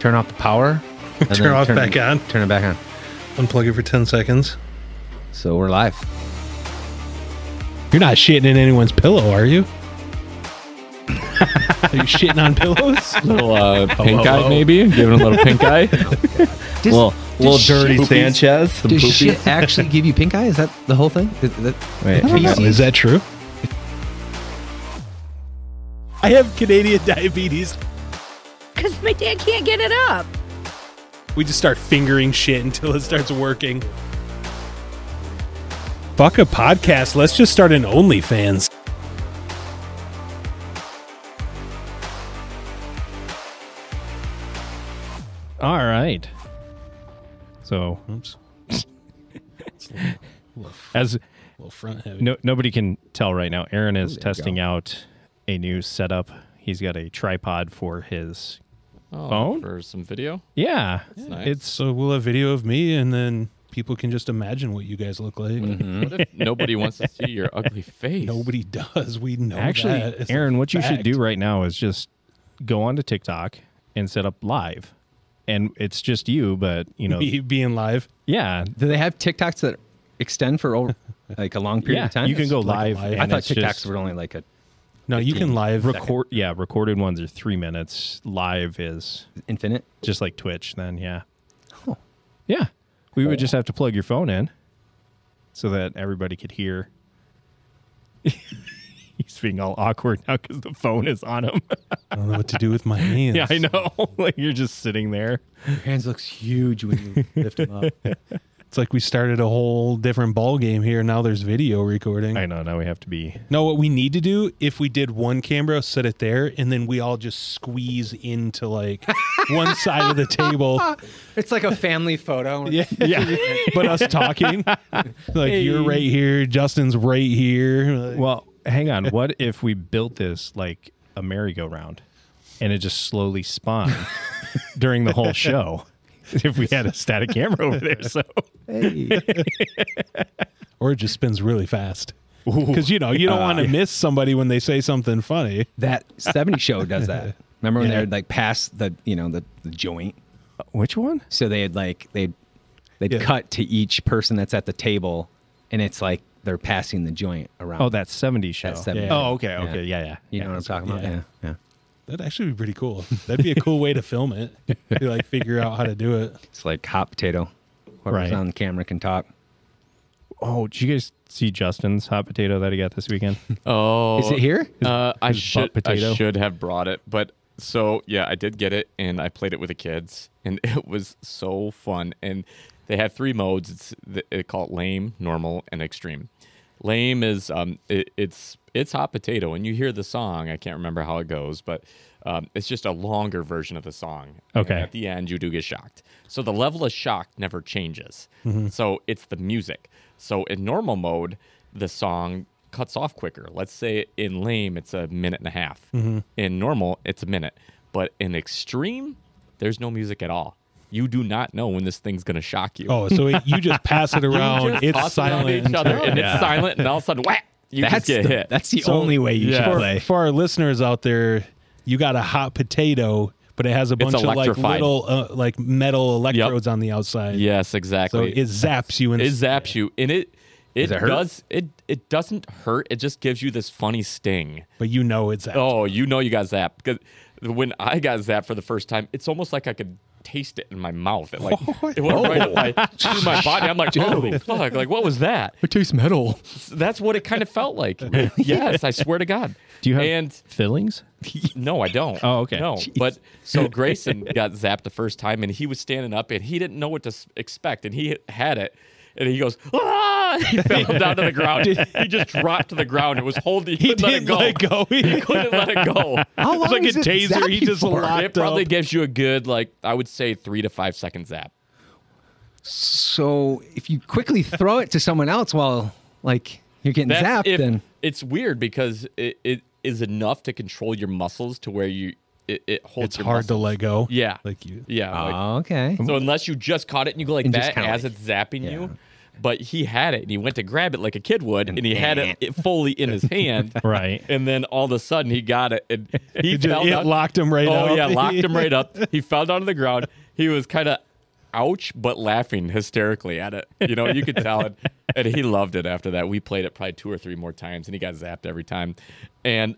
turn off the power. and then Turn off back on. Turn it back on. Unplug it for 10 seconds. So we're live. You're not shitting in anyone's pillow, are you? are you shitting on pillows? little uh, pink hello. eye, maybe. Giving a little pink eye. little little does dirty shit- Sanchez. Some Does poopy. shit actually give you pink eye? Is that the whole thing? Is that, Wait, I don't know. Is that true? I have Canadian diabetes. Because my dad can't get it up. We just start fingering shit until it starts working. Fuck a podcast. Let's just start an OnlyFans. All right. So Oops. a little, as front heavy. no, nobody can tell right now, Aaron is testing out a new setup. He's got a tripod for his phone. Oh, for some video. Yeah, nice. it's So we'll have video of me, and then people can just imagine what you guys look like. Mm-hmm. What if nobody wants to see your ugly face? Nobody does. We know actually that. It's a Aaron. What you should fact. do right now is just go onto TikTok and set up live, and it's just you. But you know, Be- being live. yeah, Do they have TikToks that extend for over, like a long period yeah, of time? you can go like live. a live. and I thought it's TikToks just- were only like a No, you can live record yeah recorded ones are three minutes live is infinite. just like twitch then yeah yeah we would just have to plug your phone in so that everybody could hear he's being all awkward now because the phone is on him I don't know what to do with my hands. yeah i know like you're just sitting there Your hands looks huge when you lift them up. It's like we started a whole different ball game here. Now there's video recording. i know now we have to be No, what we need to do if we did one camera, set it there, and then we all just squeeze into like one side of the table. It's like a family photo. Yeah, yeah. but us talking, like you're right here, Justin's right here. Like, well hang on what if we built this like a merry-go-round and it just slowly spun during the whole show if we had a static camera over there so or it just spins really fast because you know you Uh, don't want to miss somebody when they say something funny. That 70 show does that. Remember when Yeah. they would like pass the, you know, the, the joint? Which one? So they had like they'd they'd Yeah. cut to each person that's at the table, and it's like they're passing the joint around. Oh, that 70s show. That 70s. Oh, okay, okay, yeah, yeah. you know yeah. what I'm talking about? yeah. Yeah, yeah. That'd actually be pretty cool. That'd be a cool way to film it. To, like figure out how to do it. It's like hot potato. Whoever's Right. on camera can talk. Oh, did you guys see Justin's hot potato that he got this weekend? Oh, Is it here? Uh, I his butt should potato. I should have brought it, but so yeah, I did get it, and I played it with the kids, and it was so fun. And they have three modes. It's th- they call it lame, normal, and extreme. Lame is um, it, it's it's hot potato, and you hear the song. I can't remember how it goes, but um, it's just a longer version of the song. And Okay. at the end, you do get shocked. So the level of shock never changes. Mm-hmm. So it's the music. So in normal mode, the song cuts off quicker. Let's say in lame, it's a minute and a half. Mm-hmm. In normal, it's a minute. But in extreme, there's no music at all. You do not know when this thing's going to shock you. Oh, so it, you just pass it around. Just it's toss it around to silent. Each other, and Yeah. it's silent, and all of a sudden, whack, you that's just get the, hit. That's the So, only way you yeah. should For- play. for our listeners out there, you got a hot potato, but it has a bunch of like electrified. little uh, like metal electrodes on the outside. yes, So exactly. it zaps you and it zaps you and it it, it hurt? does it it doesn't hurt it just gives you this funny sting but you know it's zaps. oh you know you got zapped because when i got zapped for the first time it's almost like i could taste it in my mouth it like it went right up my, through my body i'm like oh fuck like what was that It tastes metal. that's what it kind of felt like yes i swear to god Do you have and fillings? no, I don't. Oh, okay. No, but so Grayson got zapped the first time, and he was standing up, and he didn't know what to s- expect, and he had it, and he goes, "Ah!" He fell down to the ground. He just dropped to the ground. It was holding. He, he couldn't didn't let let it go. go. He couldn't let it go. How long It's like is a it taser, zap he you just for? locked- It probably gives you a good, like I would say, three to five second zap. So if you quickly throw it to someone else while like you're getting zapped, if- then it's weird because it, it is enough to control your muscles to where you it, it holds. It's your hard to muscles. let go. Yeah. Like you. Yeah. like- okay. So unless you just caught it and you go like And just that kinda as like- it's zapping you, But he had it and he went to grab it like a kid would, and he had it it fully in his hand. Right. And then all of a sudden he got it and he It just- fell it down- locked him right oh, up. yeah, locked him right up. He fell down to the ground. He was kind of ouch, but laughing hysterically at it. You know, you could tell it. And he loved it after that. We played it probably two or three more times and he got zapped every time. And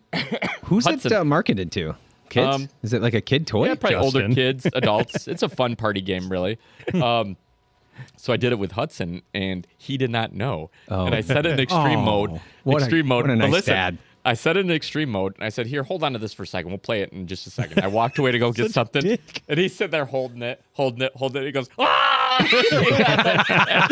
Who's Hudson. it uh, marketed to? Kids? Um, Is it like a kid toy? Yeah, probably older Justin. kids, adults. it's a fun party game, really. Um, so I did it with Hudson, and he did not know. And I set it in extreme Oh, mode. what a- extreme mode. what a But nice listen, dad. I set it in extreme mode, and I said, "Here, hold on to this for a second. We'll play it in just a second. I walked away to go get something, and he's sitting there holding it, holding it, holding it. He goes, "Ah!" Chuck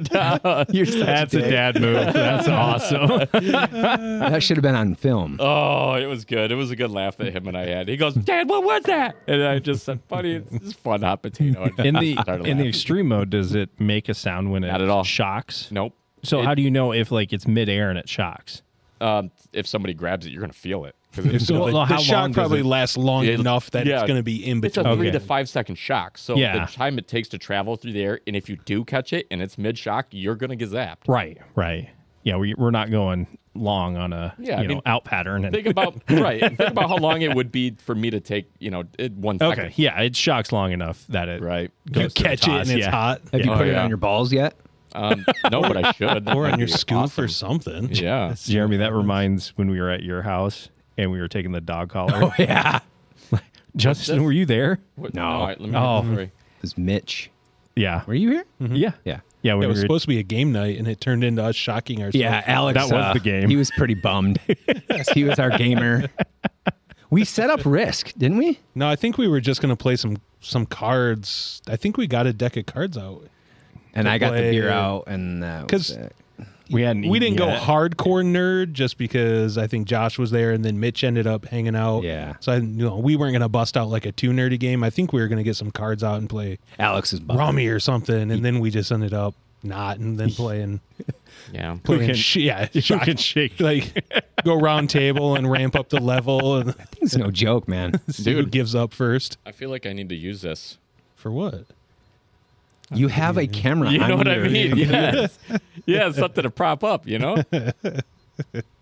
it down. You're such That's a dick. dad move. That's awesome. That should have been on film. Oh, it was good. It was a good laugh that him and I had. He goes, "Dad, what was that?" And I just said, "Funny, it's just fun hot potato." And In the started in the laughing. extreme mode, does it make a sound when it Not at all. shocks? Nope. So It- how do you know if like it's midair and it shocks? um, if somebody grabs it, you're gonna feel it. 'Cause it's, So Well, the, how the long shock does probably it- lasts long Yeah, enough that yeah. it's going to be in it's a between. three Okay. to five second shock. So Yeah. the time it takes to travel through the air, and if you do catch it and it's mid shock, you're gonna get zapped. Right. Right. Yeah, we, we're not going long on a Yeah, I you know mean, out pattern. And, Think about right. Think about how long it would be for me to take. You know, it, one second. okay. Yeah, it shocks long enough that it Right. goes to the Catch it and toss, it's yeah. hot. Have you Oh, put it yeah. on your balls yet? Um, no, but I should. That Or would on your be scoop awesome. or something. Yeah. Jeremy, that reminds when we were at your house and we were taking the dog collar. Oh, Yeah. Justin, this? were you there? What- No. all right, let me Oh. sorry. Is Mitch? Yeah. Mm-hmm. Were you here? Yeah. Yeah. Yeah, when It we was were- supposed to be a game night, and it turned into us shocking ourselves. Yeah, Alex. That was uh, the game. He was pretty bummed. he was our gamer. We set up Risk, didn't we? No, I think we were just going to play some some cards. I think we got a deck of cards out. And I got the beer play- out, and that was 'Cause- it. we hadn't We didn't eaten go yet. hardcore nerd just because I think Josh was there, and then Mitch ended up hanging out. Yeah. So I, you know, we weren't going to bust out like a too nerdy game. I think we were going to get some cards out and play Alex is bummed. Rummy or something, and then we just ended up not, and then playing Yeah. playing can- sh- yeah, You shock- can shake. like go round table and ramp up the level and It's no joke, man. see who Dude. gives up first I feel like I need to use this. for what? You have a camera. You on know what I your- mean? Yes. yeah, something to prop up. You know,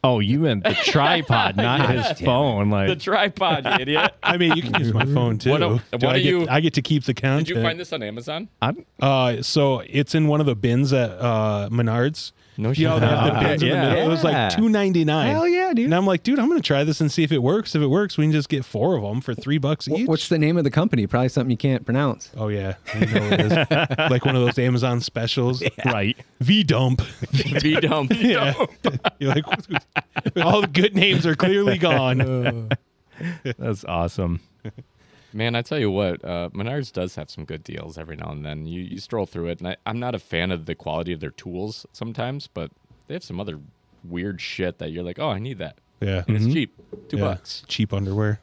Oh, you meant the tripod, not his phone. Like the tripod, you idiot. I mean, you can use my phone too. What do- Do what I do get, you- I get to keep the content. Did you find this on Amazon? Uh, so it's in one of the bins at uh, Menards. No you know, shit. they have the Yeah. bins in the Yeah. middle. It was like two ninety nine. Hell yeah, dude. And I'm like, dude, I'm gonna try this and see if it works. If it works, we can just get four of them for three bucks Wh- each. What's the name of the company? Probably something you can't pronounce. Oh yeah, I know it is. like one of those Amazon specials. right. V dump. Be dumb. Be dumb. You're like, all the good names are clearly gone. That's awesome. Man, I tell you what, uh, Menards does have some good deals every now and then. You you stroll through it, and I, I'm not a fan of the quality of their tools sometimes, but they have some other weird shit that you're like, oh, I need that. yeah, And It's cheap, two Yeah. bucks. Cheap underwear.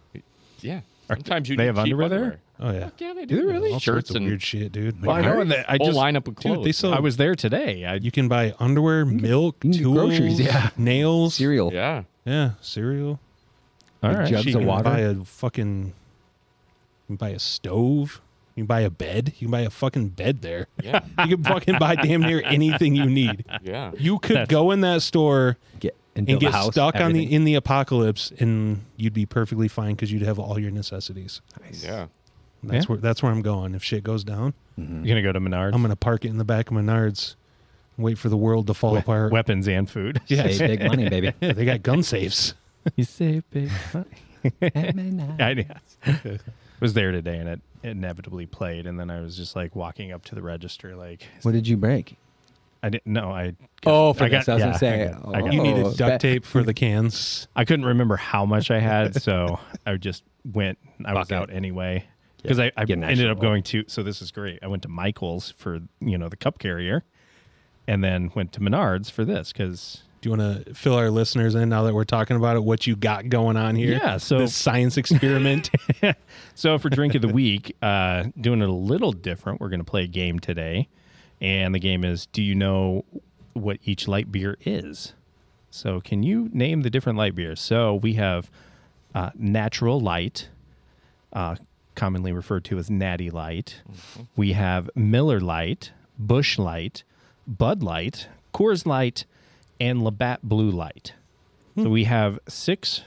Yeah. Sometimes you they need have cheap underwear there? Oh yeah. Yeah, they do. really? All Shirts sorts of and weird shit, dude. Well, I know, and I whole just lineup of clothes. Dude, they sell. I was there today. I You can buy underwear, milk, you can get tools, groceries, yeah. nails, Cereal. yeah. yeah, cereal. all Big right. jugs You of can buy water. a fucking. You can buy a stove. You can buy a bed. You can buy a fucking bed there. Yeah. You can fucking buy damn near anything you need. Yeah. You could go in that store Get, and, and build a get house, stuck on the everything. in the apocalypse, and you'd be perfectly fine because you'd have all your necessities. Yeah. That's Yeah. where that's where I'm going. If shit goes down, You're gonna go to Menards. I'm gonna park it in the back of Menards, and wait for the world to fall apart. Weapons and food. Yes. Save big money, baby. they got gun safes. You say big. I know. was there today and it inevitably played, and then I was just like walking up to the register, like what did you break? I didn't know I. Oh, for I got- this, I was yeah, gonna say. I got- I got- oh, You needed duct bet- tape for the cans. I couldn't remember how much I had, so I just went. I was Fuck it. out anyway because I, I Get an ended extra up roll. going to. So this is great. I went to Michael's for you know the cup carrier, and then went to Menards for this because Do you want to fill our listeners in now that we're talking about it? What you got going on here? Yeah, so- this science experiment. So for drink of the week, uh, doing it a little different, we're going to play a game today, and the game is: Do you know what each light beer is? So can you name the different light beers? So we have uh, Natural Light, uh, commonly referred to as Natty Light. We have Miller Light, Bush Light, Bud Light, Coors Light, and Labatt Blue Light. Hmm. So we have six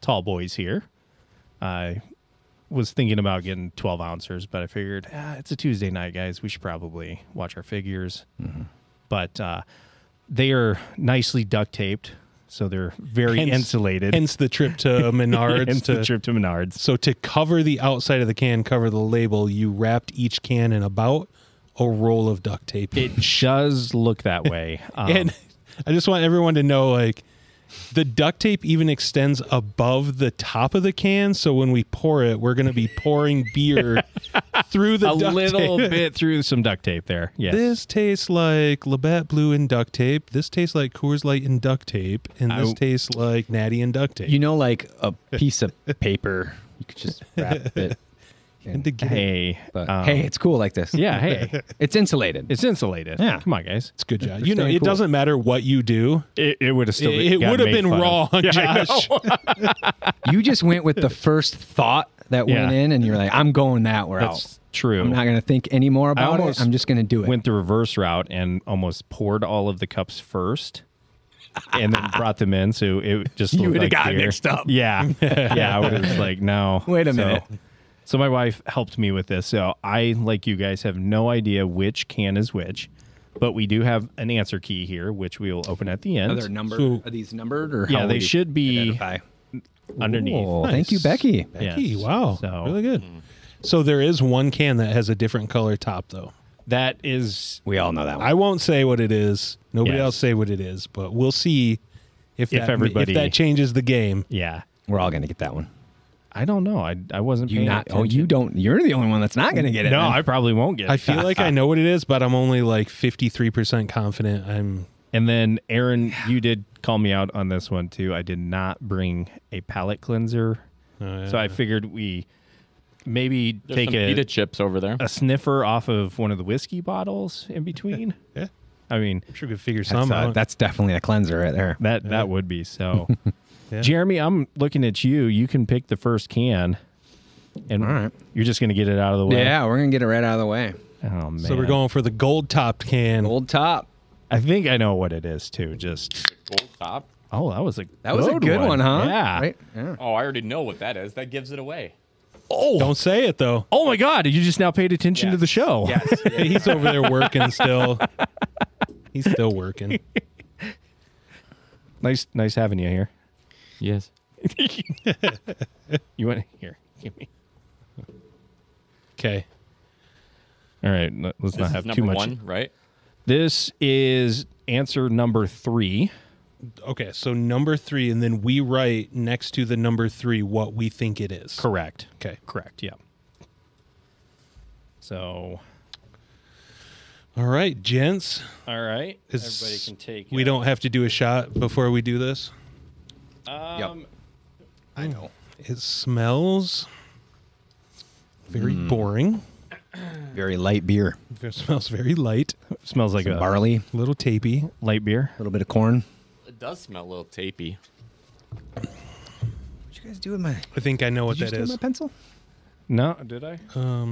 tall boys here. I was thinking about getting 12 ounces, but I figured ah, it's a Tuesday night, guys. We should probably watch our figures. Mm-hmm. But uh, they are nicely duct taped, so they're very Hence- insulated. Hence the trip to Hence Menards. the to, trip to Menards. so to cover the outside of the can, cover the label, you wrapped each can in about a roll of duct tape. It does look that way. Um, and I just want everyone to know like the duct tape even extends above the top of the can, so when we pour it, we're gonna be pouring beer through the a duct little tape. bit through some duct tape there. Yes. This tastes like Labatt Blue and duct tape. This tastes like Coors Light and duct tape, and this I- tastes like Natty and duct tape. You know, like a piece of paper, you could just wrap it. and to get it- hey. But um, hey, it's cool like this. Yeah, hey. It's insulated. It's insulated. Yeah. Come on, guys. it's good, Josh. You know, staying it cool. doesn't matter what you do. It, it would have still It, would have been wrong, Josh. you just went with the first thought that went Yeah. in, and you're like, I'm going that route. That's true. I'm not going to think any more about almost it. I'm just going to do it. Went the reverse route and almost poured all of the cups first. And then brought them in, so it just You looked would've like got beer. mixed up. Yeah, yeah. I would have like, no. Wait a So- minute. So my wife helped me with this. So I, like you guys, have no idea which can is which, but we do have an answer key here, which we will open at the end. Are there number? So- are these numbered or? yeah, how they would you should be identify? underneath. Oh, Thank you, Becky. Yes. Gee, wow. So- Mm. Really good. So there is one can that has a different color top, though. That is We all know that one. I won't say what it is. Nobody Yes. else say what it is, but we'll see if, If that, everybody- if that changes the game. yeah. We're all going to get that one. I don't know. I I wasn't. You paying not? Oh, attention. you don't. You're the only one that's not going to get it. No, then. I probably won't get. I it. feel like I know what it is, but I'm only like 53% confident. I'm And then Aaron, you did call me out on this one too. I did not bring a palate cleanser, uh, so I figured we maybe There's take some a, pita chips over there. a sniffer off of one of the whiskey bottles in between. Yeah. I mean sure we could figure That's, some uh, out. that's definitely a cleanser right there. that that would be so. Yeah. Jeremy, I'm looking at you. You can pick the first can, and All right. you're just gonna get it out of the way. Yeah, we're gonna get it right out of the way. Oh man. so we're going for the gold topped can. Old top. I think I know what it is too. Just Gold top. oh, that was a That was a good one, huh? Yeah. Right? Yeah. Oh, I already know what that is. That gives it away. Don't say it, though. Oh my God! You just now paid attention to Yeah. the show. Yes. He's over there working still. He's still working. Nice, nice having you here. yes. You went here. Give me. Okay. All right. n- Let's This not is have too number much. one, right? This is answer number three. Okay, so number three, and then we write next to the number three what we think it is. Correct. Okay. Correct. Yeah. So, All right, gents. all right. Is- Everybody can take. We uh, don't have to do a shot before we do this. Um, Yep. I know. It smells very boring. Very light beer. It smells very light, Smells like a Barley, a a little tapey. light beer. little bit of corn. It does smell a little tapey. What you guys do with my? I think I know what Did you steal that my is. Mm. pencil? No, did I?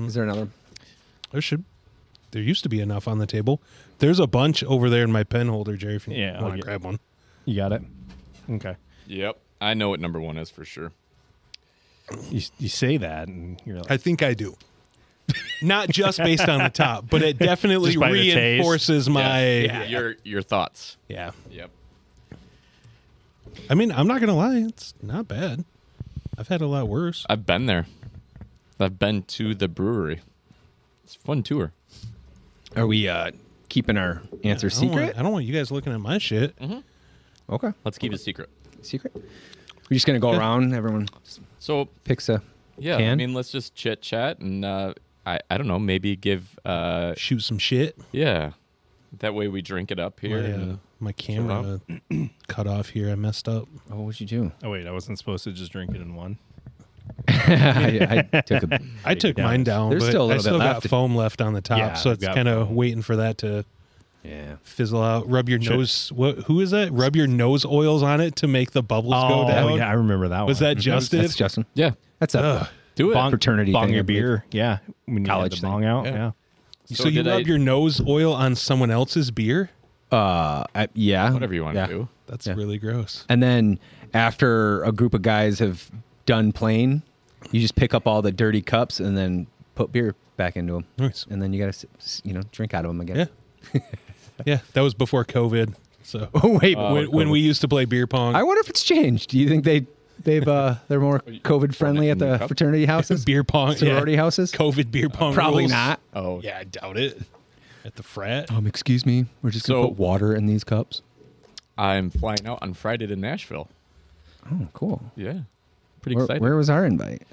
Is there another? There should. There used to be enough on the table. There's a bunch over there in my pen holder, Jerry. If you Yeah, I'll want to get- grab one. You got it. Okay. Yep. I know what number one is for sure. You, you say that, and you're like, I think I do. Not just based on the top, but it definitely Just by the taste. reinforces my. Yeah. Your your thoughts. yeah. Yep. I mean, I'm not gonna lie, it's not bad. I've had a lot worse. I've been there. I've been to the brewery. It's a fun tour. Are we uh, keeping our answer I don't, secret? Mm-hmm. want, I don't want you guys looking at my shit. Okay, Let's keep it secret. secret. We're just gonna go around. Everyone So picks a. yeah, I Can? mean, let's just chit chat and uh, I I don't know, maybe give uh, Shoot some shit. yeah. That way we drink it up My, here. uh, and- my camera cut off here. I messed up. Oh, what'd you do? oh wait, I wasn't supposed to just drink it in one. I, I took a. I took mine down. There's but still a little I bit still got left. foam left on the top, Yeah, so I've it's got kind of waiting for that to Yeah. fizzle out. Rub your nose. What? Who is that? Rub your nose oils on it to make the bubbles go down. Oh, yeah, I remember that one. Was that Justin? That's Justin. yeah. That's a. Do it. fraternity bong thing, I your believe. beer. Yeah, when you had College the thing. bong out. Yeah. Yeah. So, So you did I- rub your nose oil on someone else's beer? Uh, I- yeah. Whatever you want Yeah. to do. That's Yeah. really gross. And then after a group of guys have done playing, you just pick up all the dirty cups and then put beer back into them. Nice. And then you gotta, s- s- you know, drink out of them again. Yeah. yeah, that was before COVID. So Oh wait, when, when we used to play beer pong, I wonder if it's changed. Do you think they they've uh they're more COVID friendly at in the the cup? fraternity houses, beer pong, sorority yeah. houses? COVID beer pong. Probably rules. not. Oh, Yeah, I doubt it. At the frat. Um, excuse me, we're just gonna So- put water in these cups. I'm flying out on Friday to Nashville. Oh, cool. Yeah, pretty Where, excited. where was our invite?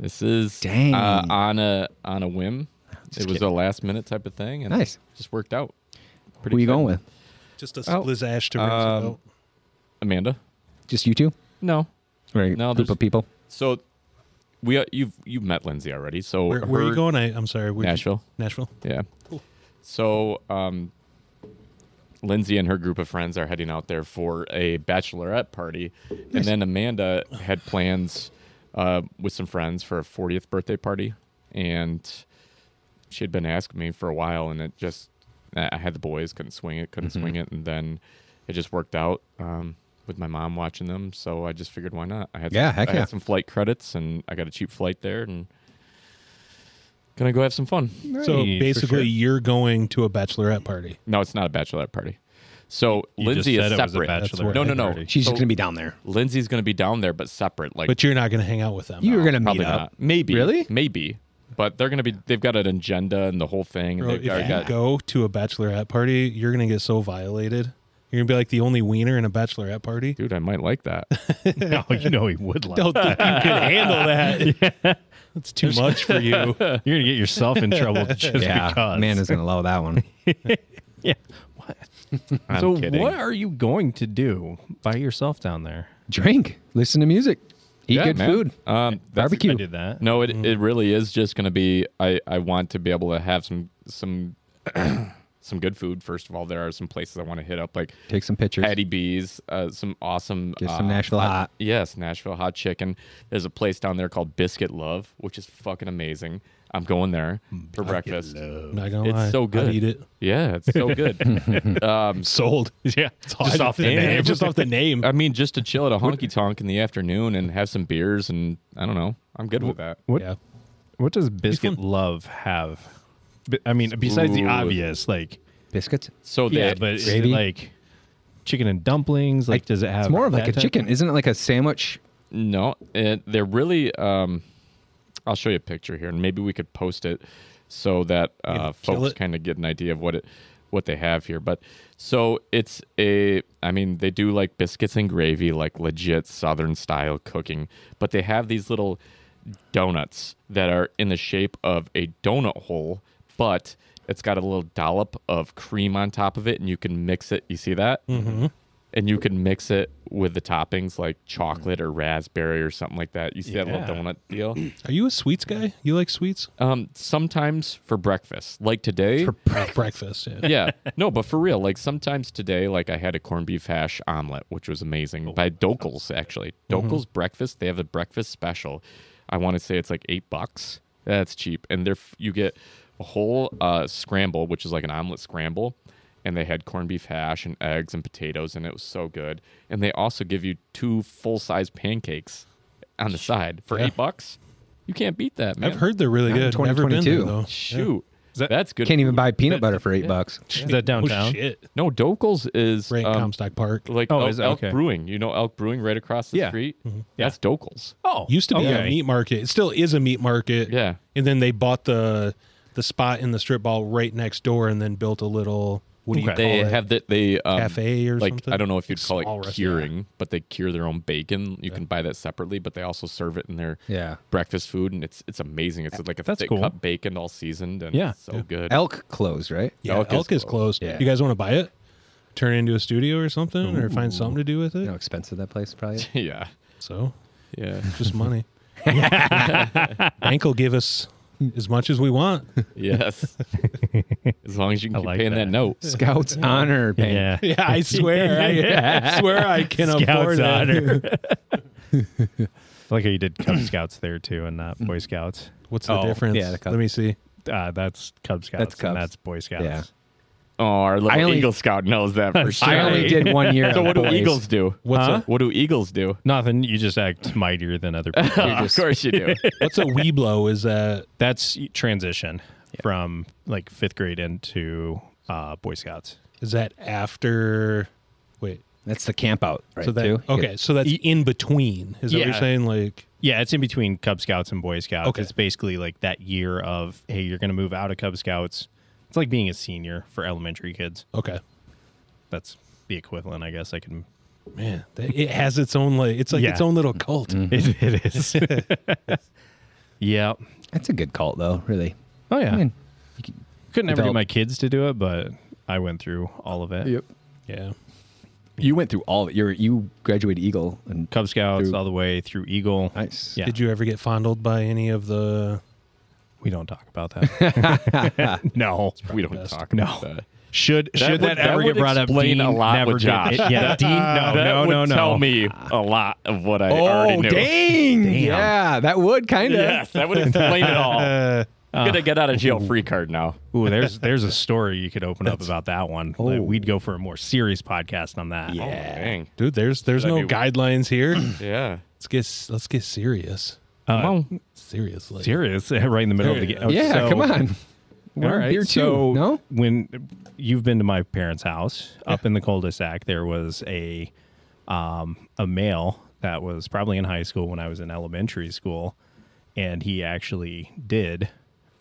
This is Dang. Uh, on a on a whim. it was a last minute type of thing, and Nice. just worked out. Pretty Who are you excited. going with? Just a Oh, Liz Ash to rinse um, it out. Amanda? Just you two? No. Right. No, group there's- of people. So we uh, you've you've met Lindsay already. So Where, where are her- you going? I, I'm sorry. where'd you- Nashville. Nashville. Yeah. So um, Lindsay and her group of friends are heading out there for a bachelorette party, and then Amanda had plans uh, with some friends for a 40th birthday party, and she had been asking me for a while, and it just I I had the boys couldn't swing it, couldn't Mm-hmm. swing it, and then it just worked out. Um, with my mom watching them, so I just figured why not? I had Yeah, some, heck I yeah. had some flight credits, and I got a cheap flight there, and gonna go have some fun. So Hey, for basically, sure. you're going to a bachelorette party. No, it's not a bachelorette party. So You just Lindsay is said it was a separate. bachelorette no, no, no. party. She's So just gonna be down there. Lindsay's going to be down there, but separate. Like But you're not going to hang out with them. You were gonna meet probably up. not. Maybe. Really? Maybe. But they're going to be. They've got an agenda and the whole thing. And Bro, they've if you already got. go to a bachelorette party, you're gonna get so violated. You're gonna be like the only wiener in a bachelorette party. Dude, I might like that. No, you know he would like. Don't think you can handle that. Yeah. It's too much for you. You're gonna get yourself in trouble just Yeah, because. man is gonna love that one. yeah. What? I'm so kidding. what are you going to do by yourself down there? Drink, listen to music, eat Yeah, good man. food, Um, that's- barbecue. I did that. No, it, it really is just going to be. I, I want to be able to have some some some good food. First of all, there are some places I want to hit up, like Take some pictures. Patty B's, uh, some awesome. Get some uh, Nashville hot. Yes, Nashville hot chicken. There's a place down there called Biscuit Love, which is fucking amazing. I'm going there for breakfast. I'm not gonna It's lie. so good. I'd eat it. Yeah, it's so good. um, Sold. Yeah. Just off the Yeah. name. Just off the name. I mean, just to chill at a honky tonk in the afternoon and have some beers, and I don't know. I'm good with that. What Yeah. What does biscuit love have? B- I mean, besides the Ooh. obvious, like Biscuits. So yeah, yeah, but is it gravy? like chicken and dumplings? Like, does it have? It's more of like that a type- chicken, isn't it? Like a sandwich. no, it, they're really. Um, I'll show you a picture here, and maybe we could post it so that uh, kill folks it. kind of get an idea of what it what they have here. But so it's a. I mean, they do like biscuits and gravy, like legit Southern style cooking. But they have these little donuts that are in the shape of a donut hole, but it's got a little dollop of cream on top of it, and you can mix it. You see that? Mm-hmm. And you can mix it with the toppings like chocolate or raspberry or something like that. You see that Yeah. little donut deal? Are you a sweets guy? You like sweets? Um, sometimes for breakfast, like today. Uh, breakfast. Yeah. yeah, no, but for real, like sometimes today, like I had a corned beef hash omelet, which was amazing by Dokel's actually. Dokel's breakfast, they have a breakfast special. I want to say it's like eight bucks. That's cheap, and they're f- you get a whole uh, scramble, which is like an omelet scramble, and they had corned beef hash and eggs and potatoes, and it was so good. And they also give you two full size pancakes on the side for Yeah. eight bucks. You can't beat that, man. I've heard they're really Not in good. Never been there 2022. though. Shoot. that- That's good. Can't even food. buy peanut butter for eight bucks. Is that Oh, downtown? shit. No, Dokel's is Right in um, Comstock Park. like Oh, Elk, is it? Elk Okay. Brewing. You know Elk Brewing right across the Yeah. street? That's Dokel's. Oh, Used to be a okay. meat market. It still is a meat market. Yeah. And then they bought the the spot in the strip ball right next door, and then built a little. What do you Okay. call They it? have that they um, Cafe or like something? I don't know if you'd call Small it restaurant. curing, but they cure their own bacon. You can buy that separately, but they also serve it in their Yeah. breakfast food, and it's it's amazing. It's like a That's thick cool. cut bacon all seasoned and Yeah. it's so good. Elk clothes, right? Yeah, Elk elk, is is closed. closed. Yeah. You guys want to buy it? Turn it into a studio or something, or find something to do with it. You know how expensive that place probably is. yeah, So, yeah, just money. Bank will give us as much as we want. yes. as long as you can I keep like paying that, that. note. Scouts honor bank. Yeah. Yeah, I swear, I, I swear I can afford Scouts it. honor. I like how you did Cub Scouts there too, and not Boy Scouts. What's the Oh, difference? yeah, the cup. Let me see. uh, that's Cub Scouts. That's Cubs. And that's Boy Scouts. Yeah. Oh, our I little only- Eagle Scout knows that for sure. I only did one year. so of what do boys. Eagles do? What's Huh? What do Eagles do? Nothing. You just act mightier than other people. of course you do. a what's a weeblow? Is that that's transition from like fifth grade into uh, Boy Scouts. is that after? Wait, That's the camp out, right? so that too? okay, so that's in between. Is that what Yeah. you're saying? Like Yeah, it's in between Cub Scouts and Boy Scouts. Okay. It's basically like that year of hey, you're going to move out of Cub Scouts. It's like being a senior for elementary kids. okay, That's the equivalent, I guess. I can. man, that, it has its own like it's like Yeah. its own little cult. Mm-hmm. It, it is. yeah. That's a good cult, though. Really. Oh yeah. I mean, Couldn't ever develop- get my kids to do it, but I went through all of it. Yeah, You went through all. Your you graduated Eagle and Cub Scouts Through- all the way through Eagle. nice. Yeah. Did you ever get fondled by any of the? We don't talk about that. no. We don't best. talk about No. that. Should should would- that, ever would get brought up? explain Dean a lot never with did Josh. it. Yeah, That- Dean. No, that no, would no, no. Tell me a lot of what I already Oh knew. dang! Yeah, that would kind of. Yes, that would explain it all. I'm gonna get out of Uh-huh. jail free card now. Ooh, there's there's a story you could open up about that one. Like, we'd go for a more serious podcast on that. Yeah. Oh, Dang. Dude, there's there's That'd no be- guidelines here. Yeah. let's get let's get serious. Uh, Seriously, serious, right in the middle of the game. Oh, Serious. Yeah, So- come on. All We're right. beer too. So no. when you've been to my parents' house up in the cul-de-sac, there was a um, a male that was probably in high school when I was in elementary school, and he actually did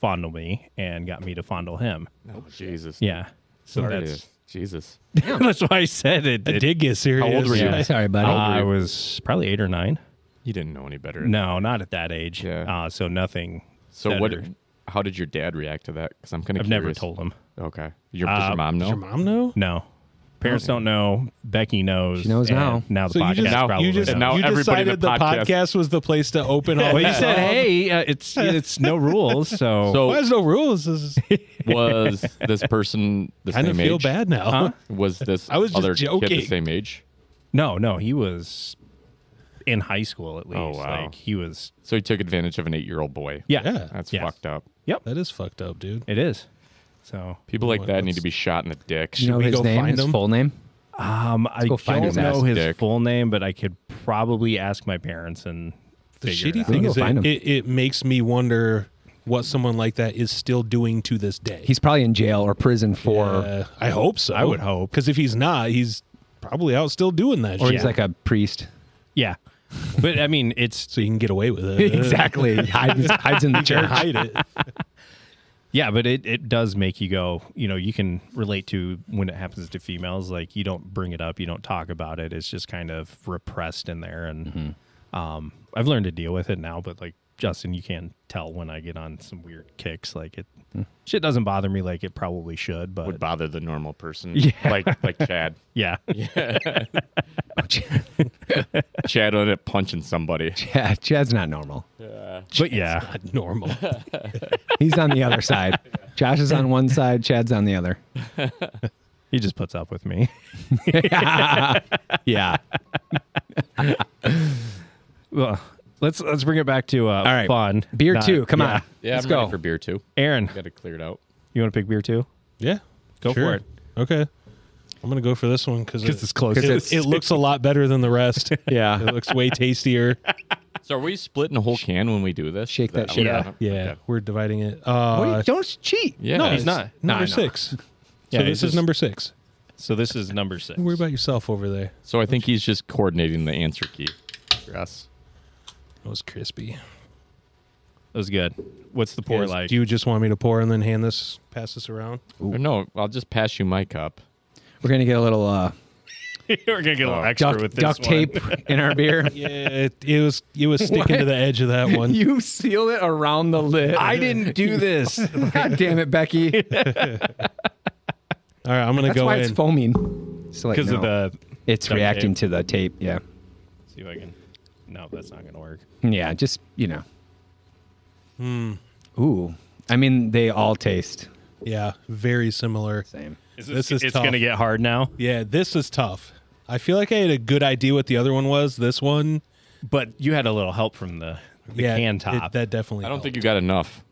fondle me and got me to fondle him. Oh, Jesus. Yeah. So Sorry. that's Jesus. that's why I said it. I it- did get serious. old were you? Yeah. Sorry, buddy. I was probably eight or nine. You didn't know any better. No, not at that age. Yeah. Uh, so nothing. So what? better. How did your dad react to that? Because I'm kind of. I've never told him. Okay. Your, does Uh, your mom know? Does your mom know? No. Parents don't know. Becky knows. She knows and now. Now the So you podcast just, Now- probably you just knows. now you everybody in the decided the podcast. podcast- was the place to open all. Well, you that said, up. "Hey, uh, it's it's no rules." So, So Why is no rules? This is, was this person the kind same of feel age? bad now. Was this I was just other kid joking. the same age? no, no, he was in high school at least. Oh, wow. Like he was. So he took advantage of an eight-year-old boy. Yeah, Yeah. That's Yes. fucked up. Yep, That is fucked up, dude. it is. So, People like Well, that need that's- to be shot in the dick. Do you know we his go name? find His him? full name? um, I go find don't his know ass his dick. full name, but I could probably ask my parents and The figure it shitty out. thing We'll is, go find 'em. it, it, it makes me wonder what someone like that is still doing to this day. He's probably in jail or prison for. Uh, I hope so. I would hope. because if he's not, he's probably out still doing that. Or shit. he's like a priest. Yeah, but I mean, it's so you can get away with it. exactly. hides, hides in the church. Hide it. Yeah, but it, it does make you go, you know, you can relate to when it happens to females. Like, you don't bring it up, you don't talk about it. It's just kind of repressed in there. And um, I've learned to deal with it now, but like, Justin, you can tell when I get on some weird kicks. Like, it shit doesn't bother me like it probably should, but Would bother the normal person. Like like Chad. yeah. Chad ended up punching somebody. Yeah, Chad's not normal. but yeah, Not normal. He's on the other side. Josh is on one side. Chad's on the other. he just puts up with me. Yeah. well, let's let's bring it back to uh, All right. fun. Beer not- two. Come on. Yeah, Let's I'm go. ready for beer too. Aaron, Got to clear it out. you want to pick beer two? Yeah, Go for it. Okay, I'm gonna go for this one because 'Cause it's closest. It, it looks a lot better than the rest. Yeah. it looks way tastier. So are we splitting a whole can when we do this? Shake that Is shit what- up. Yeah, Okay. we're dividing it. What Uh, are you- don't cheat. Yeah. no, it's- it's not. No, I number know. six. So Yeah, this he's is just- number six. So this is number six. Don't worry about yourself over there. So I think he's just coordinating the answer key for us. That was crispy. That was good. What's the pour Guys, like? do you just want me to pour and then hand this, pass this around? Or no, I'll just pass you my cup. We're going to get a little uh, We're gonna get a little extra duct, with this duct one. tape in our beer. Yeah, it, it was it was sticking to the edge of that one. You seal it around the lid. I didn't do this. God damn it, Becky. That's All right, I'm gonna go why in. it's foaming. So like, Because no. of the. it's duct reacting tape. to the tape. Yeah. See if I can. No, that's not gonna work. Yeah, just you know. Ooh, I mean, they all taste yeah, very similar. same. Is This is it's tough. gonna get hard now. Yeah, this is tough. I feel like I had a good idea what the other one was. This one, But you had a little help from the the yeah, can it- top. that definitely. I don't helped. think you got enough.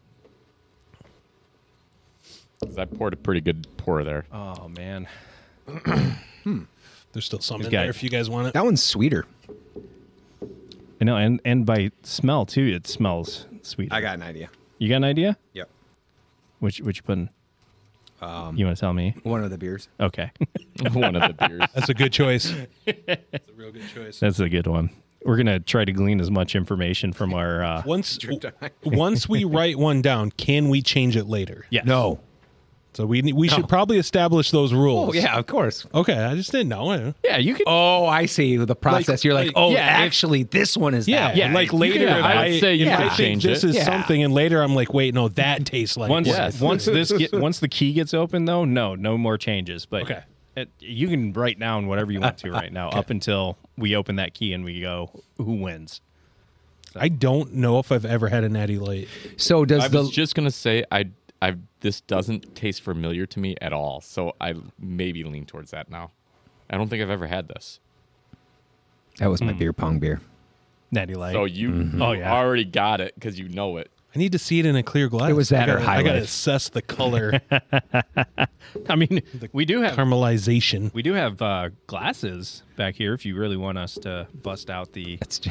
'Cause I poured a pretty good pour there. Oh man, There's still some He's in got there it. if you guys want it. That one's sweeter. I know, and and by smell too, it smells sweet. I got an idea. You got an idea? Yep. Which which you putting? Um, you want to tell me? One of the beers. Okay, One of the beers. That's a good choice. That's a real good choice. that's a good one. We're gonna try to glean as much information from our. Uh, Once once we write one down, can we change it later? yes. No. So we we should probably establish those rules. Oh yeah, of course. Okay, I just didn't know. Yeah, you could. Oh, I see the process. You're like, like, oh, yeah, if- actually, this one is Yeah, that. Yeah, one. like you later. can- if I I, would say you if could I think change this it. is Yeah. something, and later I'm like, wait, no, that tastes like Once what? Yes. once this get, once the key gets open though, no, no more changes. But Okay. it, you can write down whatever you want to right now, up until we open that key and we go, who wins? I don't know if I've ever had a natty light. So does I the was just gonna say I I this doesn't taste familiar to me at all, so I maybe lean towards that now. I don't think I've ever had this. that was my beer pong beer. Natty Light. So you Oh, yeah. already got it because you know it. I need to see it in a clear glass. It was that I or gotta, High I gotta Life. assess the color I mean, we do have caramelization. we do have uh, glasses back here if you really want us to bust out the That's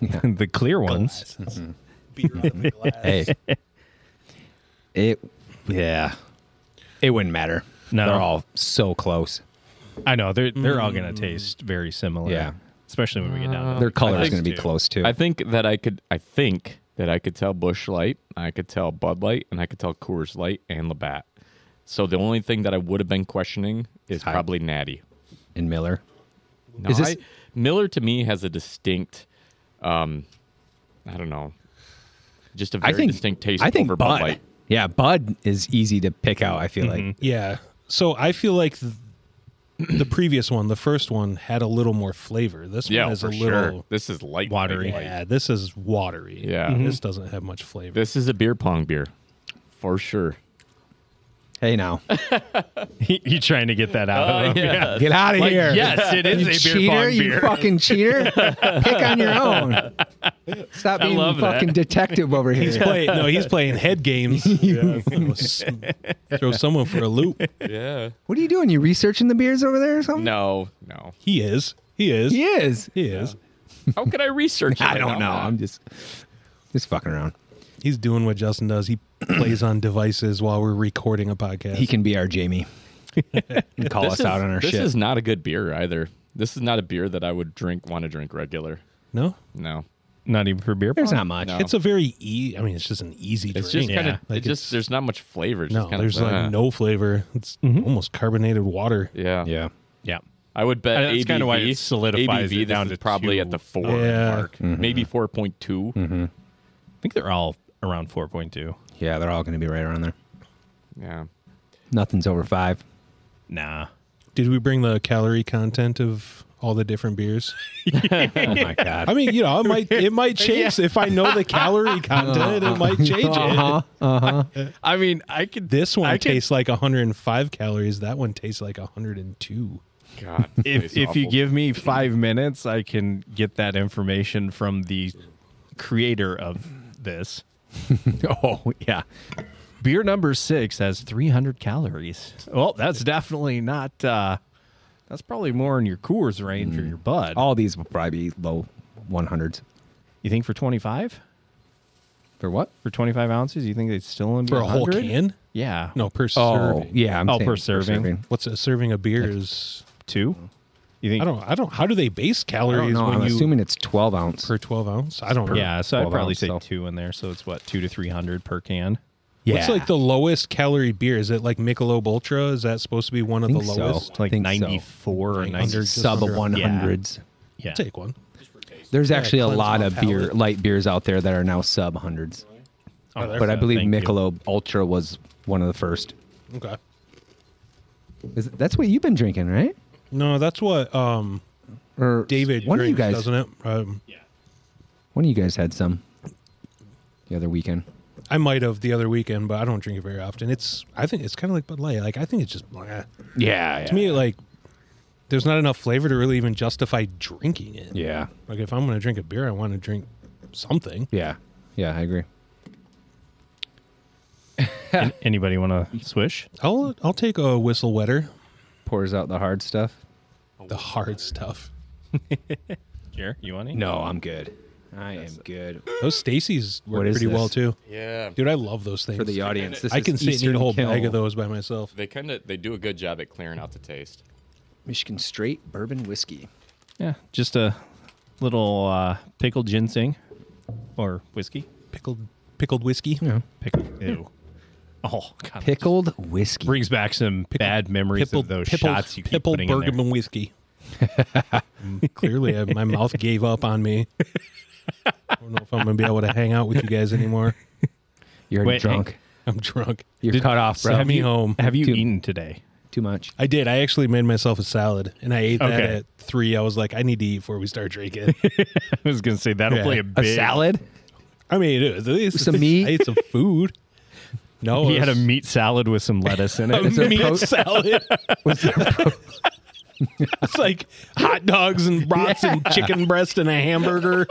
yeah. the clear ones. Beer out of a glass. Hey. it yeah. It wouldn't matter. No. They're all so close. I know they're they're all gonna taste very similar. Mm. Yeah. Uh, especially when we get down. to Their color is think going to be too. close too. I think that I could. I think that I could tell Bush Light, I could tell Bud Light, and I could tell Coors Light and Labatt. So the only thing that I would have been questioning is Hi. probably Natty. in Miller. No, Is this- I- Miller to me has a distinct, um, I don't know, just a very I think distinct taste I think over Bud. Bud Light. Yeah, Bud is easy to pick out. I feel like Yeah. So I feel like th- the previous one, the first one, had a little more flavor. This Yeah, one has for a little. sure. This is light, Watery. light, light. Yeah, this is watery. Yeah. Mhm. This doesn't have much flavor. This is a beer pong beer, for sure. hey now you trying to get that out of them? Yeah. get out of Like, here. yes, it is Uh, you a beer cheater, pong you beer. fucking cheater. pick on your own. Stop being love that. fucking detective over here. He's playing. No, he's playing head games. Throw someone for a loop. Yeah. what are you doing? You researching the beers over there or something? No, no. He is. He is. He is. He is. How could I research? it? I don't know. not- I'm just just fucking around. He's doing what Justin does. He plays on devices while we're recording a podcast. He can be our Jamie. and call us is, out on our this shit. is not a good beer either. This is not a beer that I would drink, want to drink regular. no. No. Not even for beer. There's pong? not much. No. It's a very e. I mean, it's just an easy It's drink. just kind of, Like it just, it's- there's not much flavor. It's no. just kinda, there's like uh, no flavor. It's almost carbonated water. Yeah. Yeah. Yeah. I would bet Uh, that's ABV, kinda why it solidifies ABV, it down this is to probably two. at the four Yeah. mark, maybe 4.2. I think they're all around four point two. Yeah, they're all going to be right around there. Yeah. Nothing's over five. Nah. Did we bring the calorie content of all the different beers? Oh my god. I mean, you know, it might it might change if I know the calorie content. It Uh-huh. might change it. I mean, I could. This one I could- tastes like 105 calories. That one tastes like 102. God. if tastes if you awful. give me five minutes, I can get that information from the creator of this. oh yeah. Beer number six has 300 calories. Well, that's definitely not. Uh, that's probably more in your Coors range Mm. or your Bud. All these will probably be low 100s. You think for 25? For what? For 25 ounces, you think they'd still in For a whole 100? can? Yeah. No, per Oh serving. yeah. I'm Oh, saying per serving. What's a serving of beer is two. You think? I don't I don't how do they base I don't calories know. when I'm you assuming it's 12 ounce. per 12 ounce? I don't know. Yeah, so I'd 12 probably ounce, say so. two in there. So it's what two to 300 per can. What's like the lowest calorie beer? Is it like Michelob Ultra? Is that supposed to be one of the think so. lowest? It's like think so. 94 or Like 90. under- sub under- 100s. Yeah. Take one. There's actually a cleanse lot my of beer palate. light beers out there that are now sub 100s. Oh, But I so believe thank you. Michelob Ultra was one of the first. Okay. Is, that's what you've been drinking, right? No, that's what um Or David one of you drinks, guys, doesn't it? Um, one of you guys had some the other weekend. I might have the other weekend, but I don't drink it very often. It's I think it's kind of like Bud Light. Like I think it's just bleh. Yeah, yeah. to me like there's not enough flavor to really even justify drinking it. yeah, Like if I'm gonna drink a beer, I want to drink something. yeah, yeah. I agree. An- Anybody want to swish? I'll I'll take a whistle wetter. Pours out the hard stuff. The hard stuff. Jer, you want any? No, I'm good. I am good. Those Stacy's work What is pretty well this? too. Yeah. Dude, I love those things. For the audience, this I can is sit and eat Eastern a whole Kill, bag of those by myself. They kind of they do a good job at clearing out the taste. Michigan straight bourbon whiskey. Yeah, just a little uh, pickled ginseng or whiskey. Pickled pickled whiskey. Pickled. Ew. Oh, God. Pickled whiskey. Brings back some bad memories Pickled, of those pickled, shots you keep pickled putting in there. Bergamot whiskey. Mm, Clearly, I, my mouth gave up on me. I don't know if I'm going to be able to hang out with you guys anymore. You're Wait, drunk. Hank. I'm drunk. You're cut off, bro. Send me home. Have you Dude. eaten today? Too much. I did. I actually made myself a salad, and I ate that Okay. at three. I was like, I need to eat before we start drinking. I was going to say that'll Yeah. play a A big. I mean, it was, it was- Some meat? I ate some food. No, He it had a was- meat salad with some lettuce in a it. there meat pro- salad. it's like hot dogs and brats and chicken breast and a hamburger,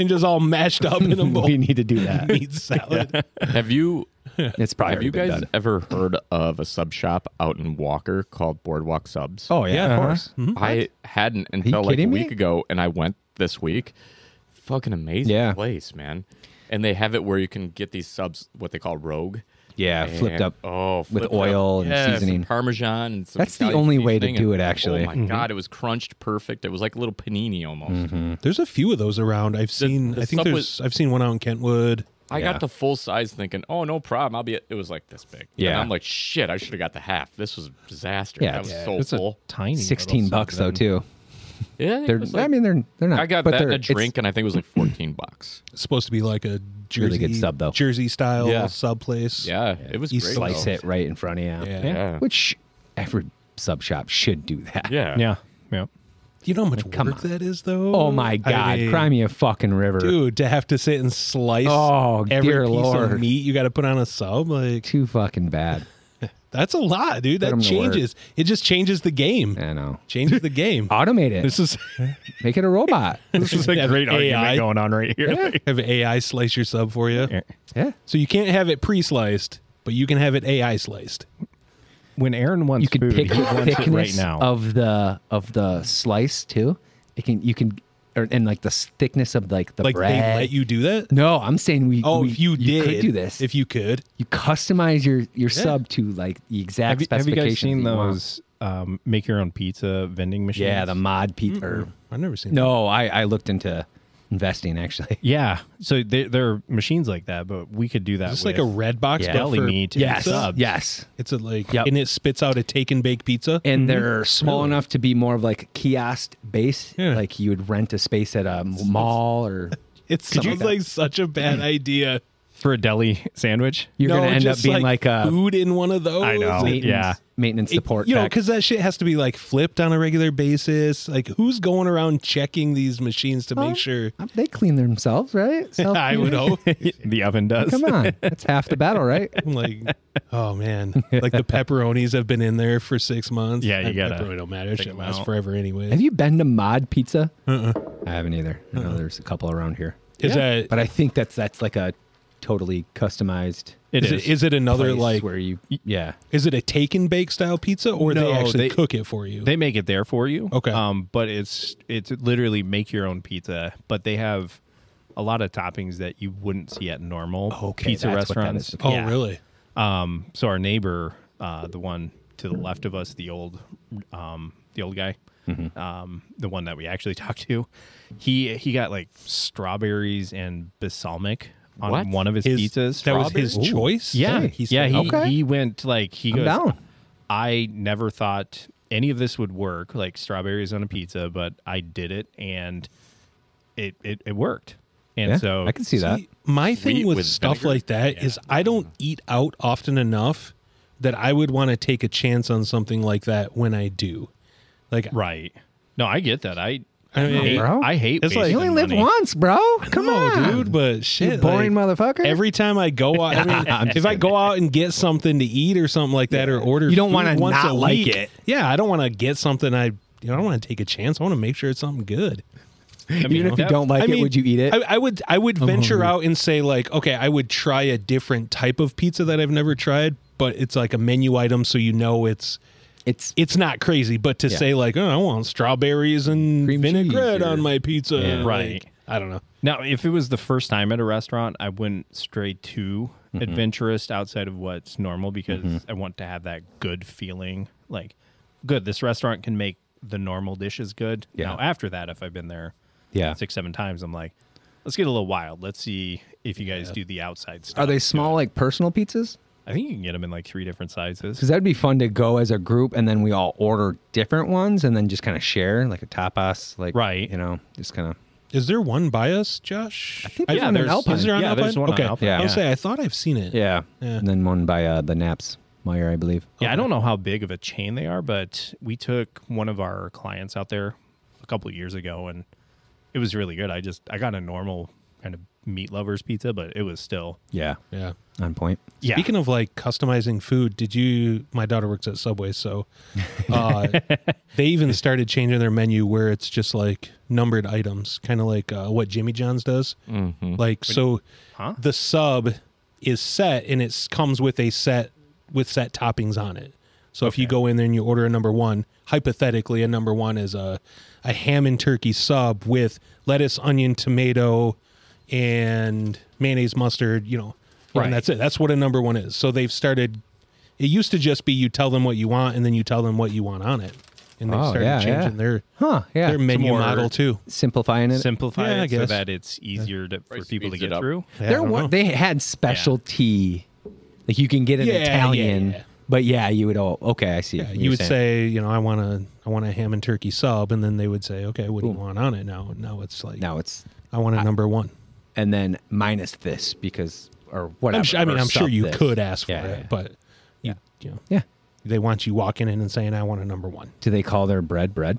and just all mashed up in a bowl. We need to do that. meat salad. Have you It's probably have already you been guys done. ever heard of a sub shop out in Walker called Boardwalk Subs? Oh yeah, of Uh-huh. course. I hadn't until like a kidding me? week ago, and I went this week. Fucking amazing Yeah. place, man. And they have it where you can get these subs, what they call rogue. Yeah, flipped and- up. oh, with flipped oil and Yeah, some seasoning. parmesan, and some That's the Italian only way to seasoning, do and- it, actually. Mm-hmm. Oh my god, it was crunched perfect. It was like a little panini almost. There's a few of those around. I've seen. the I think sub there's. was- I've seen one out in Kentwood. I Yeah. got the full size thinking, oh, no problem. I'll be, it was like this big. And Yeah. I'm like, shit, I should have got the half. This was a disaster. Yeah, I was it's- so It's a full. tiny. little Sixteen bucks though something. too. yeah. They're. it was I like- mean, they're. They're not. I got but that they're, and a it's- drink, and I think it was like 14 bucks. It's supposed to be like a Jersey Really good sub, though. Jersey style Yeah. sub place. Yeah. It was You great. Slice though. it right in front of you. Yeah. Yeah. Which every sub shop should do that. Yeah. Yeah. Yeah. Do You know how much Come work on. that is, though. Oh my god, I mean, cry me a fucking river. dude, to have to sit and slice Oh, every dear piece of Lord. meat you got to put on a sub, like Too fucking bad. that's a lot, dude. That 'em to work. changes. It just changes the game. I know. Changes the game. Automate it. This is Make it a robot. this is a Yeah, great AI. argument going on right here. have AI slice your sub for you. yeah. So you can't have it pre-sliced, but you can have it AI sliced. When Aaron wants You can food, pick he the wants it right thickness now. of the of the slice too. It can you can or, and like the s- thickness of like the Like bread. they let you do that. no, I'm saying we. Oh, we- if you, did, could do this. if you could. you customize your your sub to like the exact have, you, have you specifications. guys seen that you want. those um, make your own pizza vending machines? Yeah, the mod people. or I've never seen. that. No, I I looked into investing actually. yeah. So they, there are machines like that, but we could do that. Is this with like a red box Yeah. but deli for meat and Yes, subs. Yes. It's a like, Yep. and it spits out a take and bake pizza. and they're small enough to be more of like kiosk base. Yeah. Like you would rent a space at a mall or It sounds like like, that. such a bad idea. for a deli sandwich. you're No, gonna end up just, being like, a food in one of those. I know. and- maintenance, Yeah. maintenance It- support. you know, pack. because that shit has to be like flipped on a regular basis. Like, who's going around checking these machines to Well, make sure? they clean themselves, right? I would hope. the oven does. Come on, that's half the battle, right? I'm like, oh man, like the pepperonis have been in there for six months. Yeah, you That gotta Pepperoni don't matter. It take shit them lasts out. forever anyway. Have you been to Mod Pizza? I haven't either. I know there's a couple around here, Uh-uh. Is that but I think that's that's like a totally customized. It is is. it, is it another place like? where you yeah Is it a take and bake style pizza, or No, they actually they- cook it for you? They make it there for you. Okay. Um, but it's it's literally make your own pizza, but they have a lot of toppings that you wouldn't see at normal Okay, pizza that's what that restaurants. is. oh, Yeah. really? Um, so our neighbor, uh, the one to the left of us, the old, um, the old guy, Mm-hmm. um, the one that we actually talked to, he he got like strawberries and balsamic on What? one of his, His- pizzas. That was his Strawberry? Ooh. choice. yeah, he's yeah. He, Okay. he went like he I'm goes. down. I never thought any of this would work, like strawberries on a pizza, but I did it and it it, it worked. And yeah. so I can see that. See, my thing Wheat with, with stuff vinegar? like that is I don't Mm-hmm. eat out often enough that I would want to take a chance on something like that when I do. Like right. No, I get that. I I mean, hate- bro. I hate It's like- You wasting only lived money. once, bro. Come no, on, dude, but shit, You boring like, motherfucker. Every time I go out, I mean, if I go out and get something to eat or something like that, or order, You don't food wanna once not a like week, it. Yeah, I don't want to get something. I, you know, I don't want to take a chance. I want to make sure it's something good. I Even if you don't like I it, mean, would you eat it? I, I would. I would venture out and say like, okay, I would try a different type of pizza that I've never tried, but it's like a menu item, so you know it's it's it's not crazy. But to Yeah. say like, oh, I want strawberries and Cream cheese vinaigrette or- on my pizza, Yeah. like, Right. I don't know. Now, if it was the first time at a restaurant, I wouldn't stray too adventurous outside of what's normal because I want to have that good feeling. Like, good, this restaurant can make the normal dishes good. Yeah. Now, after that, if I've been there yeah. six, seven times, I'm like, let's get a little wild. Let's see if you guys do the outside stuff. Are they small like personal pizzas? I think you can get them in like three different sizes. Because that'd be fun to go as a group and then we all order different ones and then just kind of share like a tapas, like Right. You know, just kind of Is there one by us, Josh? I think Yeah, one in there's, Alpine. Is there on yeah, Alpine? there's one on okay. Alpine, Yeah. I yeah. was say I thought I've seen it. yeah. Yeah. And then one by uh, the Naps Meyer, I believe. Yeah, I don't know how big of a chain they are, but we took one of our clients out there a couple of years ago, and it was really good. I just I got a normal kind of meat lovers pizza, but it was still Yeah, Yeah. on point. yeah. Speaking of like customizing food, did you? My daughter works at Subway, so uh, they even started changing their menu where it's just like numbered items, kind of like uh, what Jimmy John's does. Like so, Huh? the sub is set and it comes with a set with set toppings on it. So if you go in there and you order a number one, hypothetically, a number one is a a ham and turkey sub with lettuce, onion, tomato, and mayonnaise, mustard. You know, Right. and that's it. That's what a number one is. So they've started. It used to just be you tell them what you want and then you tell them what you want on it, and they Oh, have started yeah, yeah. changing their Huh? Yeah. their menu more- model too. Simplifying it. simplify Yeah, I it so guess. that it's easier to, for Price people to speeds it get up. through. Yeah, I there don't wa- know. they had specialty, like you can get an Yeah, yeah, Italian, yeah. but yeah, you would all okay. I see. what you you're would saying. say, you know, I want a I want a ham and turkey sub, and then they would say, okay, what do you want on it now? Now it's like, now it's I want a number one. and then minus this because or whatever. I'm sure, I mean, or I'm sure sub you this. could ask for Yeah, it, yeah. but you, you know, Yeah. they want you walking in and saying, I want a number one. Do they call their bread bread?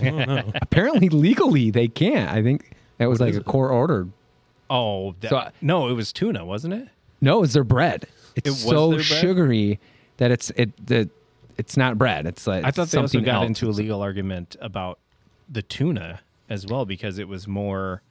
I don't know. Apparently, legally, they can't. I think that was like a court order. Oh that, So I- no, it was tuna, wasn't it? No, it's their bread. It's It was so their bread? sugary that it's it that it's not bread. It's like I thought they also something got else. into a legal argument about the tuna as well because it was more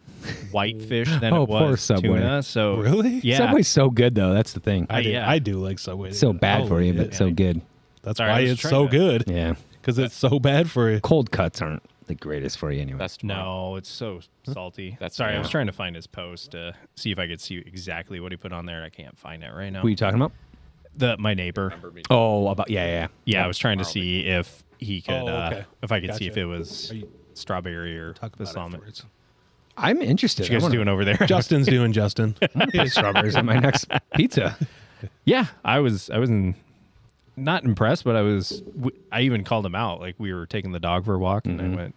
whitefish than Oh, it poor was Subway. tuna. So Really? yeah. Subway's so good though. That's the thing. I, do, yeah. I do like Subway. so bad I'll for you, eat but it. so good. that's Sorry, I why was it's trying so to- good. Yeah. Because it's so bad for you. Cold cuts aren't the greatest for you anyway. That's tomorrow. No, it's so salty. That's Sorry, I was yeah. trying to find his post to see if I could see exactly what he put on there. I can't find it right now. What are you talking about? the my neighbor. Oh, about yeah, yeah. Yeah, I was trying to see if he could, Oh, okay. uh, if I could see if Gotcha. it was strawberry or Talk the about it salmon. What afterwards. I'm interested. you guys doing over there? Justin's doing Justin. strawberries on my next pizza? yeah, I was, I was in, not impressed, but I was. w- I even called him out. Like we were taking the dog for a walk, Mm-hmm. and I went,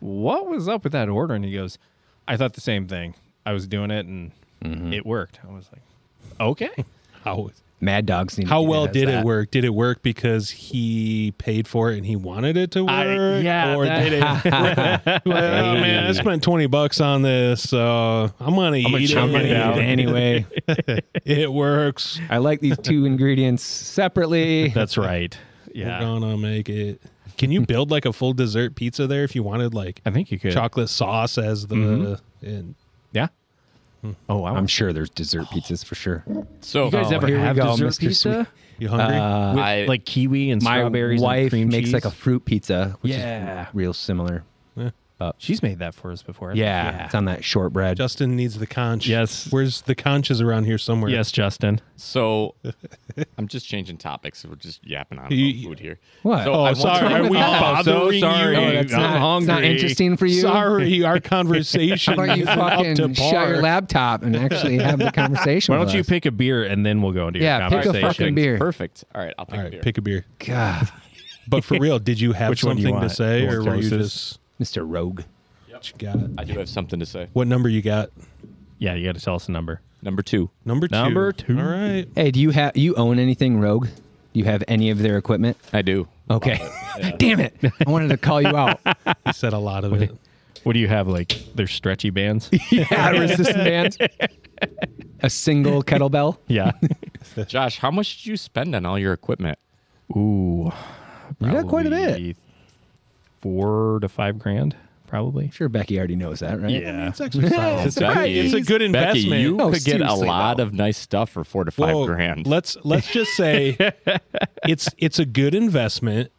"What was up with that order?" And he goes, "I thought the same thing. I was doing it, and Mm-hmm. it worked." I was like, "Okay." How Mad dogs need. how to be well as did that. it work? Did it work because he paid for it and he wanted it to work? I- yeah, or that- did it? well, man, I spent twenty bucks on this, so I'm gonna eat I'm gonna it. eat it anyway. It works. I like these two ingredients separately. That's right. We're Yeah. gonna make it. Can you build like a full dessert pizza there if you wanted like I think you could. chocolate sauce as the and Yeah. Oh, wow. I'm sure there's dessert pizzas for sure. So um, guys ever Here we have go, dessert Mr. pizza? you hungry? With, I- like kiwi and My strawberries and wife cream makes cheese. like a fruit pizza, which Yeah. is real similar. She's made that for us before. Yeah, it's on that shortbread. Justin needs the conch. Yes. Where's the conches around here somewhere? Yes, Justin. So I'm just changing topics. We're just yapping on You- about food here. What? Oh, So I Oh, want sorry. to- Are we I'm so bothering sorry. you? Oh, that's I'm not, it's not hungry. interesting for you. Sorry, our conversation Why don't you isn't up to fucking shut par. your laptop and actually have the conversation? Why don't with you us? pick a beer and then we'll go into your Yeah, pick a conversation? fucking beer. Perfect. All right, I'll pick All a beer. right, pick a beer. God, But for real, did you have Which one do you something to want? say, You want or were you closest? just Mr. Rogue? what you got? I do have something to say. What number you got? Yeah, you got to tell us a number. Number two. Number two. Number two. All right. Hey, do you have you own anything Rogue? Do you have any of their equipment? I do. Okay. Damn it! Uh, I wanted to call you out. He said a lot of it. What do you have? Like their stretchy bands? yeah, resistant bands. A single kettlebell. yeah. Josh, how much did you spend on all your equipment? Ooh. You got quite a bit. probably Four to five grand. probably. sure Becky already knows that, right? Yeah. Oh, It's exercise. it's, a, Becky, it's a good Becky, investment. you No, could get a seriously, lot of nice stuff for four to five Well, grand. Let's let's just say it's it's a good investment,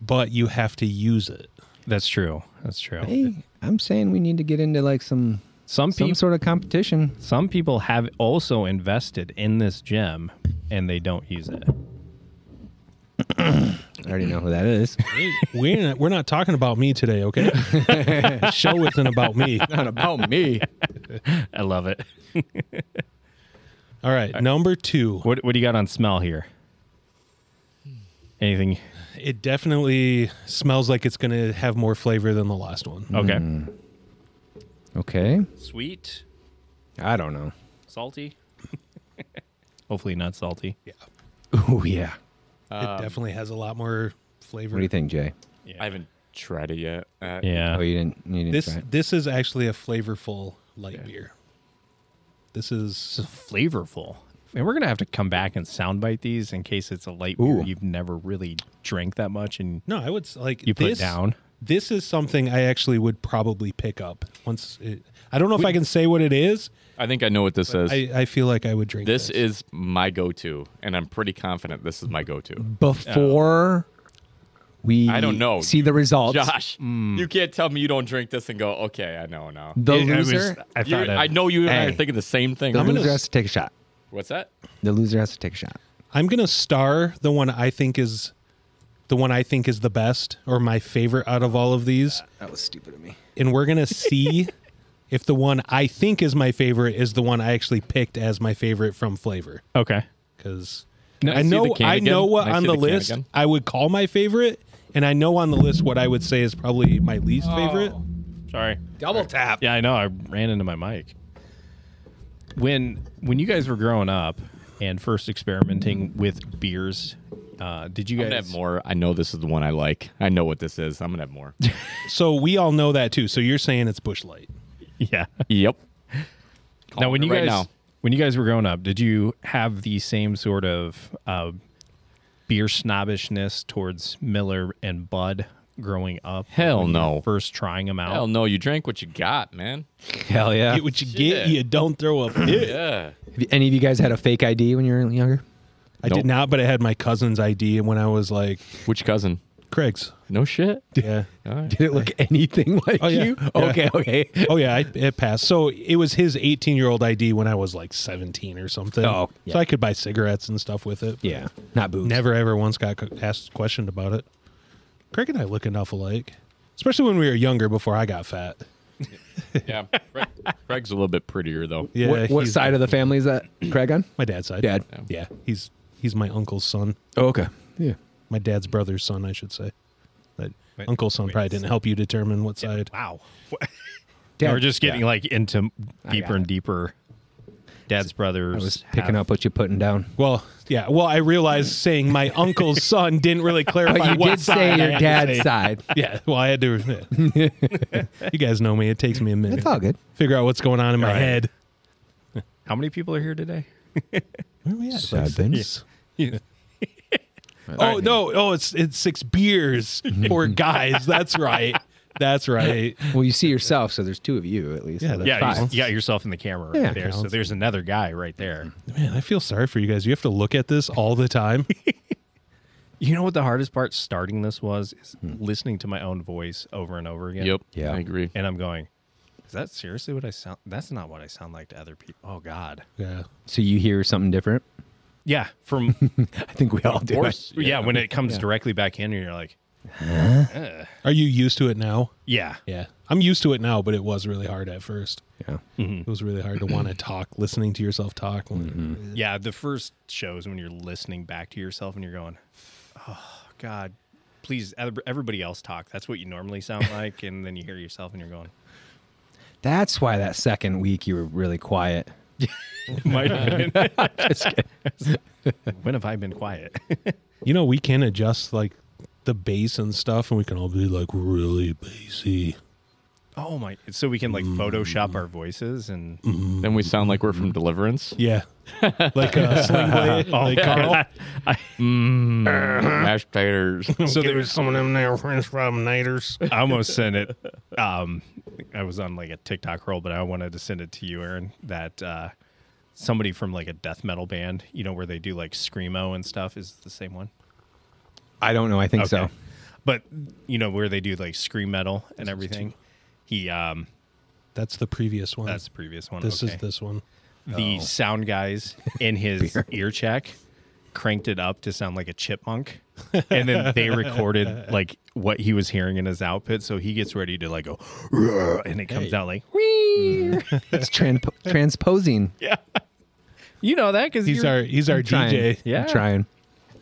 but you have to use it. That's true. That's true. Hey, I'm saying we need to get into like some Some some people sort of competition. some people have also invested in this gem and they don't use it. I already know who that is. We're not, we're not talking about me today, okay? The Show isn't about me. Not about me. I love it. All right, number two. What what do you got on smell here? Anything? It definitely smells like it's going to have more flavor than the last one. Okay. Okay. Sweet, I don't know. salty. Hopefully not salty. Yeah. Oh yeah. Um, it definitely has a lot more flavor. What do you think, Jay? I haven't tried it yet. Uh, Oh, you didn't. You didn't This try it. this is actually a flavorful light beer. This is flavorful. And we're gonna have to come back and soundbite these in case it's a light beer Ooh. you've never really drank that much and no, I would s- like you put this- down. This is something I actually would probably pick up once. It, I don't know if I can say what it is. I think I know what this is. I, I feel like I would drink this this. is my go-to, and I'm pretty confident this is my Mm. go-to. before we. I don't know. See the results. Josh, you can't tell me you don't drink this and go, okay, I know now. The It- I was- loser. I, You- thought of- I know you and I are Hey. thinking the same thing. the I'm gonna- loser has to take a shot. What's that? The loser has to take a shot. I'm gonna star the one I think is the one I think is the best or my favorite out of all of these, That was stupid of me. and we're gonna see if the one I think is my favorite is the one I actually picked as my favorite from flavor. Okay. Because I I see the know can I again? know what Can I on see the, the can list again? I would call my favorite, and I know on the list what I would say is probably my least favorite. Sorry. Double tap. Yeah, I know. I ran into my mic. When when you guys were growing up and first experimenting with beers, uh, did you I'm guys gonna have more. I know this is the one I like. I know what this is. I'm gonna have more. So we all know that too. So you're saying it's Bush Light. Yeah. yep. now, when it you right guys now. when you guys were growing up, did you have the same sort of uh, beer snobbishness towards Miller and Bud growing up? Hell when you no. were First trying them out. Hell no, you drank what you got, man. Hell yeah. Ah. Get what you get, Yeah. you don't throw a fit. Yeah. Have you- any of you guys had a fake ID when you were younger? I Nope. did not, but I had my cousin's ID when I was like Which cousin? Craig's. No shit. Yeah. Did it look anything like yeah. you? Yeah. Okay, okay. Oh yeah, I, it passed. So it was his 18 year old ID when I was like 17 or something. Oh, yeah. so I could buy cigarettes and stuff with it. Yeah, not booze. Never ever once got co- asked questioned about it. Craig and I look enough alike, especially when we were younger before I got fat. Yeah. Craig, Craig's a little bit prettier though. Yeah. what what he's- side of the family is that Craig on? My dad's side. Dad. Yeah. He's he's my uncle's son. Oh, okay. Yeah. My dad's brother's son, I should say. But uncle's son probably didn't help you determine what side. Wow. Dad, we're just getting like into deeper got and it. deeper. Dad's brothers I was picking have- up what you're putting down. Well, yeah. Well, I realized saying my uncle's son didn't really clarify But you what did side say I your had to dad's Oh, say. side. Yeah. Well, I had to. you guys know me. It takes me a minute. It's all good. Figure out what's going on in my All right. head. How many people are here today? Where are we at? Sad things. Oh no! Oh, it's it's six beers for guys. That's right. That's right. Well, you see yourself, so there's two of you at least. Yeah, So that's that Yeah, you, five. you got yourself in the camera right Yeah, there. So counts. there's another guy right there. Man, I feel sorry for you guys. You have to look at this all the time. You know what the hardest part starting this was is listening to my own voice over and over again. Yep. Yeah. I agree. And I'm going, is that seriously what I sound? That's not what I sound like to other people. Oh God. Yeah. So you hear something different. Yeah. From I think we all do. Or- yeah, when it comes directly back in, you're like, Are you used to it now? yeah, Yeah. I'm used to it now, but it was really hard at first. Yeah. It was really hard to want to talk, listening to yourself talk. Mm-hmm. yeah. The first shows when you're listening back to yourself and you're going, oh God, please, ev- everybody else talk. That's what you normally sound like, and then you hear yourself and you're going, That's why that second week you were really quiet. might have been. when have I been quiet? You know, we can adjust like the bass and stuff, and we can all be like really bassy. Oh my! So we can like Photoshop our voices and Then we sound like we're from Deliverance. Yeah. Like uh, Sling Blade. Oh, like Carl. Mashed taters. so there was some of them there French Rob Nighters. I almost sent it. Um, I was on like a TikTok roll, but I wanted to send it to you, Aaron. That uh, somebody from like a death metal band, you know, where they do like screamo and stuff, is it the same one. I don't know. I think so. Okay. But you know where they do like scream metal and everything. He um, That's the previous one. that's the previous one. this okay. is this one. Oh. the sound guys in his ear check cranked it up to sound like a chipmunk and then they recorded like what he was hearing in his outfit so he gets ready to like go "Roar," and it comes out like Mm. "Wee." It's tran- transposing. you know that because He's our he's our Trying. DJ. I'm Yeah. trying.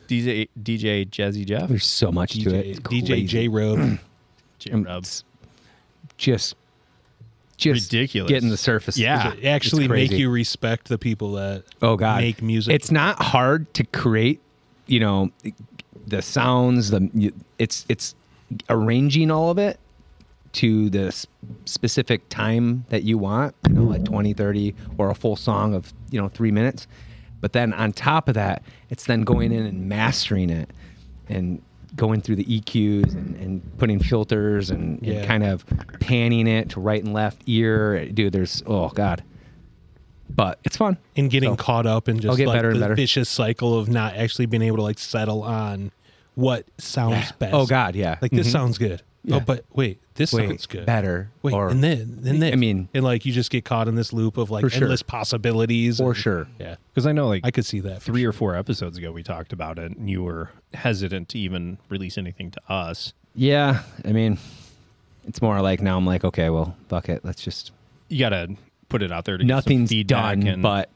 dj dj jazzy jeff There's so much to it. DJ, It's DJ crazy. J Robe. J Um, Rub. it's just just Ridiculous. getting the surface Yeah. It's Actually make crazy. you respect the people that oh god make music. it's not hard to create you know the sounds the it's it's arranging all of it to the s- specific time that you want you know like 20 30 or a full song of you know three minutes but then on top of that it's then going in and mastering it and going through the eqs and, and putting filters and, and Yeah. kind of panning it to right and left ear dude there's oh god but it's fun and getting So- caught up in just Oh. I'll get like better and the better. vicious cycle of not actually being able to like settle on what sounds best. Oh God, yeah. Like this sounds good. Oh, but wait, this Wait, sounds good. better. Wait, or, and then then this. I mean- and like you just get caught in this loop of like For sure. endless possibilities. for and- sure. Yeah, because i know like I could see that. for three sure. or four episodes ago we talked about it and you were hesitant to even release anything to us Yeah, I mean, it's more like now I'm like, okay, well, fuck it, let's just you gotta put it out there to get some nothing's feedback done. and- But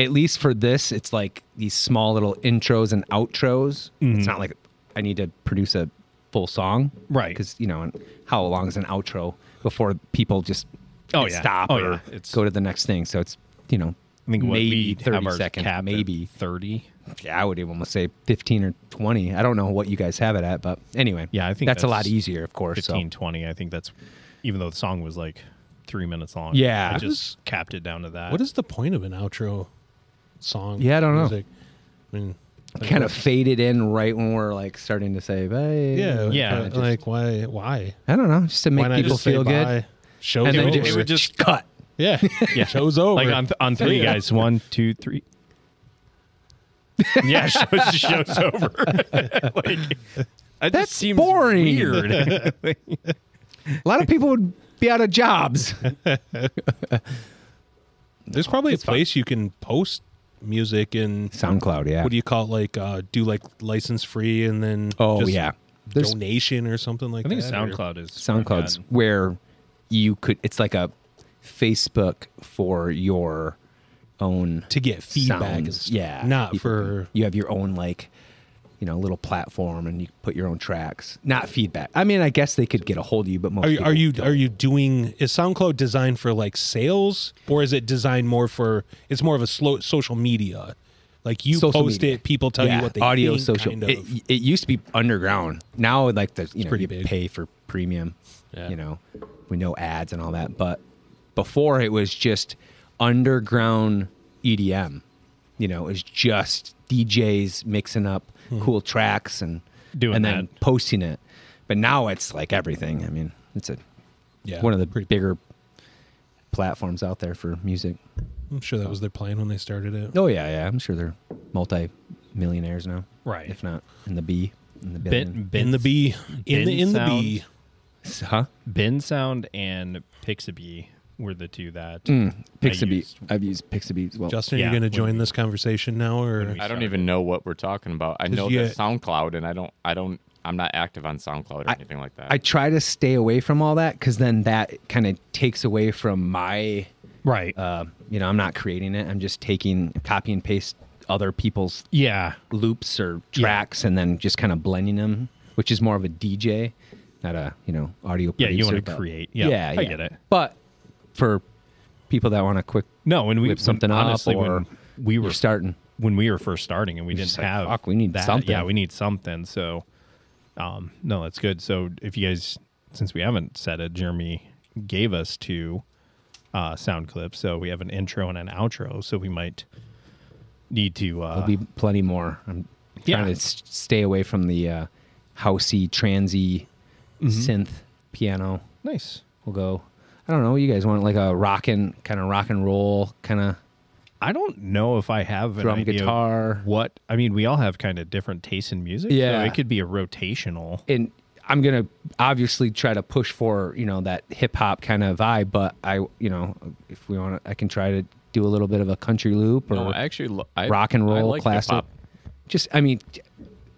at least for this, it's like these small little intros and outros. Mm-hmm. It's not like I need to produce a full song, Right. Because you know, and how long is an outro before people just Oh, hit yeah. stop Oh, or yeah. It's- go to the next thing? So it's you know. I think what maybe we have thirty our seconds, cap at maybe 30. yeah, I would even almost say 15 or 20. I don't know what you guys have it at, but anyway. Yeah, I think that's, a lot that's easier, of course. 15, So. 20. I think that's, even though the song was like three minutes long. Yeah. I What just capped it down to that. What is the point of an outro song? Yeah, I don't know. know. I mean, Kind of faded in right when we're like starting to say, hey. yeah, Yeah, uh, just- like why? Why? I don't know, just to make why not people just say feel good. bye? Show's And then over. just, It would just- cut. yeah, yeah. Show's over. Like on, on three guys. One, two, three. yeah, show's, show's over. like, that That's seems boring. weird. A lot of people would be out of jobs. There's probably a place you can post music and SoundCloud, yeah. what do you call it? Like uh, do like license free and then oh, just yeah. There's donation or something like I that. think or- SoundCloud is. SoundCloud's where you could, it's like a Facebook for your own to get feedback. and sounds, stuff, yeah. not You- for you have your own like you know little platform and you put your own tracks. Not feedback. I mean, I guess they could get a hold of you, but most Are you, people are you don't. are you doing is SoundCloud designed for like sales or is it designed more for it's more of a slow social media like you Social post media. it people tell Yeah, you what they audio think, social? kind of. It, it used to be underground. Now, like the you know pretty you big. pay for premium. Yeah. You know, with no ads and all that. But before it was just underground EDM. You know, it was just DJs mixing up Hmm. cool tracks and Doing and then that. posting it. But now it's like everything. I mean, it's a yeah one of the pretty- bigger platforms out there for music. I'm sure that was their plan when they started it Oh yeah, yeah. I'm sure they're multi millionaires now. Right. If not in the B, in the Ben, billion. in the B in the Bin in the sound. B huh? Ben Sound and Pixabay were the two that. Mm, I Pixabay. used. I've used Pixabay as well. Justin Yeah, you're going to would join this conversation now or I don't even know what we're talking about. I know you- the SoundCloud, and I don't, I don't, I'm not active on SoundCloud or anything like that. I try to stay away from all that because then that kind of takes away from my. Right. Uh, you know, I'm not creating it. I'm just taking copy and paste other people's yeah. loops or tracks and then just kind of blending them, which is more of a DJ, not a you know audio. Yeah, you producer, wanna but- create. Yeah, yeah, I yeah. get it. But for people that want a quick, No, and we Whip something when, up honestly, or when we were you're starting. when we were first starting and we didn't just like, have "Fuck, we need that. something." Yeah, we need something. So um no, that's good. So if you guys since we haven't said it, Jeremy gave us two uh, sound clips. So we have an intro and an outro. So we might need to. Uh, There'll be plenty more. I'm Yeah. trying to s- stay away from the uh, housey, transy, Mm-hmm. synth piano. nice. We'll go. I don't know. You guys want like a rockin' kind of rock and roll kind of I don't know if I have an Drum, idea of guitar. What I mean, we all have kind of different tastes in music. Yeah. so it could be a rotational. and I'm gonna obviously try to push for you know that hip hop kind of vibe, but I you know if we want, to I can try to do a little bit of a country loop or No, I actually lo- I, rock and I roll like classic. hip-hop. Just I mean,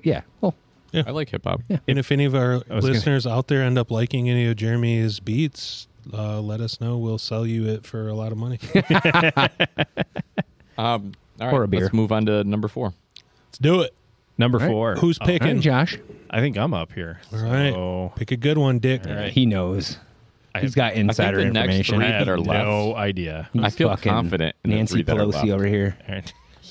yeah. Well, I like hip hop. And if any of our was gonna- listeners out there end up liking any of Jeremy's beats, uh, let us know. We'll sell you it for a lot of money. Um, all right, Or a beer. let's move on to number four. Let's do it. Number Right. four. Who's Oh, all right, picking? Josh, I think I'm up here. All right. So Pick a good one, Dick. right. he knows. He's got insider the next information. three- I have that are left. no idea. He's I feel fucking confident in the Nancy three that are Pelosi left. over here.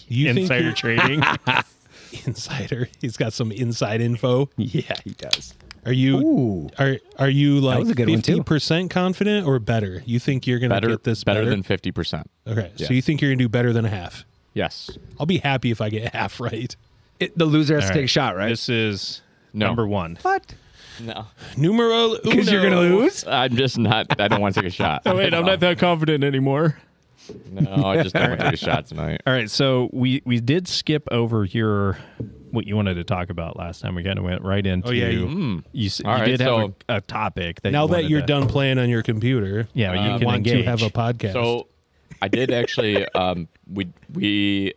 You Insider think trading. you're insider? He's got some inside info. Yeah, he does. Are you Ooh. are are you like was a good one, too. fifty percent confident or better? You think you're gonna Better, get this better better, than fifty percent. okay? Yes. So you think you're gonna do better than a half? Yes. I'll be happy if I get half right. the loser has All to right. take a shot, right? This is No. number one. what? No. Numero uno. Because you're gonna lose. I'm just not. I don't want to take a shot. that confident anymore. No, I just don't want to take a shot tonight. All right, so we we did skip over your what you wanted to talk about last time. We kind of went right into. Oh, yeah, you- you Hmm. you, s- All you right, did have so- a, a topic that Now you that wanted you're to- done playing on your computer, Yeah, uh, you you can want to engage. have a podcast. So, I did actually. Um, we we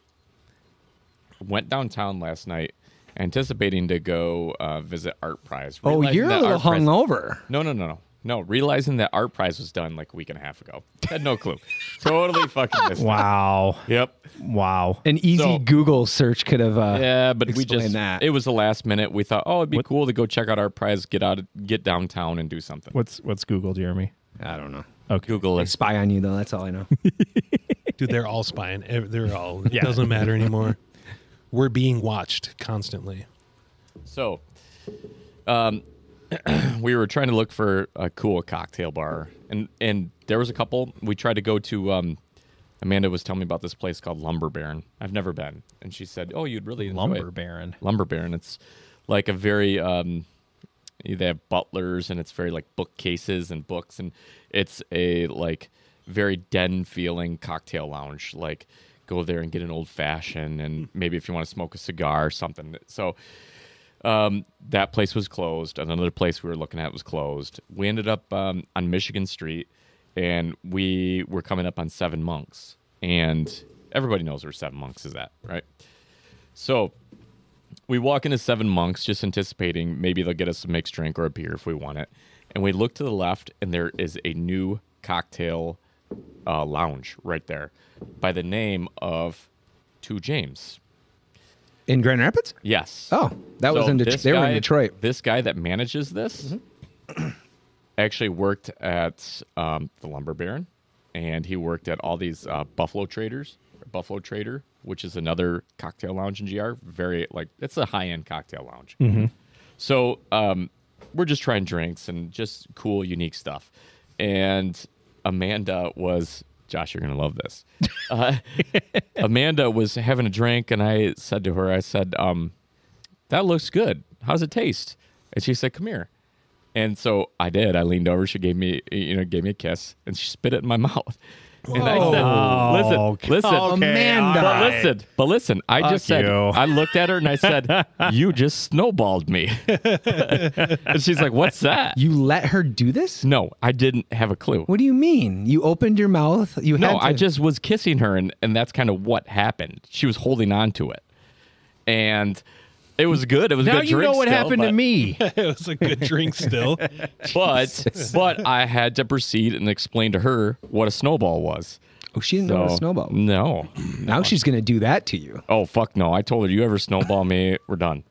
went downtown last night, anticipating to go uh, visit Art Prize. Oh, realizing you're a that little Art Prize- hungover. No, no, no, no, no. Realizing that Art Prize was done like a week and a half ago. Had no clue. totally fucking missed. it. wow, Yep. wow. An easy So- Google search could have. Uh, Yeah, but we explain just that. it was the last minute. We thought, oh, it'd be cool to go check out Art Prize, get out, get downtown, and do something. What's what's Google, Jeremy? I don't know. Google They it. spy on you though. That's all I know. dude, they're all spying. Ev- They're all. It Yeah. doesn't matter anymore. We're being watched constantly. So, um, we were trying to look for a cool cocktail bar, and and there was a couple. We tried to go to. Um, Amanda was telling me about this place called Lumber Baron. I've never been, and she said, "Oh, you'd really enjoy Lumber it. Baron. Lumber Baron. It's like a very um, they have butlers, and it's very like bookcases and books, and it's a like very den feeling cocktail lounge. Like go there and get an old fashioned, and maybe if you want to smoke a cigar or something. So um, that place was closed. Another place we were looking at was closed. We ended up um, on Michigan Street, and we were coming up on Seven Monks, and everybody knows where Seven Monks is at, right? So we walk into Seven Monks, just anticipating maybe they'll get us a mixed drink or a beer if we want it. And we look to the left, and there is a new cocktail uh, lounge right there by the name of Two James. In Grand Rapids? Yes. Oh, that was in Det- this they were in Detroit. Mm-hmm. This guy that manages this actually worked at um, the Lumber Baron, and he worked at all these uh, Buffalo Traders, Buffalo Trader, which is another cocktail lounge in GR. Very like it's a high end cocktail lounge. Mm-hmm. So um, we're just trying drinks and just cool, unique stuff. And Amanda was Josh. You're gonna love this. Uh, Amanda was having a drink, and I said to her, I said, um, that looks good. How's it taste? And she said, come here. And so I did. I leaned over. She gave me, you know, gave me a kiss, and she spit it in my mouth. And I said, Oh, listen, listen, Amanda. but listen, but listen. I just said, you. I looked at her and I said, you just snowballed me. and she's like, what's that? You let her do this? no, I didn't have a clue. What do you mean? You opened your mouth. You No, had to- I just was kissing her, and, and that's kind of what happened. She was holding on to it, and it was good. It was a Now good you drink know what still, happened to but- me. it was a good drink still. But but I had to proceed and explain to her what a snowball was. Oh, she didn't know what a So, snowball. was. No. Now she's gonna do that to you. Oh fuck no! I told her you ever snowball me, we're done.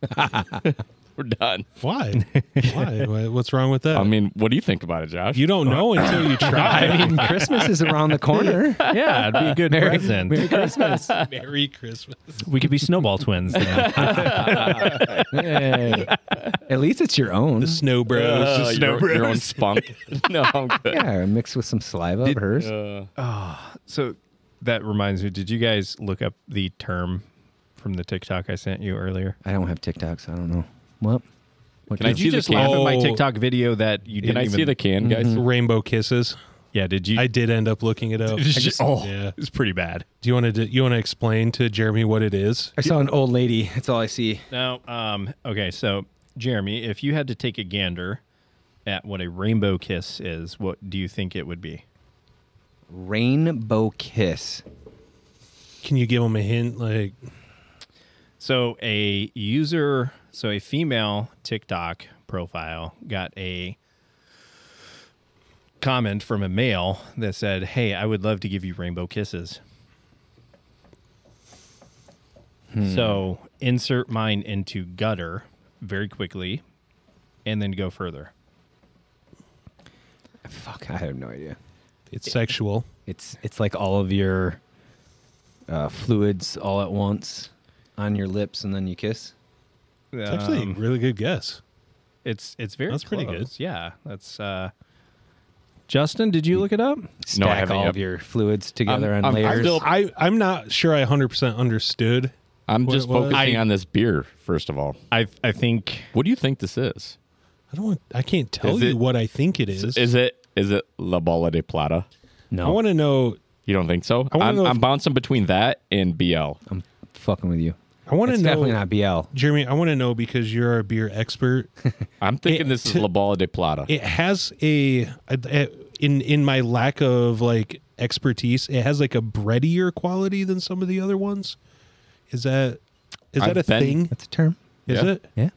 we're done. Why? Why? Why? What's wrong with that? I mean, what do you think about it, Josh? you don't know until you try. I mean, Christmas is around the corner. Yeah, it'd be a good Merry- present. Merry Christmas. Merry Christmas. We could be snowball twins. then. Hey. At least it's your own. Snow Bros. Uh, Just- your, your own spunk. no, I'm good. Yeah, mixed with some saliva of hers. Uh, so that reminds me. Did you guys look up the term from the TikTok I sent you earlier? I don't have TikTok, so I don't know. What? What Can I do- Did you the just can? laugh at my Oh. TikTok video that you didn't can I even Mm-hmm. see the can, guys? Rainbow Kisses. Yeah, did you? I did end up looking it up. It's just- oh, yeah. it's pretty bad. Do you want to you want to explain to Jeremy what it is? I saw an old lady. That's all I see. No. Um. Okay. So, Jeremy, if you had to take a gander at what a rainbow kiss is, what do you think it would be? Rainbow kiss. Can you give him a hint? Like So a user, so a female TikTok profile got a comment from a male that said, "Hey, I would love to give you rainbow kisses." Hmm. So insert mine into gutter very quickly, and then go further. Fuck, I have no idea. it's sexual. It's it's like all of your uh, fluids all at once on your lips, and then you kiss. It's actually a Um, really good guess. it's it's very That's pretty good. close. Yeah, that's. uh Justin, did you look it up? Stack No, I haven't all yet. of your fluids together I'm- on I'm- I'm layers. still- I I'm not sure I 100% understood. I'm just what- focusing I- on this beer, first of all. I I think What do you think this is? I don't want, I can't tell Is you it- what I think it is. Is it is it La Bola de Plata? no, I want to know You don't think so? I wanna I'm, know if- Um, I'm bouncing between that and BL. I'm fucking with you. I want to It's know definitely not BL. Jeremy, I want to know because you're a beer expert. I'm thinking It- this is to- La Bola de Plata. it has a I- I- in in my lack of like expertise, it has like a breadier quality than some of the other ones. Is that is I've that a been- thing? That's a term. Is Yeah. it? Yeah,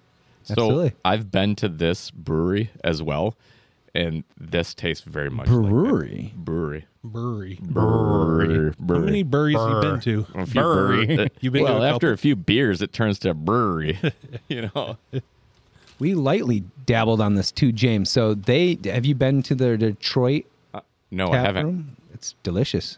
so absolutely. I've been to this brewery as well, and this tastes very much like that. Brewery. brewery. Brewery. Brewery. How many Brewery. breweries you been to? A few brewery. You've been to uh, well, a after a few beers, it turns to a brewery. you know, We lightly dabbled on this too, James. So they have you been to their Detroit no, I tap haven't. room? It's delicious.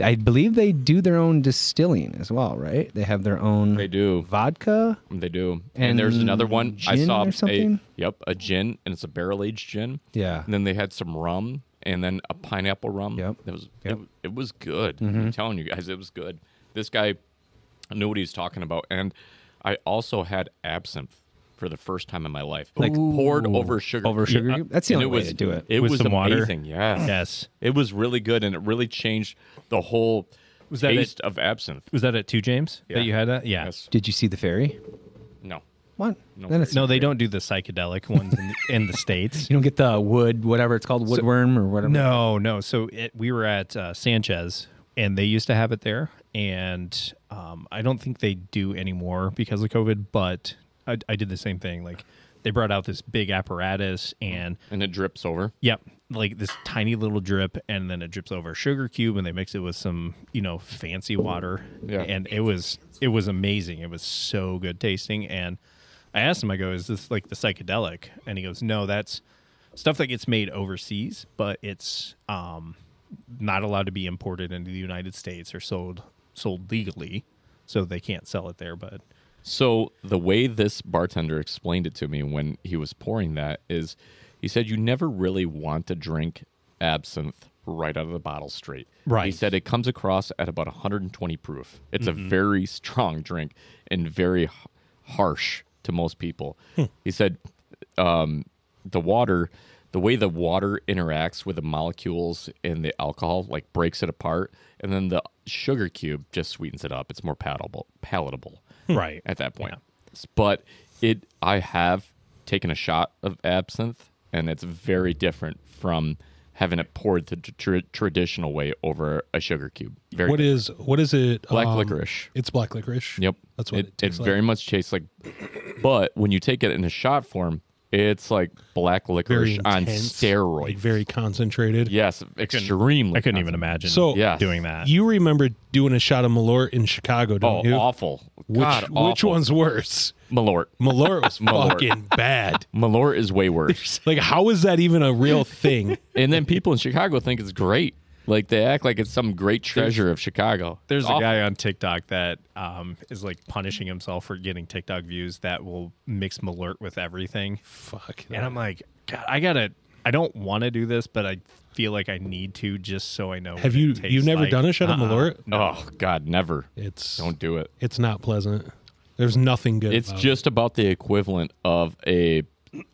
I believe they do their own distilling as well, right? They have their own They do. vodka. They do. And, there's another one I gin saw or something? a yep a gin, and it's a barrel aged gin. Yeah. And then they had some rum, and then a pineapple rum. Yep. It was Yep. Mm-hmm. It, it was good. I'm telling you guys, it was good. This guy knew what he was talking about, and I also had absinthe for the first time in my life, like poured over sugar. Over sugar cube? That's the And only way was, to do it. It With was some water? amazing. Yeah. yes. It was really good, and it really changed the whole Was that it? taste of absinthe. Was that at two James Yeah. that you had that? Yeah. Yes. Did you see the ferry? No. What? No Then it's- No, they don't do the psychedelic ones in the, in the states. You don't get the wood, whatever it's called, woodworm or whatever. No, no. So it, we were at uh, Sanchez, and they used to have it there, and um, I don't think they do anymore because of COVID. But I, I did the same thing. Like they brought out this big apparatus, and And it drips over. yep, like this tiny little drip, and then it drips over a sugar cube, and they mix it with some you know fancy water. Yeah. and it was it was amazing. It was so good tasting, and I asked him, I go, "Is this like the psychedelic?" And he goes, "No, that's." stuff that gets made overseas, but it's um, not allowed to be imported into the United States or sold sold legally, so they can't sell it there. But So the way this bartender explained it to me when he was pouring that is he said you never really want to drink absinthe right out of the bottle straight. He Right. said it comes across at about 120 proof. It's a very strong drink and very h- harsh to most people. He said um, the water the way the water interacts with the molecules in the alcohol like breaks it apart and then the sugar cube just sweetens it up. It's more palatable palatable right, at that point. S- But it, I have taken a shot of absinthe, and it's very different from having it poured the tr- tr- traditional way over a sugar cube. Very What is what is it? um, Black licorice. It's black licorice. Yep, That's what it, it tastes like. very much tastes like. But when you take it in a shot form, it's like black licorice very on intense, like steroids. very concentrated. yes, extremely. I couldn't even imagine So- Yes. doing that. You remember doing a shot of Malort in Chicago, Oh, don't you? awful! Which God, which awful. one's worse? Malort. Malort was Malort. fucking bad. Malort is way worse. Like, how is that even a real thing? and then people in Chicago think it's great. Like they act like it's some great treasure of Chicago. There's It's a awful. guy on TikTok that um, is like punishing himself for getting TikTok views that will mix Malort with everything. Fuck. And I'm like, God, I gotta. I don't want to do this, but I feel like I need to just so I know. Have you you've never done a shot Uh-uh. of Malort? Oh God, never. It's Don't do it. it's not pleasant. There's nothing good. It's about it. just about the equivalent of a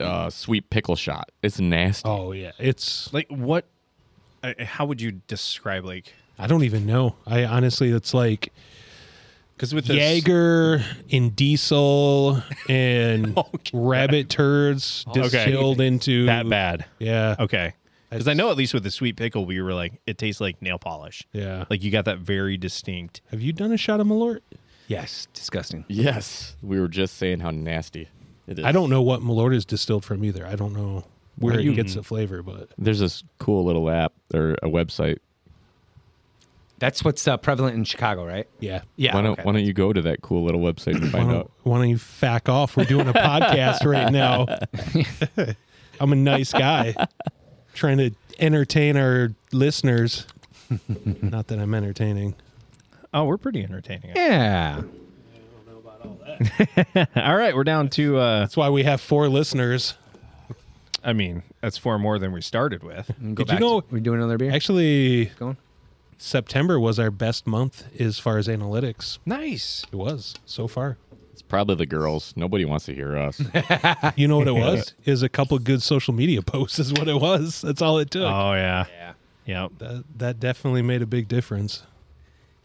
uh, sweet pickle shot. It's nasty. Oh yeah, it's. Like what? I- How would you describe like? I don't even know. I honestly, it's like Because with this, Jaeger and Diesel and rabbit turds Okay. distilled into that bad. Yeah. Okay. Because I know at least with the sweet pickle, we were like, it tastes like nail polish. Yeah. Like you got that very distinct. Have you done a shot of Malort? Yes, disgusting. Yes, we were just saying how nasty it is. I don't know what Malort is distilled from either. I don't know where you- it gets the flavor, but There's this cool little app or a website. That's what's uh, prevalent in Chicago, right? yeah. Yeah. why don't okay. Why don't you go to that cool little website and Why find don't, out? why don't you fack off? We're doing a podcast right now. I'm a nice guy trying to entertain our listeners. Not that I'm entertaining. Oh, we're pretty entertaining. Yeah. All right. We're down to, uh, That's why we have four listeners. I mean, that's four more than we started with. And Go Did you back to- know- we doing another beer? Actually, Going? September was our best month as far as analytics. Nice. It was so far. It's probably the girls. Nobody wants to hear us. You know what it was? Is a couple good social media posts is what it was. That's all it took. Oh, yeah. Yeah. Yep. that, that definitely made a big difference.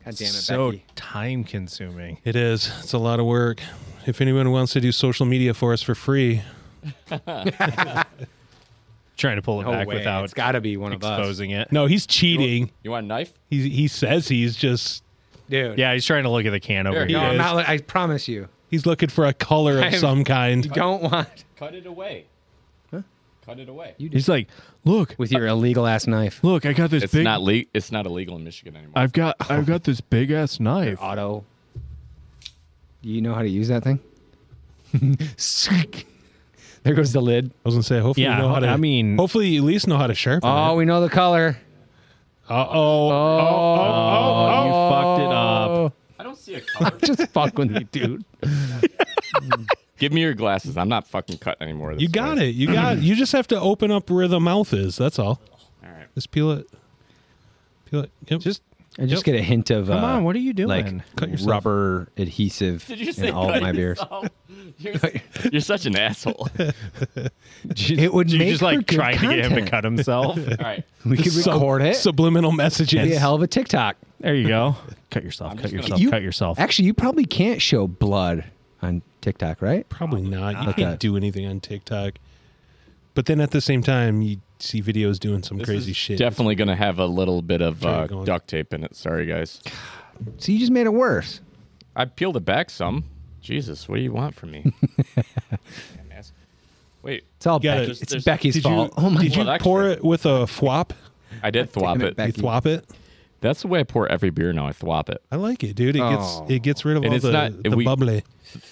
God damn it, So Becky. time consuming. It is. It's a lot of work. If anyone wants to do social media for us for free, Trying to pull it No back way. without it's got to be one of us, exposing it. no, he's cheating. you want a knife? He he says he's just dude. Yeah, he's trying to look at the can over There he No, here. I'm is. not. li- I promise you, he's looking for a color I'm- of some kind. you don't want Cut it away. Huh? Cut it away. He's like, look, with your illegal ass knife. look, I got this It's not le- It's not illegal in Michigan anymore. I've got, I've got this big ass knife. Auto. You know how to use that thing? there goes the lid. I was gonna say hopefully Yeah, you know how to. I mean- hopefully you at least know how to sharpen. Oh, it. we know the color. Uh oh. Oh, you fucked it up. I don't see a color. Just fuck with me, dude. Give me your glasses. I'm not fucking cut anymore. You got it. You got. you just have to open up where the mouth is. That's all. All right. Just peel it. Peel it. Yep. Just I just get a hint of. Come uh, on, what are you doing? Like Cut yourself. rubber adhesive Did you in say all of cut my beers. yourself? You're, you're such an asshole. All It would you make just for like good trying to get him content. to cut himself. right. We could record it. Subliminal messages. It'd be a hell of a TikTok. there you go. Cut yourself. cut just gonna- yourself. You- cut yourself. Actually, you probably can't show blood on TikTok, right? Probably not. You not. can't Okay. do anything on TikTok. But then at the same time, you see videos doing some crazy This is shit. Definitely going to have a little bit of Try uh, going. duct tape in it. Sorry, guys. So you just made it worse. I peeled it back some. Jesus, what do you want from me? Dumbass. Wait, It's all gotta- Becky. there's- It's there's- Becky's did fault. you oh my did god. you Well, that's pour true. it with a thwop? I did thwop it it. You back. Thank you. thwop it. That's the way I pour every beer now. I thwop it. I like it, dude. It Oh. gets it gets rid of And all it's the, not- the we- bubbly.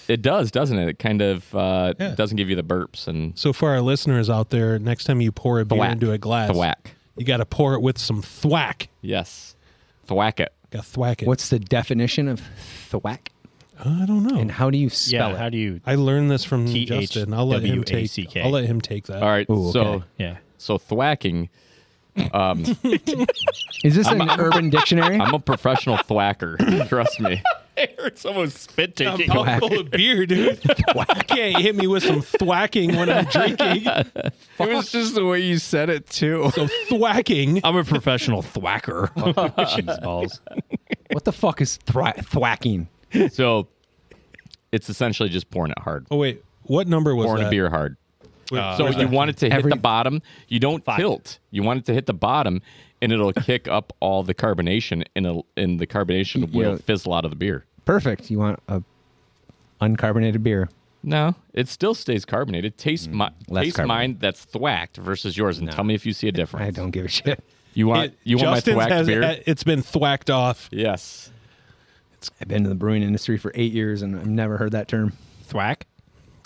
It does, doesn't it? It kind of uh, Yeah. doesn't give you the burps and So for our listeners out there, next time you pour a beer thwack. into a glass, Thwack. you got to pour it with some thwack. Yes. Thwack it. Got to thwack it. What's the definition of thwack? I don't know. And how do you spell yeah. it? How do you? I learned this from T-H-W-A-C-K. Justin. I'll let him take. I'll let him take that. All right. Ooh, so okay. Yeah. so thwacking. Is this an Urban Dictionary? I'm a professional thwacker. Trust me. I heard someone spit taking. Thwack. Full of beer, dude. Can't hit me with some thwacking when I'm drinking. It was just the way you said it too. So thwacking. I'm a professional thwacker. balls. what the fuck is thra- thwacking? So it's essentially just pouring it hard. Oh wait, what number was pouring that? a beer hard. Wait, so where's you that? want it to hit Every- the bottom. You don't tilt. You want it to hit the bottom, and it'll kick up all the carbonation, and it'll, and the carbonation Y- yeah. will fizzle out of the beer. Perfect. You want a uncarbonated beer. No, it still stays carbonated. Taste my Mm, less taste carbonated. mine that's thwacked versus yours, and tell me if you see a difference. I don't give a shit. You want It- you want Justin's my thwacked has- beer? It's been thwacked off. yes. I've been in the brewing industry for eight years and I've never heard that term. Thwack.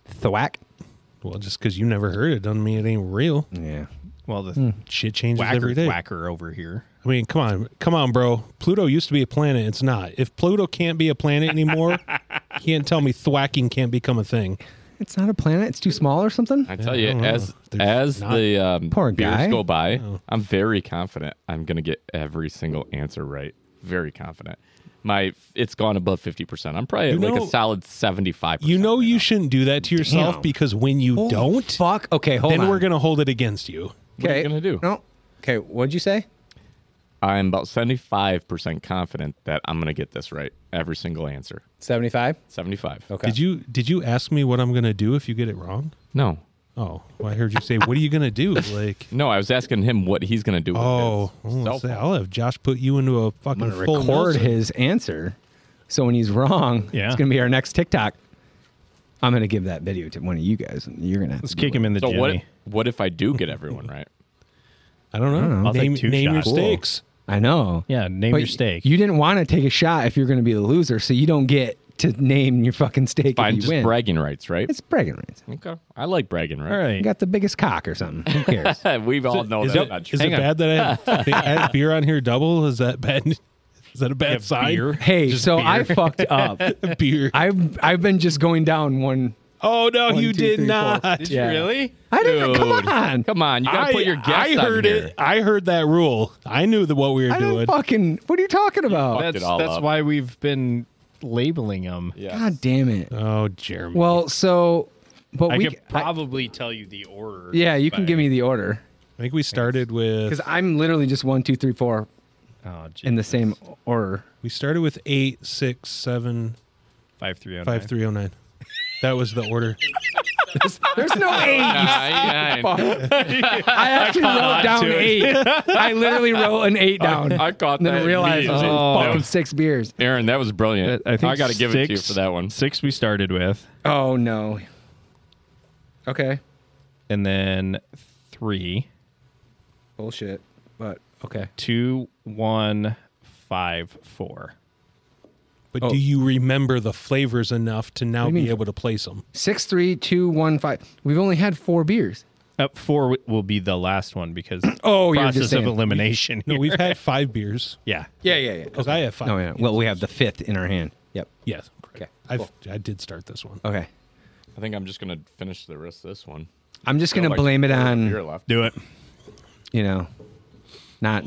Thwack. Well, just because you never heard it doesn't mean it ain't real. Yeah. Well, the Shit changes whacker every day. whacker over here. I mean, come on, come on, bro. Pluto used to be a planet. It's not. If Pluto can't be a planet anymore, you can't tell me thwacking can't become a thing. It's not a planet. It's too small or something. I tell I you, don't know. as There's as not- the um, Poor beers guy. go by, I'm very confident I'm gonna get every single answer right. Very confident. My it's gone above fifty percent. I'm probably at like know- a solid seventy five. You know you shouldn't do that to yourself Damn. because when you Holy don't, Fuck. Okay. Hold then on. we're gonna hold it against you. What are you gonna do? No. Okay. What'd you say? I'm about seventy five percent confident that I'm gonna get this right. Every single answer. 75? Seventy five. Okay. Did you did you ask me what I'm gonna do if you get it wrong? No. Oh, well, I heard you say, "What are you gonna do?" Like, No, I was asking him what he's gonna do. With oh, his well, cell say, phone. I'll have Josh put you into a fucking I'm full going to record Nelson. his answer. So when he's wrong, Yeah. it's going to be our next TikTok. I'm going to give that video to one of you guys and you're going to. Let's kick him in the So what? jimmy. What if I do get everyone right? I don't know. I'll take Name, two name your shots. stakes. I know. Yeah, name But your steak. You didn't want to take a shot if you're going to be the loser, so you don't get to name your fucking steak Fine, if you just win. bragging rights, right? It's bragging rights. okay. I like bragging rights. All You right. got the biggest cock or something. Who cares? We've all know Is Oh, that. it, is it bad that I have, they add beer on here double? Is that bad? Is that a bad sign? beer? hey, so I fucked up. Beer. I've I've been just going down one. oh no, One, you two, did three, four. not. Yeah. Really? I didn't. Come Dude. on. Come on, you gotta I, put your guest I on heard here. it. I heard that rule. I knew that what we were I doing. don't fucking. What are you talking about? fucked That's, it all that's up. why we've been labeling them. Yes. God damn it. oh, Jeremy. Well, so, but I we. could probably tell you the order. yeah, you can but- give me the order I think we started with because I'm literally just one, two, three, four Oh, geez. in the same order. we started with eight, six, seven, five three oh five, nine. three, oh nine. That was the order. There's no eight. I, I actually wrote down dude. eight. I literally wrote an eight down. I caught and then that. I realized I was immediately. like, Oh. fucking six beers. Aaron, that was brilliant. I, got to give it to you six- for that one. Six we started with, Oh no. Okay. and then three, Bullshit. But okay. two, one, five, four. But Oh. do you remember the flavors enough to now do you be mean? able to place them? Six, three, two, one, five. We've only had four beers. Up Uh, four w- will be the last one because Oh, you're process just saying. of elimination. No, here. we've had five beers. yeah. Yeah, yeah, yeah. Because I have five. No, Oh, yeah. Well, we have the fifth in our hand. Yep. Yes. Okay. Correct. I've, I did start this one. Okay. I think I'm just going to finish the rest of this one. I'm just gonna Like, blame it beer on left. Do it. you know, not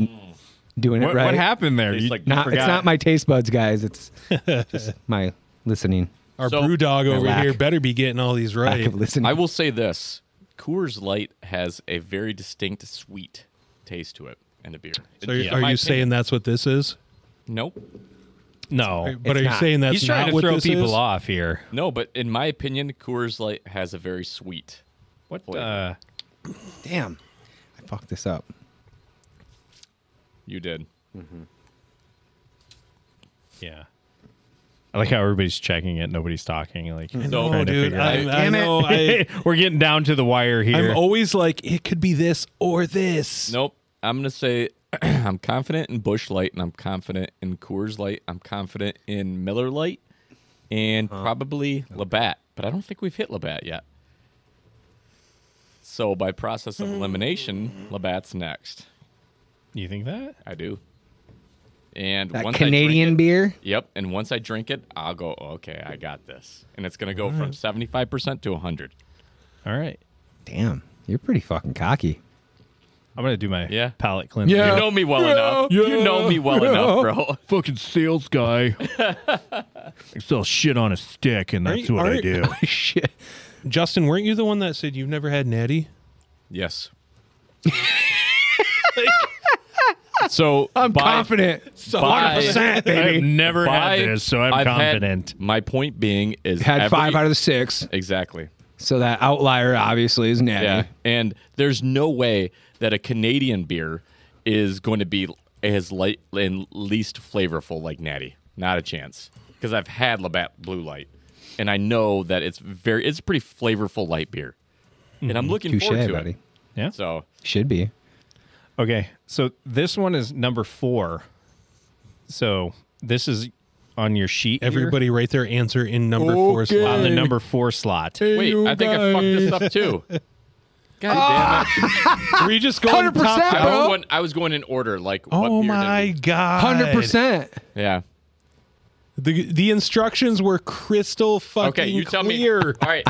doing What, it right. what happened there? Tastes You- like- Not, it's forgot. not my taste buds, guys. It's just my listening. Our So- brew dog over lack- here better be getting all these Lack right. of listening. I will say this Coors Light has a very distinct sweet taste to it in a beer. So are, It's are you my opinion. saying that's what this is? Nope. no. But are you not. saying that's He's not trying to what throw this people is? off here. No, but in my opinion, Coors Light has a very sweet. What? Uh, Damn, I fucked this up. you did. yeah. I like how everybody's checking it. Nobody's talking. Like, No, trying Oh, to dude, figure I, out. I Damn it. know. I, We're getting down to the wire here. I'm always like, it could be this or this. Nope. I'm gonna say I'm confident in Bush Light, and I'm confident in Coors Light. I'm confident in Miller Light, and Uh-huh. probably Labatt. But I don't think we've hit Labatt yet. So by process Mm-hmm. of elimination, Labatt's next. you think that? I do. And That once I drink Canadian it- beer. yep. And once I drink it, I'll go. Okay, I got this. And it's gonna go from seventy-five percent to hundred. All right. Damn, you're pretty fucking cocky. I'm gonna do my Yeah. palate cleanser. You know me well enough. you know me well enough, bro. fucking sales guy. I sell shit on a stick, and that's you- what I are- do. Shit. Justin, weren't you the one that said you've never had natty? Yes. so I'm by- confident. by- 100%, I've baby. never by- had this, so I'm I've had- confident. my point being is Had every- five out of the six. exactly. So that outlier obviously is natty. Yeah, and there's no way that a Canadian beer is going to be as light and least flavorful like Natty. Not a chance. Because I've had Labatt Blue Light, and I know that it's very it's a pretty flavorful light beer, and I'm looking Mm-hmm. Touche, forward to buddy. it. Yeah. So Should be. Okay, so this one is number four. So this is on your sheet. here, Everybody write their answer in number four Okay. on slot. the number four slot. Wait, I think I fucked this up too. God damn it! Ah! Were you just going top 100%, down? I was, bro. going, I was going in order, like what Oh beer did my we- god. Hundred percent. Yeah. The the instructions were crystal fucking Okay, you tell clear. me. All right,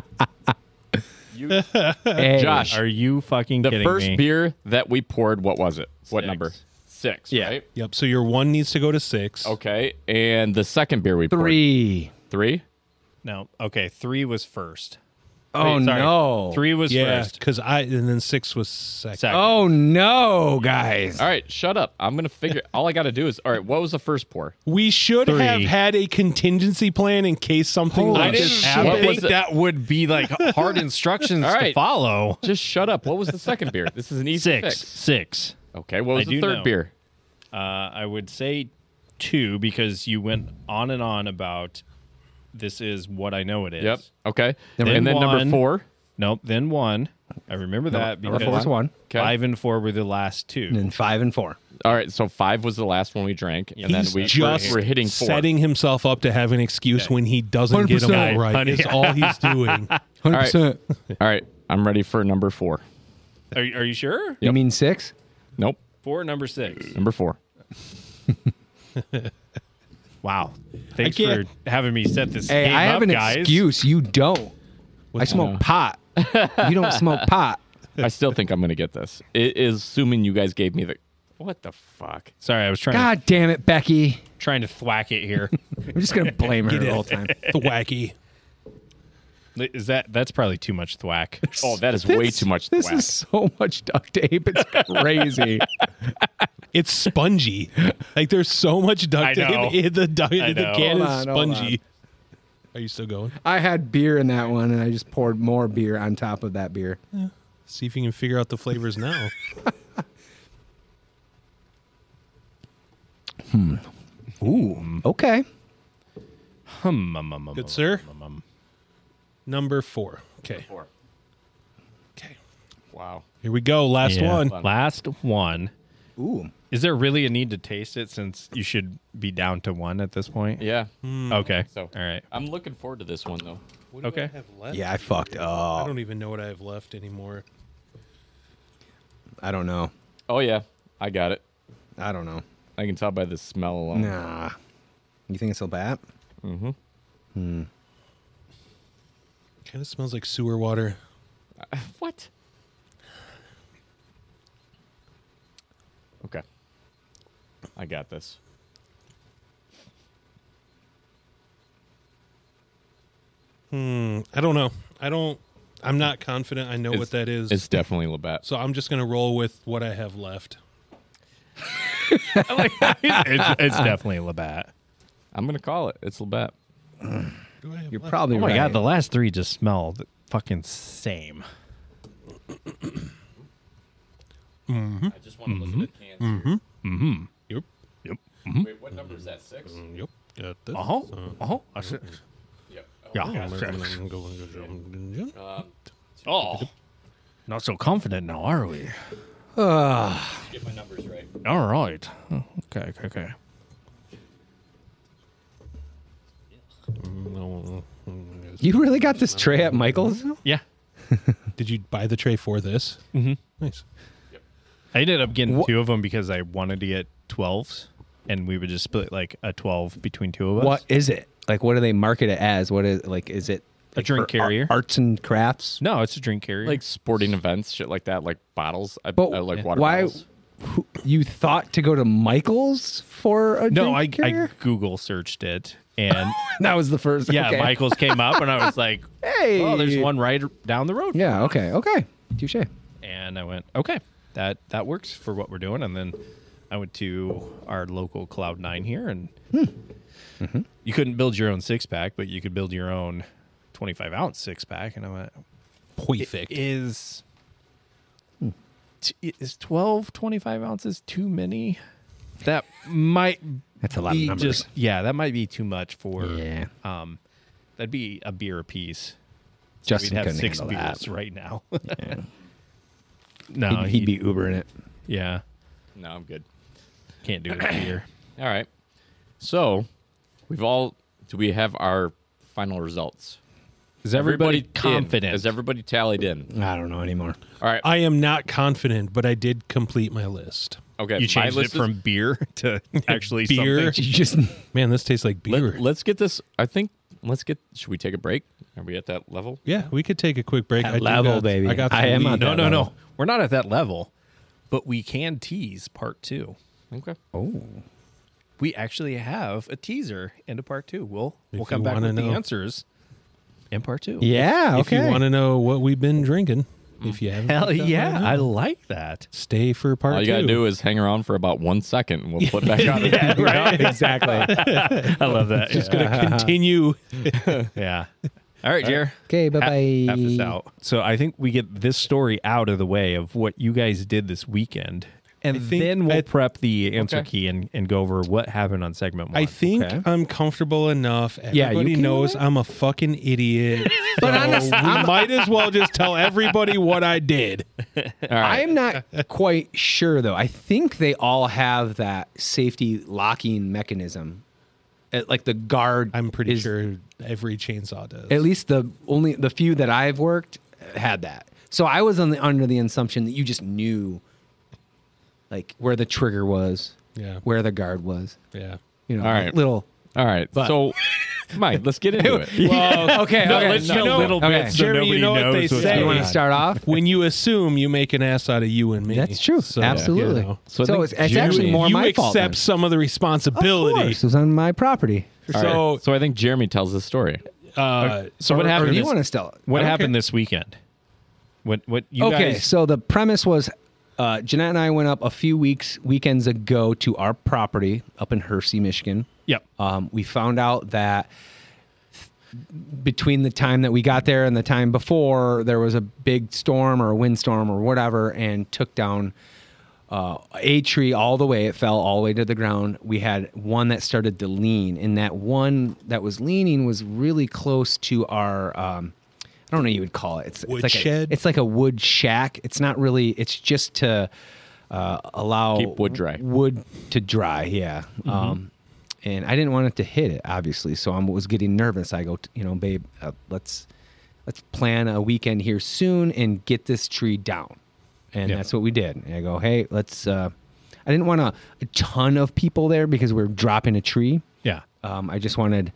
you, Hey, Josh. Are you fucking the kidding first me? beer that we poured, what was it? What Six. number? Six. Yeah. Right? Yep. So your one needs to go to six. Okay. And the second beer we Three. poured. Three. No. Okay. Three was first. Oh Wait, sorry. no. Three was Yeah, first. because I and then six was second. Second. Oh no, guys. All right, shut up. I'm gonna figure. All I gotta do is. All right, what was the first pour? We should Three. have had a contingency plan in case something Holy like shit. this I What happened. was think the- that would be like hard instructions All to right. follow. Just shut up. What was the second beer? This is an easy Six. fix. Six. Okay. What I was the do third know. beer? Uh, I would say two because you went on and on about this is what I know it is. Yep. Okay. Number- and then one. number four. Nope. Then one. I remember that number because four was one. Okay. five and four were the last two. And then five and four. All right. So five was the last one we drank, and He's then we just we're, we're hitting four. setting himself up to have an excuse when he doesn't get them all 100%. right. Is all he's doing. Hundred right. percent. All right. I'm ready for number four. Are, are you sure? You mean six? Nope. Four, number six. Number four. Wow. Thanks for can't- having me set this Hey, game I up, have an guys. excuse. You don't. I smoke pot. you don't smoke pot. I still think I'm gonna get this. It is assuming you guys gave me the. What the fuck? Sorry, I was trying God damn it, Becky. trying to thwack it here. I'm just gonna blame her the whole time. The wacky. is that that's probably too much thwack? Oh, that is way This- too much. This whack. is so much duct tape. It's crazy. It's spongy. Like there's so much I duct know. tape in the duct- I the know. can Hold is on, hold on. spongy. Are you still going? I had beer in that one, and I just poured more beer on top of that beer. See if you can figure out the flavors now. Ooh. Mm. Okay. Hum, hum, hum, hum, Good hum, sir. hum, hum. Number four. Okay. Four. Okay. Wow. Here we go. Last Yeah. one. Last one. Ooh. Is there really a need to taste it since you should be down to one at this point? Yeah. Hmm. Okay. So All right. I'm looking forward to this one though. Mm. uh, What do Okay. I have left? Yeah, I fucked I up. don't even know what I have left anymore. I don't know. Oh yeah, I got it. I don't know. I can tell by the smell alone. Nah. You think it's so bad? Kind of smells like sewer water. What? Okay. I got this. I don't know. I don't. I'm not confident. I know what that is. It's definitely Labatt. so I'm just gonna roll with what I have left. it's, it's definitely Labatt. I'm gonna call it. It's Labatt. Do I have You're left? probably Oh my right. god, the last three just smell the fucking same. I just want to listen Mm-hmm. to cans. Yep. Wait, what number is that? Six. Yep. Got this. Uh huh. Uh huh. I said, mm-hmm. Yep. yeah. All Oh, not so confident now, are we? Get my numbers right. All right. Okay. Okay. Okay. You really got this tray at Michael's? Yeah. Did you buy the tray for this? Mm-hmm. Nice. I ended up getting two of them because I wanted to get twelves, and we would just split like a twelve between two of us. What is it? Like, what do they market it as? What is like? Is it A like, drink for ar- carrier. arts and crafts? No, it's a drink carrier. Like sporting events, shit like that, like bottles. I, But I like water why? bottles. who- You thought to go to Michael's for a no, drink I, I carrier? Google searched it, and that was the first. yeah, okay. Michael's came up, and I was like, Hey. oh, there's one right down the road." Yeah. Okay. Okay. Touche. and I went, okay, that that works for what we're doing. And then I went to our local Cloud Nine here, and Mm-hmm. you couldn't build your own six pack, but you could build your own twenty-five ounce six pack. And I went, Perfect. is Hmm. t- is 12 25 ounces too many? That might That's a lot be of numbers. just yeah, that might be too much for yeah. um, that'd be a beer apiece. Justin We'd have couldn't six handle beers that. right now. Yeah. no, he'd, he'd be Ubering it. yeah. No, I'm good. Can't do it here. All right. So We've all. Do we have our final results? Is everybody, in? confident? Is everybody tallied in? I don't know anymore. All right. I am not confident, but I did complete my list. Okay. you my changed it list is- from beer to actually Beer? something. You just Man, this tastes like beer. Let, us get this. I think. Let's get. Should we take a break? Are we at that level? yeah, we could take a quick break. That I do level, got- baby. I got. I some am weed. on No, that no, no. level. We're not at that level, but we can tease part two. Okay. We actually have a teaser and a part two. We'll we'll If come you back wanna with the know. answers in part two. yeah. If Okay. you want to know what we've been drinking, if you haven't, Hell picked up yeah, by now, I like that. stay for part All you two. gotta do is hang around for about one second, and we'll put back on. it. right. exactly. I love that. Just gonna continue. yeah. All right, Jer. Okay. Bye bye. Half is out. So I think we get this story out of the way of what you guys did this weekend. And I think- then we'll I- prep the answer Okay. key and, and go over what happened on segment one. I think Okay. I'm comfortable enough. you Everybody can knows do I'm a fucking idiot. but honestly, we might as well just tell everybody what I did. I'm not quite sure though. I think they all have that safety locking mechanism, Uh, like the guard. I'm pretty is- sure every chainsaw does. At least the only the few that I've worked had that. So I was on the, under the assumption that you just knew, like where the trigger was, Yeah. where the guard was. yeah. You know, All right. little. All right. So, Mike, let's get into it. Well, okay, okay. let's no, do a little okay. bit so Jeremy, nobody you know what knows they what's say. you going want on. to start off? When you assume, you make an ass out of you and me. That's true. So, Absolutely. you know. So, So I think it's, it's Jeremy- actually more you my accept fault. then. some of the Of responsibility. course, it was on my property. All right. So, so I think Jeremy tells the story. uh, So what Or happened? do you this- want to sell it? What I don't happened this weekend? What what you okay, guys? so the premise was uh, Jeanette and I went up a few weeks weekends ago to our property up in Hersey, Michigan. Yep. Um, we found out that between the time that we got there and the time before, there was a big storm or a windstorm or whatever, and took down uh, a tree all the way. It fell all the way to the ground. We had one that started to lean, and that one that was leaning was really close to our. Um, I don't know what you would call it. It's, it's like Woodshed? A, it's like a wood shack. It's not really. It's just to uh, allow Keep wood dry. Mm-hmm. Wood to dry. Yeah. Um, and I didn't want it to hit it, obviously. So I was getting nervous. I go, t- you know, babe, uh, let's let's plan a weekend here soon and get this tree down. And Yeah. that's what we did. And I go, hey, let's. Uh, I didn't want a, a ton of people there because we are dropping a tree. yeah. Um, I just wanted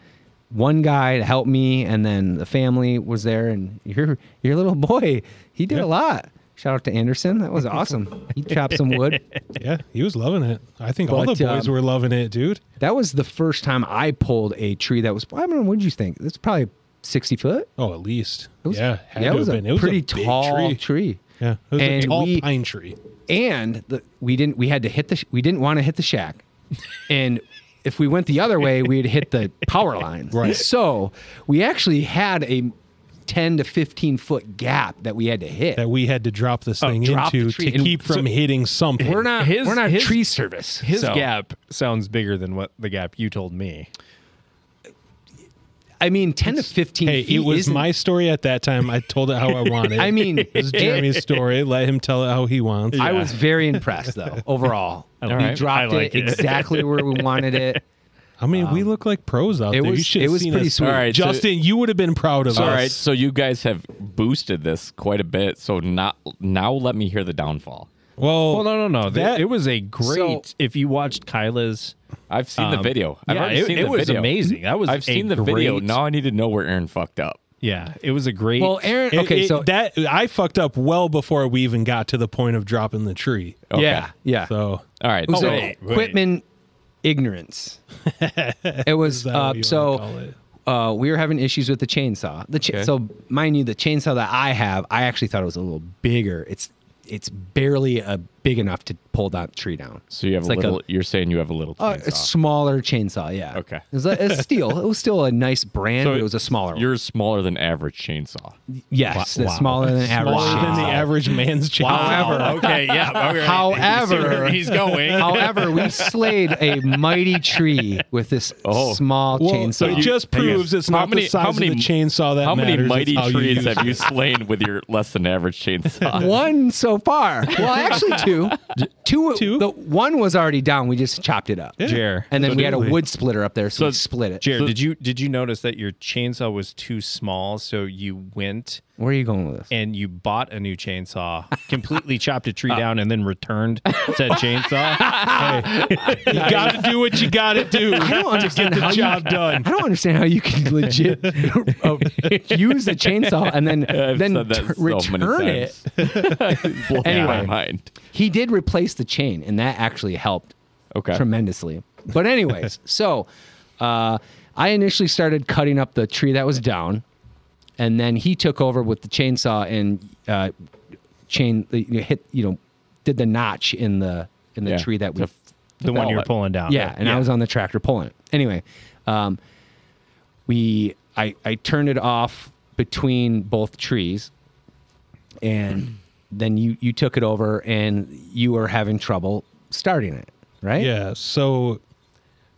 one guy to help me, and then the family was there. And your your little boy, he did a lot. Shout out to Anderson. That was awesome. he chopped some wood. yeah, he was loving it. I think all But, the boys um, were loving it, dude. That was the first time I pulled a tree that was. I don't know. What did you think? That's probably sixty foot. Oh, at least. It was, yeah, had yeah, to it was have a been. It was pretty a big tall tree. tree. Yeah, it was and a tall we, pine tree. and the, we didn't we had to hit the sh- we didn't want to hit the shack and if we went the other way we'd hit the power lines Right. so we actually had a 10 to 15 foot gap that we had to hit that we had to drop this thing Oh, drop the into tree. to And keep from so- hitting something. we're not His- we're not his- tree service His so- gap sounds bigger than what the gap you told me. i mean 10 to 15 Hey, feet it was isn't- my story at that time. I told it how I wanted. i mean it was Jeremy's story. Let him tell it how he wants. I was very impressed though overall. we like it. I dropped like it, it. exactly where we wanted it. I mean, we look like pros out Um, it there. you was should it have was seen pretty us. sweet. All right, so- Justin, you would have been proud of us. All right, Uh, so you guys have boosted this quite a bit. So not now, let me hear the downfall. Well, Well, no, no, no. That- it was a great. So- if you watched Kyla's, I've seen the um, video. I've yeah, already it, seen it the was video. amazing. That was. I've a seen the video. great- Now I need to know where Aaron fucked up. Yeah, it was a great. Well, Aaron. It- Okay, it- so that I fucked up well before we even got to the point of dropping the tree. Okay. yeah, Oh, yeah. So All right. It was so- oh, a wait, wait. equipment ignorance. it was that uh, what you wanna call so it? uh, we were having issues with the chainsaw. The cha- so mind you, the chainsaw that I have, I actually thought it was a little bigger. It's it's barely a big enough to pull that tree down. So you have It's a like a- little. you're saying you have a little. Oh, Uh, chainsaw. a smaller chainsaw, yeah. Okay. It was, a, it was steel. It was still a nice brand, but it was a smaller one. Yours smaller than average chainsaw. Yes, Wow. the smaller than average. smaller chainsaw. than the average man's chainsaw. However, okay, yeah. Okay. However- he's going. however, we slayed a mighty tree with this Oh. small Well, chainsaw. it just proves it's How not many- the size how many- of the chainsaw that how many matters, it's mighty how you trees use have it. you slain with your less than average chainsaw? one so far. Well, actually two. two. Two. Two? The one was already down. We just chopped it up. Jer. And then So we had a did we. wood splitter up there, so, we split it. Jared, did you did you notice that your chainsaw was too small? So you went Where are you going with this? and you bought a new chainsaw, completely chopped a tree down, and then returned said chainsaw. You gotta do what you gotta do I to don't understand get the how you- job done. I don't understand how you can legit uh, use a chainsaw and then I've then said that tur- so return many it. times. It blows my Anyway. mind. He did replace the chain, and that actually helped Okay. tremendously. But anyways, so uh, I initially started cutting up the tree that was down, and then he took over with the chainsaw and uh, chain you know, hit you know did the notch in the in the Yeah. tree that we To- the one you were Fell. pulling down. yeah, and I was on the tractor pulling it. Anyway, um, we I I turned it off between both trees, and then you you took it over and you were having trouble starting it, right? Yeah. So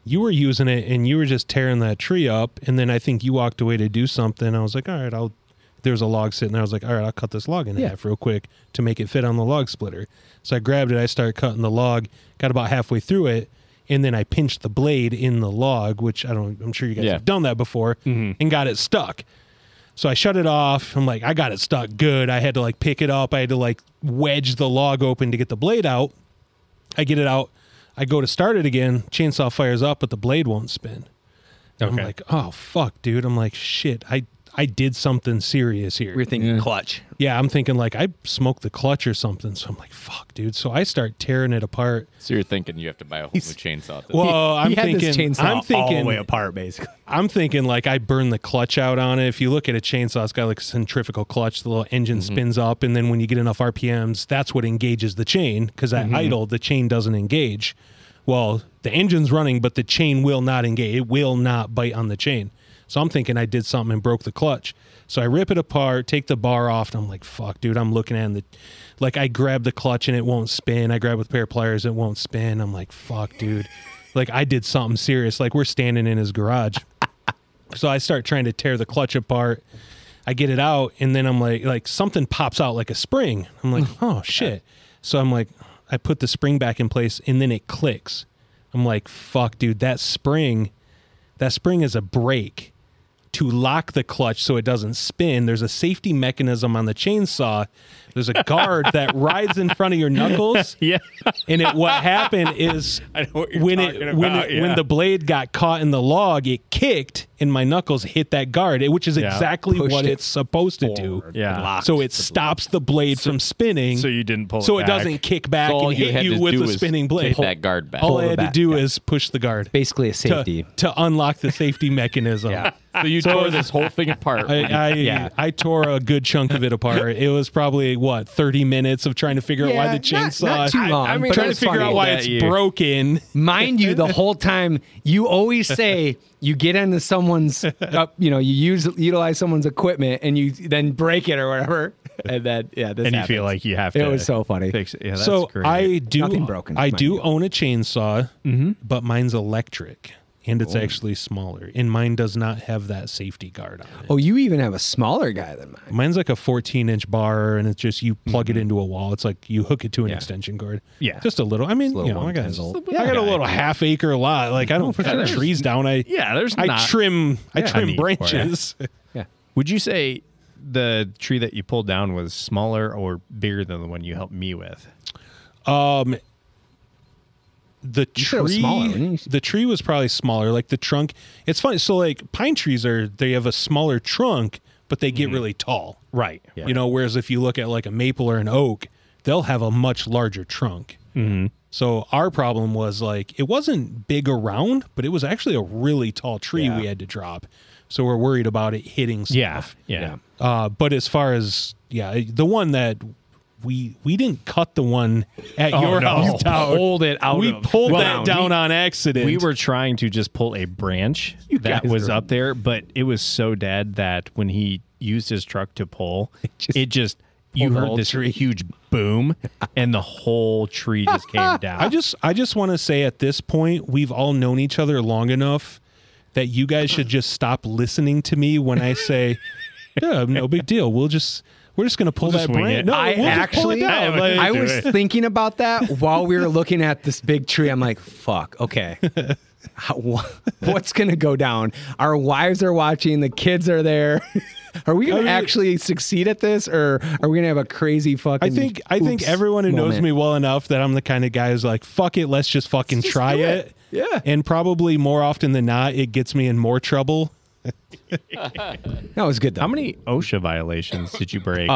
you were using it and you were just tearing that tree up. And then I think you walked away to do something. I was like, all right, I'll. There's a log sitting there. I was like, all right, I'll cut this log in Yeah. half real quick to make it fit on the log splitter. So I grabbed it. I started cutting the log, got about halfway through it. And then I pinched the blade in the log, which I don't, I'm sure you guys Yeah. have done that before, Mm-hmm. and got it stuck. So I shut it off. I'm like, I got it stuck good. I had to like pick it up. I had to like wedge the log open to get the blade out. I get it out. I go to start it again. Chainsaw fires up, but the blade won't spin. And Okay. I'm like, oh fuck, dude. I'm like, shit. I I did something serious here. we were thinking clutch. yeah, I'm thinking like I smoked the clutch or something. So I'm like, fuck, dude. So I start tearing it apart. So you're thinking you have to buy a whole new chainsaw. at this point. Well, Oh, I'm he had this thinking. chainsaw I'm thinking. apart, basically. I'm thinking like I burned the clutch out on it. If you look at a chainsaw, it's got like a centrifugal clutch. The little engine spins up, and then when you get enough RPMs, that's what engages the chain. Because at idle, the chain doesn't engage. Well, the engine's running, but the chain will not engage. It will not bite on the chain. So I'm thinking I did something and broke the clutch. So I rip it apart, take the bar off, and I'm like, "Fuck, dude!" I'm looking at it and the, like I grab the clutch and it won't spin. I grab with a pair of pliers, it won't spin. I'm like, "Fuck, dude!" like I did something serious. Like we're standing in his garage. So I start trying to tear the clutch apart. I get it out, and then I'm like, like something pops out like a spring. I'm like, Mm. oh shit. So I'm like, I put the spring back in place, and then it clicks. I'm like, fuck, dude, that spring, that spring is a brake to lock the clutch so it doesn't spin. There's a safety mechanism on the chainsaw. There's a guard that rides in front of your knuckles. Yeah. And it, what happened is what you're when it talking when about, it, when yeah. the blade got caught in the log, it kicked and my knuckles hit that guard, which is Yeah. exactly Pushed what it it's supposed to do. Yeah. So it stops the blade from spinning. so you didn't pull it So it back. doesn't kick back all and you hit had you to with do a is spinning blade. Get that guard back. All Pull I it had to back, do yeah. is push the guard Basically a to, safety. to unlock the safety mechanism. so you tore this whole thing apart. I, I, Yeah. I tore a good chunk of it apart. It was probably what thirty minutes of trying to figure out Yeah, why the not- chainsaw. not too long, I mean, but trying it to was figure funny. out why Yeah, it's you- broken. Mind you, the whole time you always say you get into someone's, up, you know, you use utilize someone's equipment and you then break it or whatever, and then yeah, this And you happens. feel like you have It to. was so funny. Fix it. Yeah, that's so great. I do. Nothing broken, I mind do you. own a chainsaw, Mm-hmm. but mine's electric and Oh. it's actually smaller, and mine does not have that safety guard on it. Oh, you even have a smaller guy than mine. Mine's like a 14 inch bar, and it's just you plug it into a wall. It's like you hook it to an extension cord. Mm-hmm. Yeah. just a little. I mean, little you know, I one got, times old. I got a little half acre lot. Like I don't put there's- trees down. I yeah, there's I not. trim I Yeah. A trim need for it. branches. Yeah. Would you say the tree that you pulled down was smaller or bigger than the one you helped me with? The said it was tree smaller, wasn't it? the tree was probably smaller. Like the trunk, it's funny. So like pine trees are they have a smaller trunk, but they get really tall. Right. You know, whereas if you look at like a maple or an oak, they'll have a much larger trunk. Mm-hmm. So our problem was like it wasn't big around, but it was actually a really tall tree we had to drop. So we're worried about it hitting stuff. Yeah. Yeah. Uh, but as far as yeah, the one that we we didn't cut the one at your Oh, no. house down. Pulled it out We of- pulled Well, that we- down on accident. We were trying to just pull a branch that guys was are- up there, but it was so dead that when he used his truck to pull, it just, you pulled the heard whole this tree. huge boom, and the whole tree just came down. I just I just want to say at this point we've all known each other long enough that you guys should just stop listening to me when I say yeah, no big deal. We'll just We're just gonna pull We'll just that wing brand. it. No, I we'll just pull actually, it down. I I do was it. thinking about that while we were looking at this big tree. I'm like, fuck, okay. How, wha- what's going to go down? Our wives are watching, the kids are there. Are we going to actually succeed at this or are we going to have a crazy fucking I think I think oops everyone who knows moment? me well enough that I'm the kind of guy who's like, fuck it, let's just fucking try do it. it. Yeah. And probably more often than not, it gets me in more trouble. That was good though. How many OSHA violations did you break?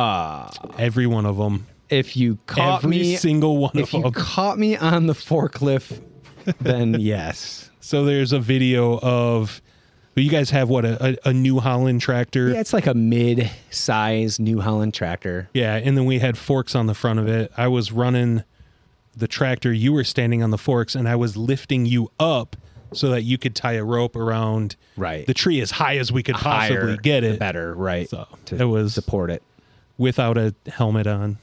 Every one of them. if you caught Every me single one of if you them. caught me on the forklift, then yes. So there's a video of well, you guys have what a, a, a New Holland tractor. Yeah, it's like a mid-size New Holland tractor. Yeah, and then we had forks on the front of it. I was running the tractor, you were standing on the forks, and I was lifting you up so that you could tie a rope around Right. the tree as high as we could possibly Higher, get the it better, right? So, to it was- support it. without a helmet on,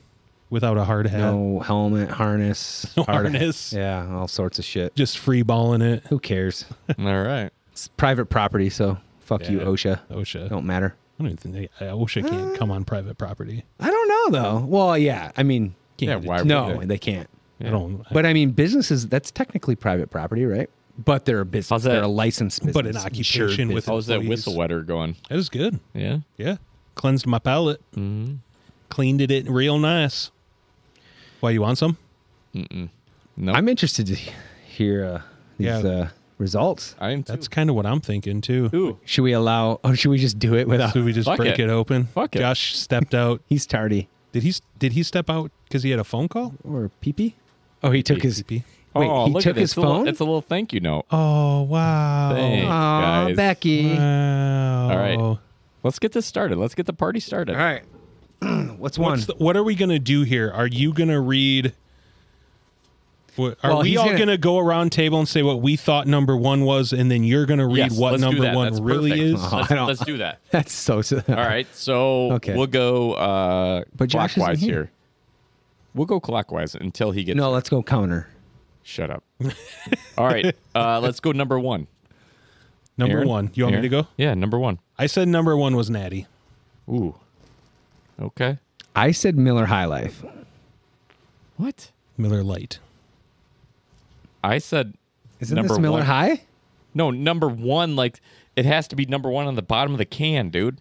without a hard hat, No helmet, harness, hard- harness. Yeah, all sorts of shit. just free balling it. Who cares? All right. It's private property, so fuck you, Yeah. OSHA. OSHA. Don't matter. Oh, I don't even think OSHA can't come on private property. I don't know though. Well, yeah. I mean, Yeah, why no, would they can't. I don't. But I mean, businesses. That's technically private property, right? But they're a business. How's that- They're a licensed business. but an insured occupation with business. Oh, How's that employees. whistle wetter going? That was good. Yeah. Yeah. Cleansed my palate. Mm-hmm. Cleaned it real nice. Why you want some? No. I'm interested to hear uh, these Yeah. uh, results. I am too. That's kind of what I'm thinking too. Ooh. Should we allow? Oh, should we just do it without? So we just Fuck break it. it. open. Fuck it. Josh stepped out. He's tardy Did he? Did he step out because he had a phone call? or peepee. Oh, he took his. PP. Wait, oh, he look took at it. his It's a little- phone. it's a little thank you note. Oh wow! Thanks, Aw, guys. Becky. Wow. All right. Let's get this started. Let's get the party started. Oh. All right. What's one? What's the, what are we gonna do here? Are you gonna read? What, are Well, we he's all gonna- gonna, go around table and say what we thought number one was, and then you're gonna read Yes, what let's do number that. one That's really perfect. is? I Let's, don't- let's do that. That's so. so All right. So Okay. we'll go uh, But Josh isn't clockwise here. here. We'll go clockwise until he gets. No, let's go counter. Shut up. All right. Uh, let's go number one. Number Aaron? one. You want me to Aaron? go? Yeah, number one. I said number one was Natty. Ooh. Okay. I said Miller High Life. What? Miller Light. I said Isn't number this Miller one. High? No, number one. Like it has to be number one on the bottom of the can, dude.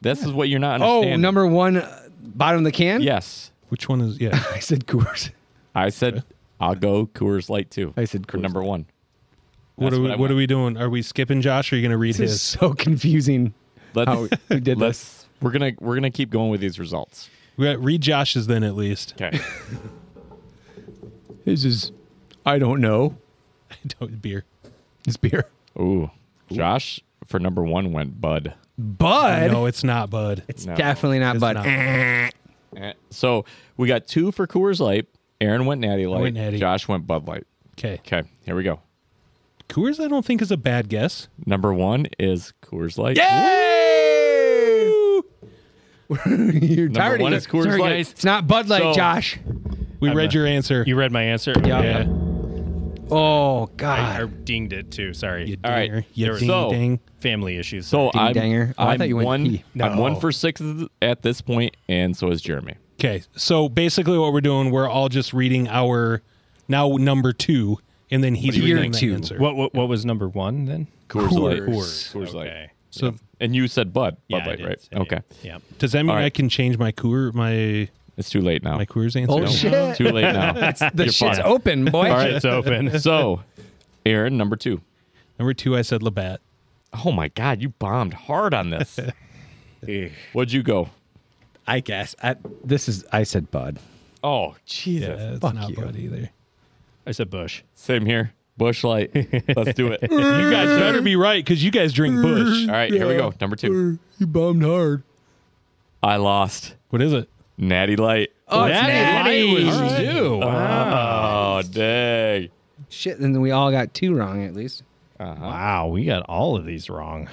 This is what you're not Oh, understanding. number one, uh, bottom of the can. Yes, Which one is? Yeah. I said Coors. I said I'll go Coors Light too. I said for Coors number one. what That's are we? I What are want. we doing? Are we skipping Josh? Or are you gonna read This is his? so confusing. Let's, How we did let's. this? We're gonna we're gonna keep going with these results. Re- Read Josh's then at least. Okay. This is. I don't know. I don't beer. It's beer. Ooh, Josh for number one went Bud. Bud. No, it's not Bud. It's No. definitely not It's Bud. not. Eh. Eh, So we got two for Coors Light. Aaron went Natty Light. went Natty. Josh went Bud Light. Okay. Okay, here we go. Coors, I don't think is a bad guess. Number one is Coors Light. You're Number tardy. one is Coors Sorry, Light. guys. It's not Bud Light, So- Josh. We I'm read a- your answer. you read my answer. Yeah. Oh I, I God. dinged it too. Sorry. You All right. dinger. You There we ding go. So- dang. Family issues. So Ding I'm, danger. Oh, I I'm thought you went one. E. I'm one No. for six at this point, and so is Jeremy. Okay. So basically, what we're doing, we're all just reading our now number two, and then he's Year reading two. the answer. what, what what was number one then? Coors, Light. Coors. Coors Light. Okay. so And you said Bud. Yeah, Bud I Light, did right? say it. okay. Yeah. does that mean All right. I can change my Coor my It's too late now. my Coors answer? Oh No. shit. Too late now. The You're shit's fine. open, boy. All right. It's open. So, Aaron, number two. Number two, I said Labatt. Oh my God, you bombed hard on this. What'd you go? I guess. I, this is. I said Bud. Oh Jesus. That's Fuck not you. Bud either. I said Bush. Same here. Bush Light. Let's do it. you guys Better be right because you guys drink Bush. All right, here we go. Number two. You bombed hard. I lost. What is it? Natty Light. Oh, Natty. Ew. Uh, dang. Shit. Then we all got two wrong at least. Wow, we got all of these wrong.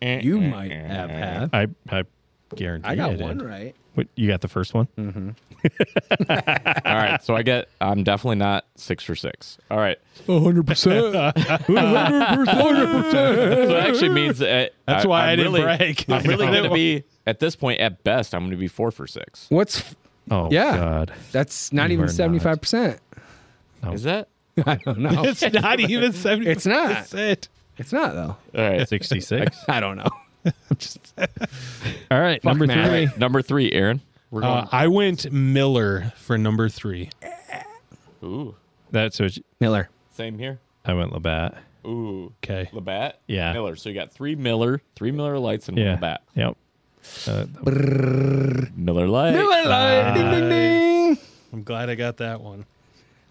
You might have had. I I Guaranteed. I got it one did. right. What, you got the first one? All right, so I get. I'm definitely not six for six. All right, hundred percent. so it actually means that That's I, why I I'm didn't really, break. I'm really going to be at this point. At best, I'm going to be four for six. What's f- Oh, Yeah. God. that's not You even are not. seventy five percent. Is that I don't know. It's not even 70. It's not. It. It's not though. all right? 66. I don't know. All right. number Matt. three. Number three, Aaron. We're going. Uh, I went Miller for number three. ooh, That's what you- Miller. same here. I went Labatt. Ooh, Okay. Labatt. Yeah. Miller. So you got three Miller, three Miller lights, and one Yeah. Labatt. Yep. Uh, Miller light. ding ding ding. I'm glad I got that one.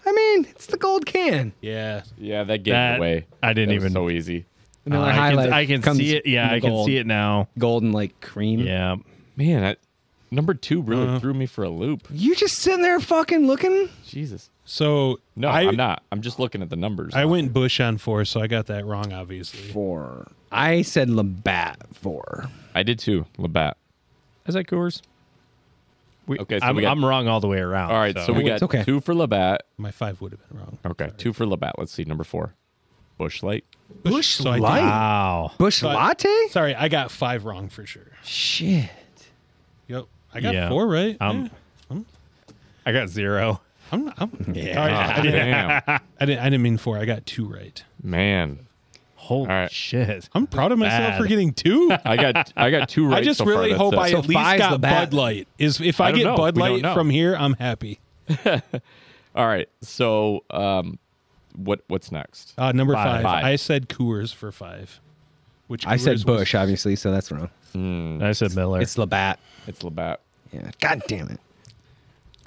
I mean, it's the gold can. Yeah. Yeah, that gave that, it away. I didn't That was even. so easy. The Miller Uh, I High can, Life I can comes see it. Yeah, in the I can gold. see it now. Golden like cream. Yeah. Man, I, number two really Uh-huh. threw me for a loop. You just sitting there fucking looking. Jesus. So No, I, I, am not. I'm just looking at the numbers. I went Bush on four, so I got that wrong, obviously. Four. I said Labatt four. I did too, Labatt. Is that Coors? We, Okay, so I'm, we got- I'm wrong all the way around. All right, so, we got It's okay. two for Labatt. My five would have been wrong. Okay, two for Labatt. Let's see, number four, Bushlight. Bush so I did- Wow. Bush But- latte. Sorry, I got five wrong for sure. Shit. Yep. I got Yeah. four right. Um, Yeah. I got zero. I'm, I'm, Yeah. All right, I, didn't, Ah, Damn, I, didn't, I didn't mean four. I got two right. man, Holy right. shit. I'm proud of myself Bad. for getting two. I got I got two I right. just so far. really That's hope it. I So at least five's the got bat. Bud Light. Is if I, I don't get know. Bud We don't Light know. from here, I'm happy. All right, so um, what what's next? Uh, number Five. five, Five. I said Coors for five. Which I Coors was- said Bush, obviously, so that's wrong. I said Miller. It's Labatt. It's Labatt. Yeah. God damn it.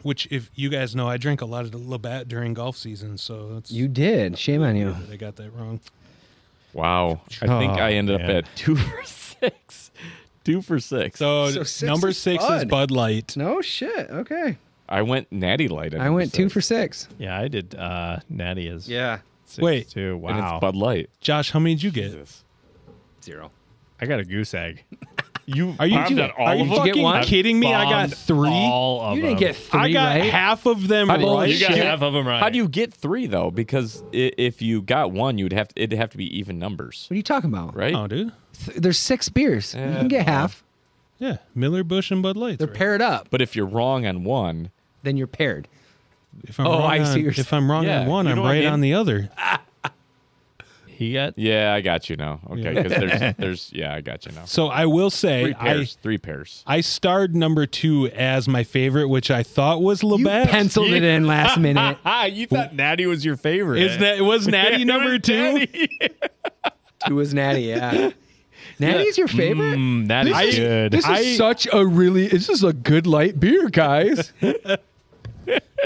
which, if you guys know, I drink a lot of the Labatt during golf season, so that's You did. Shame on you. I got that wrong. Wow, I think Oh, I ended man. up at two for six. Two for six. So, So six number is six is Bud. Bud Light. No shit. Okay. I went Natty Light. at I number went two six, for six. yeah, I did uh, Natty as Yeah. six Wait. too. and Wow. it's Bud Light. Josh, how many did you get? Jesus. Zero. I got a goose egg. You Are you, bombed kidding- on all are you of them? get fucking one? kidding me? I got Bombed three. All of You didn't them. get three, I got right? half of them I believe right. You got Shit. half of them right. How do you get three though? Because i- if you got one, you'd have to, it'd have to be even numbers, What are you talking about? right? Oh, dude. Th- There's six beers. you can get half. Yeah, Miller, Bush, and Bud Light. They're paired up. But if you're wrong on one, Then you're paired. If I'm Oh, wrong I see on- what you're If I'm wrong Yeah, on one, you I'm know what I right mean? on the other. He got yeah, I got you now. Okay, because there's, there's, yeah, I got you now. So I will Three say, I pairs, three pairs. I starred number two as my favorite, which I thought was Labatt. You penciled it in last minute. Ah, you thought Natty was your favorite. Is that was Natty number two? Two is Natty. Yeah. Natty's your favorite. Mm, Natty's This is- good. This is I- such a really. This is a good light beer, guys.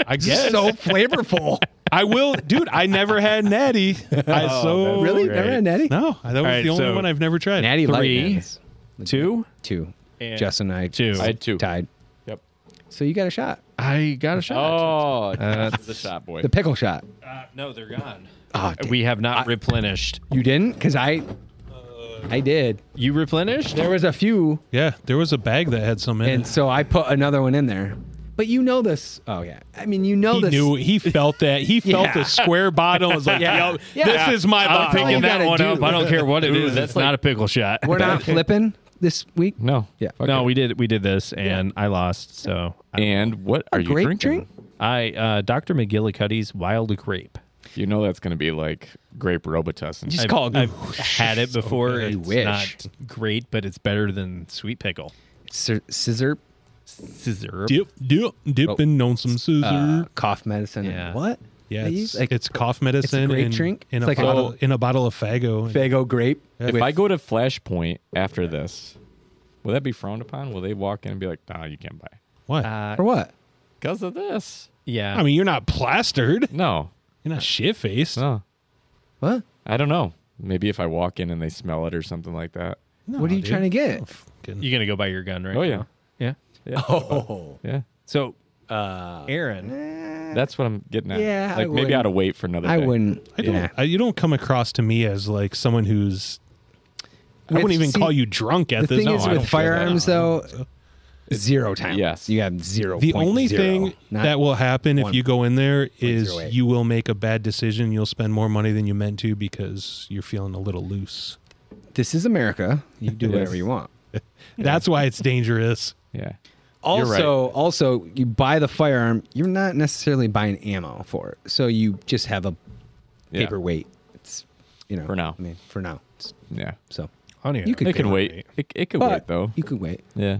I guess So flavorful. I will, dude. I never had Natty. I so Oh, really? great. Never had Natty. no. That was right, the only so- one I've never tried. Natty Three. Light. man, is two. Two. And Justin and I. two. I had two. Tied. Yep. So you got a shot. I got a shot. Oh, that's the shot boy. The pickle shot. Uh, no, they're gone. Ah, Oh, damn. we have not replenished. You didn't? Because I. Uh, I did. You replenished? There was a few, Yeah, there was a bag that had some in and it. so I put another one in there. But you know this. Oh yeah. I mean, you know He this. knew. He felt that. He felt Yeah. the square bottle. Was like, Yeah. yo, Yeah. this is my I'm all bottle. you picking that gotta one do. up. I don't care what it Ooh, is. that's It's not a pickle shot. We're not flipping this week. no. Yeah. Fuck No, it. we did we did this and I lost. So I, And what are you grape drinking? drink? I uh, Dr. McGillicuddy's Wild Grape. You know that's gonna be like grape Robitussin. Just I've, call it. I've had it before. good. it's Wish. not great, but it's better than sweet pickle. Sir- Scissor. Scissor. Dip, dip, dipping on some scissor. Oh. Uh, cough medicine. and Yeah. What? yeah, they it's, use? like it's cough medicine. grape in, drink? in It's a like a- bottle in a bottle of Fago. and- Fago grape. if I go to Flashpoint after this, will that be frowned upon? Will they walk in and be like, "Nah, you can't buy What? Uh, for what? because of this"? yeah. I mean, you're not plastered. No, You're not shit faced. no. What? I don't know. Maybe if I walk in and they smell it or something like that. what are you trying to get? Oh, You're gonna go buy your gun, right? Oh yeah, now? Yeah. Oh. yeah. So, uh, Aaron, That's what I'm getting at. Yeah, I like maybe wouldn't. I ought to wait for another. I day. wouldn't. I don't. Yeah. I, you don't come across to me as like someone who's I wouldn't With- even see, call you drunk at The this. thing no, is I with don't feel that. firearms though, zero time. Yes. you have zero. The point only zero, thing not- that will happen if one- you go in there is 0.08. you will make a bad decision. You'll spend more money than you meant to because you're feeling a little loose. this is America. You do whatever you want. That's why it's dangerous. Yeah. You're right. Also, also, you buy the firearm. You're not necessarily buying ammo for it, so you just have a Yeah. paperweight. It's you know For now. I mean, for now, it's, Yeah. so You You could It can wait. It, it could wait though. you could wait. Yeah.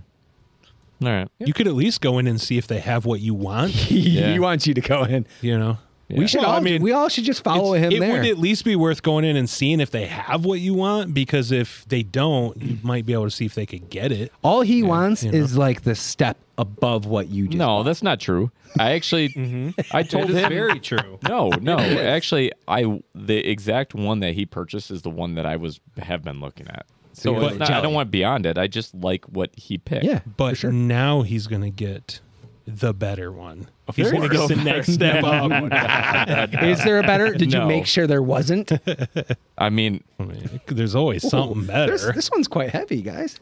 All right. You could at least go in and see if they have what you want. Yeah. he wants you to go in. You know, Yeah. We should Well, all. I mean, we all should just follow It's- him it there. would at least be worth going in and seeing if they have what you want because if they don't, you might be able to see if they could get it. all he wants you know. is like the step above what you just. No, that's not true. I actually, I told him. Very true. no, no. Actually, I the exact one that he purchased is the one that I was have been looking at. So you're it's like not, I don't jelly. want beyond it. I just like what he picked. Yeah, But for sure. now he's going to get the better one. He's course. going to get the next step up. Is there a better? Did No. you make sure there wasn't? I mean, I mean, there's always something better. This, this one's quite heavy, guys.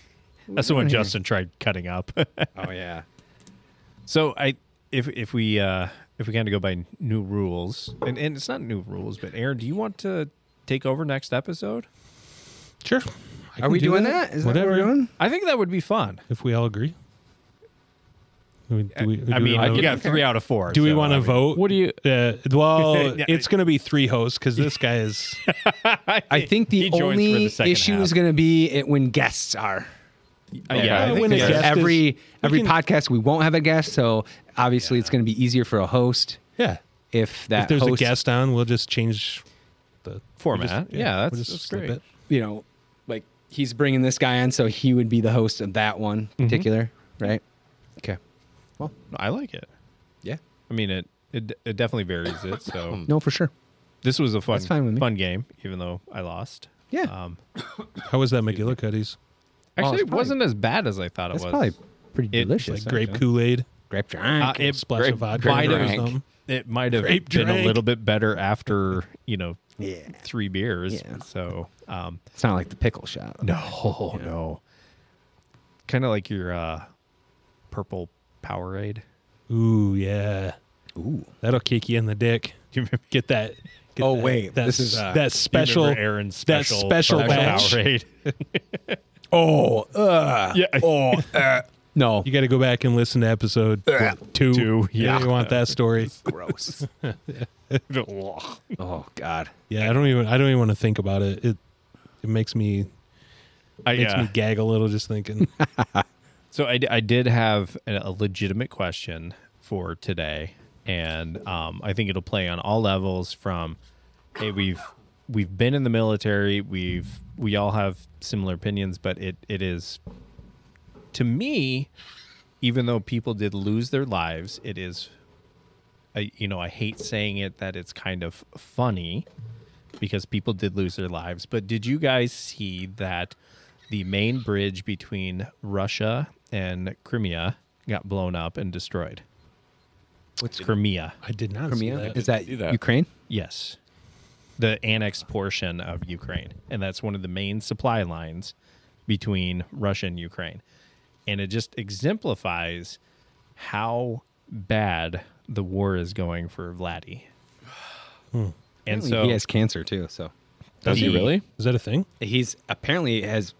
That's the one Justin tried cutting up. Oh yeah. so I, if if we uh, if we kind of go by new rules, and, and it's not new rules, but Aaron, do you want to take over next episode? Sure. I Are can we do doing that? Is Whatever. that what we're doing? I think that would be fun. If we all agree. Do we, do we, do I we mean, wanna- you got three out of four. do we so, want I to mean- vote? what do you? Uh, well, Yeah. it's going to be three hosts because this guy is. I think the He joins for the only second issue half. is going to be it when guests are. yeah, I Okay. think When a there's- guest is- every every can- podcast we won't have a guest, so obviously it's going to be easier for a host Yeah. if that if there's host, a guest on, we'll just change the Format. Yeah, that's- we'll that's flip great. it. you know, like he's bringing this guy on, so he would be the host of that one particular, right? Okay. I like it. Yeah. I mean, it it, it definitely varies it. So No, for sure. this was a fun Mm. That's fine with me. fun game, even though I lost. Yeah. Um, How was that McGillicuddy's? Oh, actually, it's it probably- wasn't as bad as I thought That's it was. probably pretty It- delicious. Like grape actually. Kool Aid, grape Uh, drink. it, splash grape- of vodka, might or have- something. it might have Grape been a drink. little bit better after you know yeah. three beers. Yeah. So um, It's not like the pickle shot. no, no, kind of like your uh, purple Powerade. Ooh yeah, Ooh. that'll kick you in the dick. Get that. Get Oh, that- wait, that, this is, uh, that special You remember Aaron's that special special purple batch. Powerade. Oh. Uh, yeah. oh. Uh, no. You got to go back and listen to episode two. Two, You yeah. really want that story? Gross. oh God. Yeah, I don't even. I don't even want to think about it. It it makes me I, makes uh, me gag a little just thinking. So I, d- I did have a, a legitimate question for today, and um, I think it'll play on all levels. From hey, we've we've been in the military, we've we all have similar opinions, but it it is to me, even though people did lose their lives, it is, I, you know, I hate saying it that it's kind of funny because people did lose their lives. But did you guys see that the main bridge between Russia and Crimea got blown up and destroyed? What's Crimea? I did not see Crimea. that. Is that, do that. Ukraine? Yes. The annexed portion of Ukraine. And that's one of the main supply lines between Russia and Ukraine. And it just exemplifies how bad the war is going for Vladdy. And so Hmm. he has cancer too. So Does he The- really? Is that a thing? he's apparently has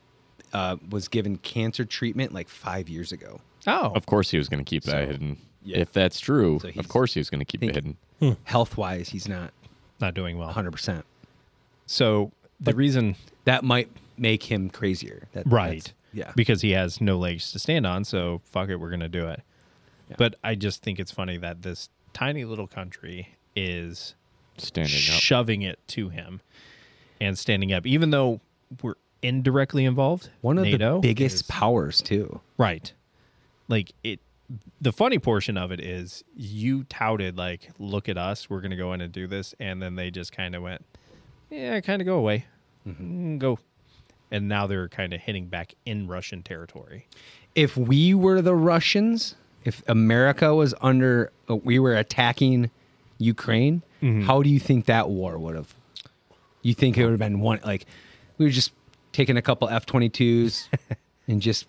uh, was given cancer treatment like five years ago. oh, Of course, he was going to keep that So, hidden. yeah. If that's true, So he's of course he was going to keep it thinking- hidden. Health wise, he's not not doing well. 100. percent So the reason That might make him crazier. That, Right. that's- Yeah. Because he has no legs to stand on, so fuck it, we're gonna do it. But I just think it's funny that this tiny little country is Standing up. shoving it to him and standing up, even though we're indirectly involved. One of NATO the biggest is- powers too. right? Like it. The funny portion of it is you touted like, "Look at us, we're gonna go in and do this," and then they just kind of went, "Yeah, kind of go away, Mm, go," and now they're kind of hitting back in Russian territory. If we were the Russians, if America was under, uh, we were attacking Ukraine. How do you think that war would have? You think it would have been one like we were just taking a couple F twenty twos and just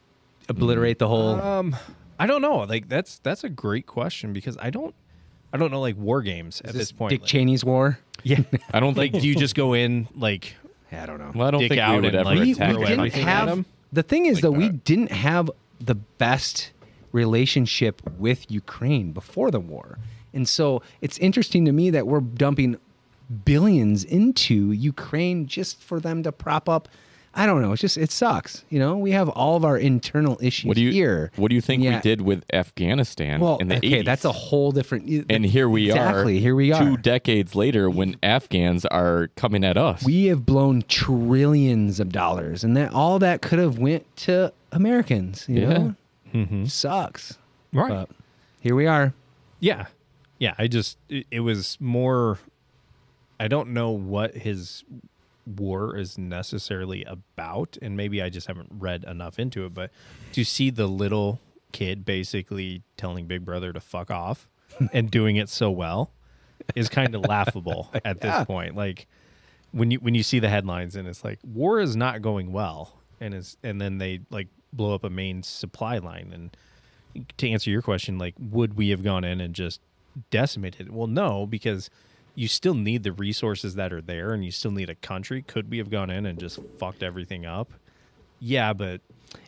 obliterate the whole. I don't know. Like that's that's a great question because I don't I don't know like war games at this, point. Dick like, Cheney's war. yeah. I don't like think do you just go in like I don't know. Well, I don't Dick think we out would and, ever like, we attack. didn't anything didn't like have that. the thing is though we that. didn't have the best relationship with Ukraine before the war, and so it's interesting to me that we're dumping billions into Ukraine just for them to prop up. I don't know. It's just it sucks. You know, we have all of our internal issues What do you here. What do you think we Yeah. did with Afghanistan Well, in the okay, 80s? that's a whole different. and here we are. Exactly, here we are. Two decades later, when Afghans are coming at us. we have blown trillions of dollars, and that all that could have went to Americans. You Yeah. know, sucks. Right. But here we are. Yeah. Yeah. I just, it, it was more, I don't know what his war is necessarily about. And maybe I just haven't read enough into it, but to see the little kid basically telling Big Brother to fuck off and doing it so well is kind of laughable at this point. Like, when you when you see the headlines and it's like war is not going well and it's and then they like blow up a main supply line and to answer your question like would we have gone in and just decimated it? well no because you still need the resources that are there and you still need a country could we have gone in and just fucked everything up yeah but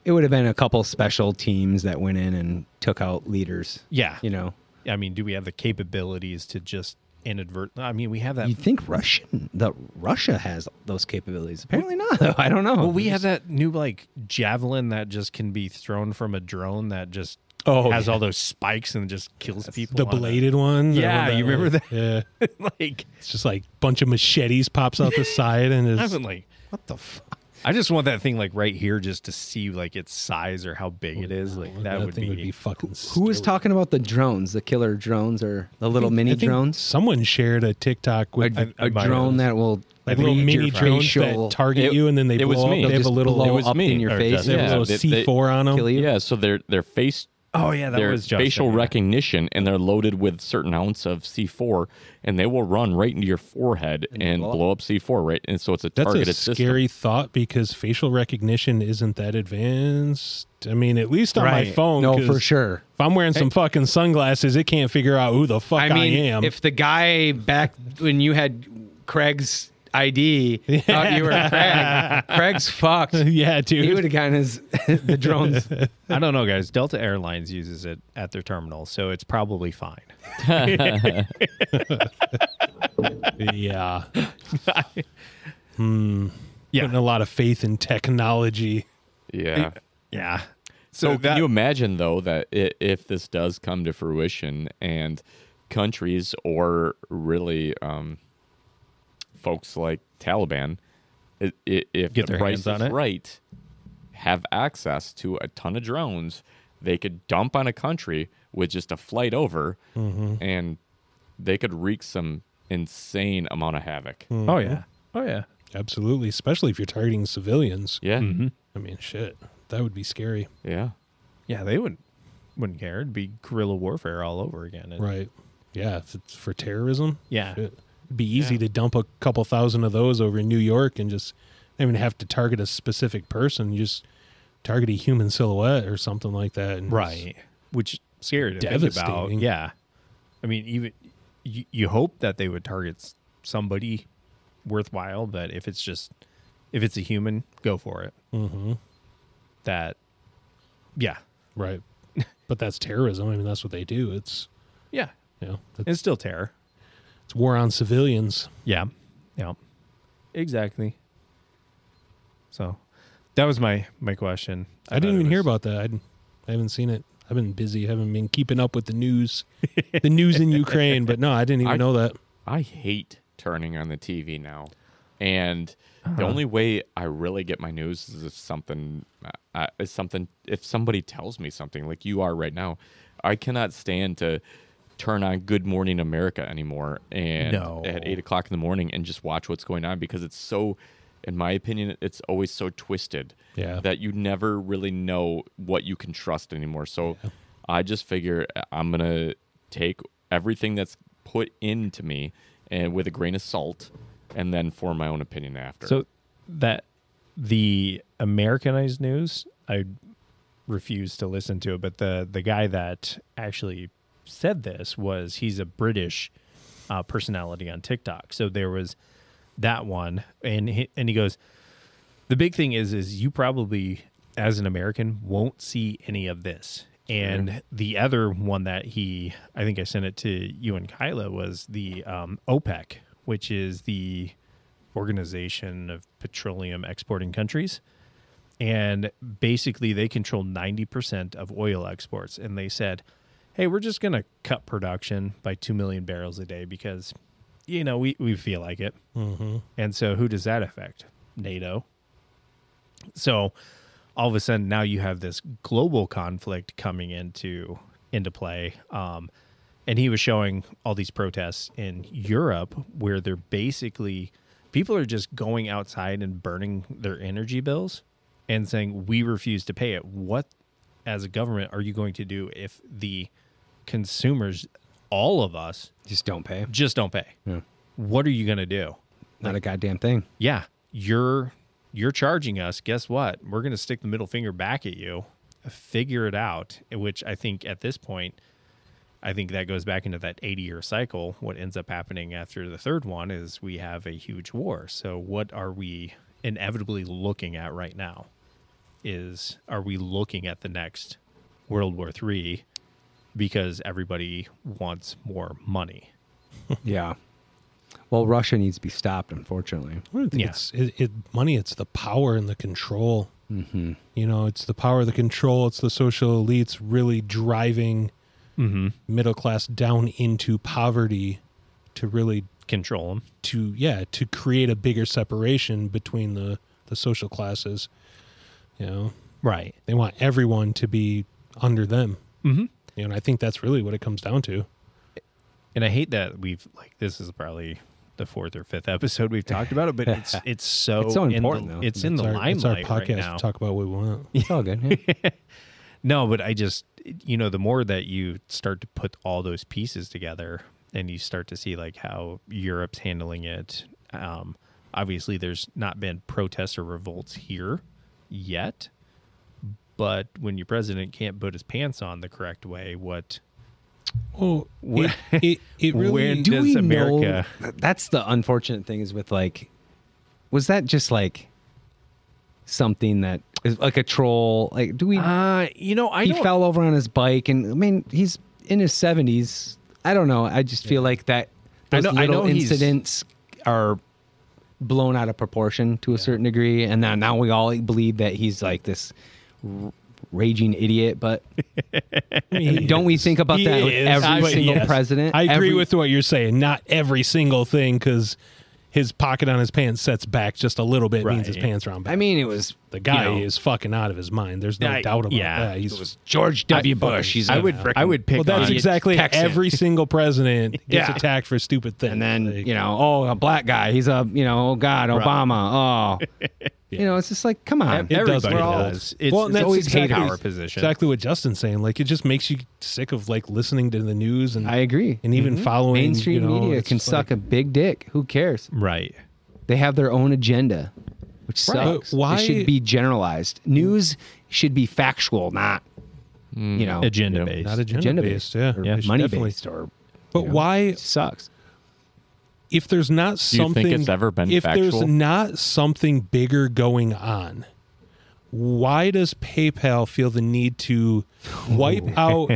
It would have been a couple special teams that went in and took out leaders. yeah You know, i mean do we have the capabilities to just inadvert i mean we have that you think Russian that Russia has those capabilities? Apparently not. Though. I don't know. Well, we have that new like javelin that just can be thrown from a drone that just Oh, has yeah. all those spikes and just kills people. the on it. bladed one. the Yeah, one you remember that? Yeah, like it's just like bunch of machetes pops out the side and I is haven't like what the fuck. I just want that thing like right here just to see like its size or how big it is. Like that, would, Oh, thing be, would be fucking. Who was talking about the drones, the killer drones, or the little mini drones? Someone shared a TikTok with A, I- a my- drone that will like little read your mini drones facial- that target It- you, and then they it was blow up. me. They have Just a little, blow It was up me. in your Or face. does they have Yeah, a they- little they- C4 on Kill them. you. yeah, so their their face Oh yeah, that their was Justin, facial yeah. recognition and they're loaded with certain ounce of C4 and they will run right into your forehead and, blow blow, up. up C4 right and so it's a That's a targeted system. scary thought because facial recognition isn't that advanced. I mean, at least on my Right. phone. No, 'cause for sure. If I'm wearing some fucking sunglasses, it can't figure out who the fuck I, I mean, am. if the guy back when you had Craig's ID thought you were Craig, Craig's fucked. yeah, He would dude. have gotten his the drones. I don't know, guys. Delta Airlines uses it at their terminal, so it's probably fine. yeah, Hmm. putting Yeah, a lot of faith in technology. Yeah. yeah. So, that- can you imagine though that i if this does come to fruition and countries or really um, folks like Taliban, i- i- if Get the their price hands on is it? right, have access to a ton of drones, they could dump on a country with just a flight over, Mm-hmm. and they could wreak some insane amount of havoc. Oh yeah. Oh yeah. Absolutely, especially if you're targeting civilians. Yeah, I mean, shit, that would be scary, yeah. Yeah, they wouldn't wouldn't care. It'd be guerrilla warfare all over again. And- right? Yeah, if it's for terrorism. Yeah. shit. it'd be easy to dump a couple thousand of those over in New York and just not even have to target a specific person. You just target a human silhouette or something like that. and right which scary to think about Devastating. yeah i mean even you, you hope that they would target s- somebody worthwhile but if it's just if it's a human go for it mm-hmm. that yeah Right. But that's terrorism. I mean, that's what they do. It's yeah you know, it's, it's still terror it's war on civilians. yeah yeah exactly so that was my my question I, didn't thought even it hear was- about that. I'd, I haven't seen it. I've been busy. Haven't been keeping up with the news, the news in Ukraine. But no, I didn't even I- know that. I hate turning on the TV now. And the only way I really get my news is if something, uh, is something, if somebody tells me something like you are right now. I cannot stand to turn on Good Morning America anymore and No. at eight o'clock in the morning and just watch what's going on because it's so, in my opinion, it's always so twisted Yeah. that you never really know what you can trust anymore. So I just figure uh, I'm going to take everything that's put into uh, me and with a grain of salt and then form my own opinion after. So that the Americanized news, I refuse to listen to it. But the the guy that actually said this was he's a British uh, personality on TikTok. So there was that one, and he, and he goes, the big thing is is you probably as an American won't see any of this. And the other one that he, I think I sent it to you and Kyla was the um, OPEC, which is the Organization of Petroleum Exporting Countries. And basically, they control 90% of oil exports. And they said, hey, we're just going to cut production by 2 million barrels a day because, you know, we, we feel like it. And so, who does that affect? NATO. So, all of a sudden, now you have this global conflict coming into into play. Um, and he was showing all these protests in Europe where they're basically people are just going outside and burning their energy bills and saying we refuse to pay it. What as a government are you going to do if the consumers, all of us, Just don't pay. just don't pay? What are you going to do? Not a goddamn thing. yeah, you're you're charging us. Guess what? We're going to stick the middle finger back at you. Figure it out, which I think at this point I think that goes back into that 80 year cycle. What ends up happening after the third one is we have a huge war. So what are we inevitably looking at right now? Is are we looking at the next World War III because everybody wants more money? Yeah. Well, Russia needs to be stopped, unfortunately. I don't think Yeah. it's it, it, money. It's the power and the control. Mm-hmm. You know, it's the power, the control. It's the social elites really driving Mm-hmm. middle class down into poverty to really Control them. to yeah to create a bigger separation between the the social classes. You know, Right. they want everyone to be under them. Mm-hmm. You know, and I think that's really what it comes down to. and I hate that we've like this is probably the fourth or fifth episode we've talked about it, but it's it's so It's so in the- important, though. It's in the it's, our, it's our limelight podcast right now. to talk about what we want. It's all good. yeah. No, but I just you know the more that you start to put all those pieces together, and you start to see like how Europe's handling it. Um, obviously, there's not been protests or revolts here yet, but when your president can't put his pants on the correct way, what? Oh, it, it, it really When Do does we America? know? That's the unfortunate thing is with like, was that just like something that is like a troll? Like, do we? Uh, you know, I he don't- fell over on his bike, and I mean, he's in his seventies. I don't know. I just feel like that I those know- I little know he's- incidents are blown out of proportion to a certain degree, and now now we all believe that he's like this r- raging idiot. But don't we think about He that with is, every but single yes. president? I agree Every- with what you're saying. Not every single thing, because his pocket on his pants sets back just a little bit means his Right. pants are on back. I mean, it was the guy you know, is fucking out of his mind. There's no I- doubt about yeah. that. He's George W. Bush. He's I a would frickin' I would pick. well. That's on- exactly Texan. every single president gets Yeah. attacked for stupid things. and then Like, you know, oh, a black guy. He's a you know, oh God, Obama. Oh, you know, it's just like, come on. it does Everybody get old. does. It's- well, it's and that's always hate exactly, our position. Exactly what Justin's saying. Like it just makes you sick of like listening to the news and I agree. and even following Mainstream you know, media it's can just suck like- a big dick. Who cares? Right. They have their own agenda, which Right. But sucks. it why- should be generalized? News should be factual, not you know, Agenda Yep. based. Mm. not agenda, agenda based, based, yeah, or They should money definitely- based, or But why sucks. if there's not you think something it's ever been if factual? there's not something bigger going on why does paypal feel the need to wipe out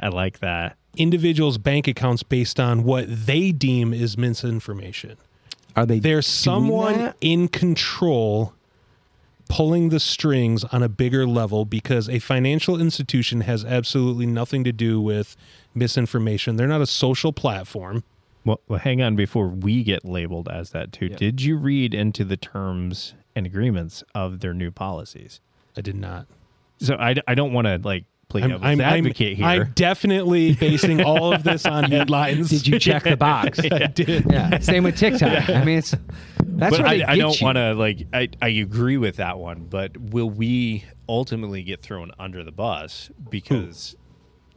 I like that. individuals bank accounts based on what they deem is misinformation Are they there's someone that? in control pulling the strings on a bigger level because a financial institution has absolutely nothing to do with misinformation they're not a social platform Well, well, hang on before we get labeled as that too. Did you read into the terms and agreements of their new policies? i did not So I, d- I don't want to like play devil's advocate I'm, here. I'm definitely basing all of this on headlines. Did you check the box? I did. yeah. Same with TikTok. I mean, it's that's but where I, they I get don't you. want to like I, I agree with that one, but will we ultimately get thrown under the bus because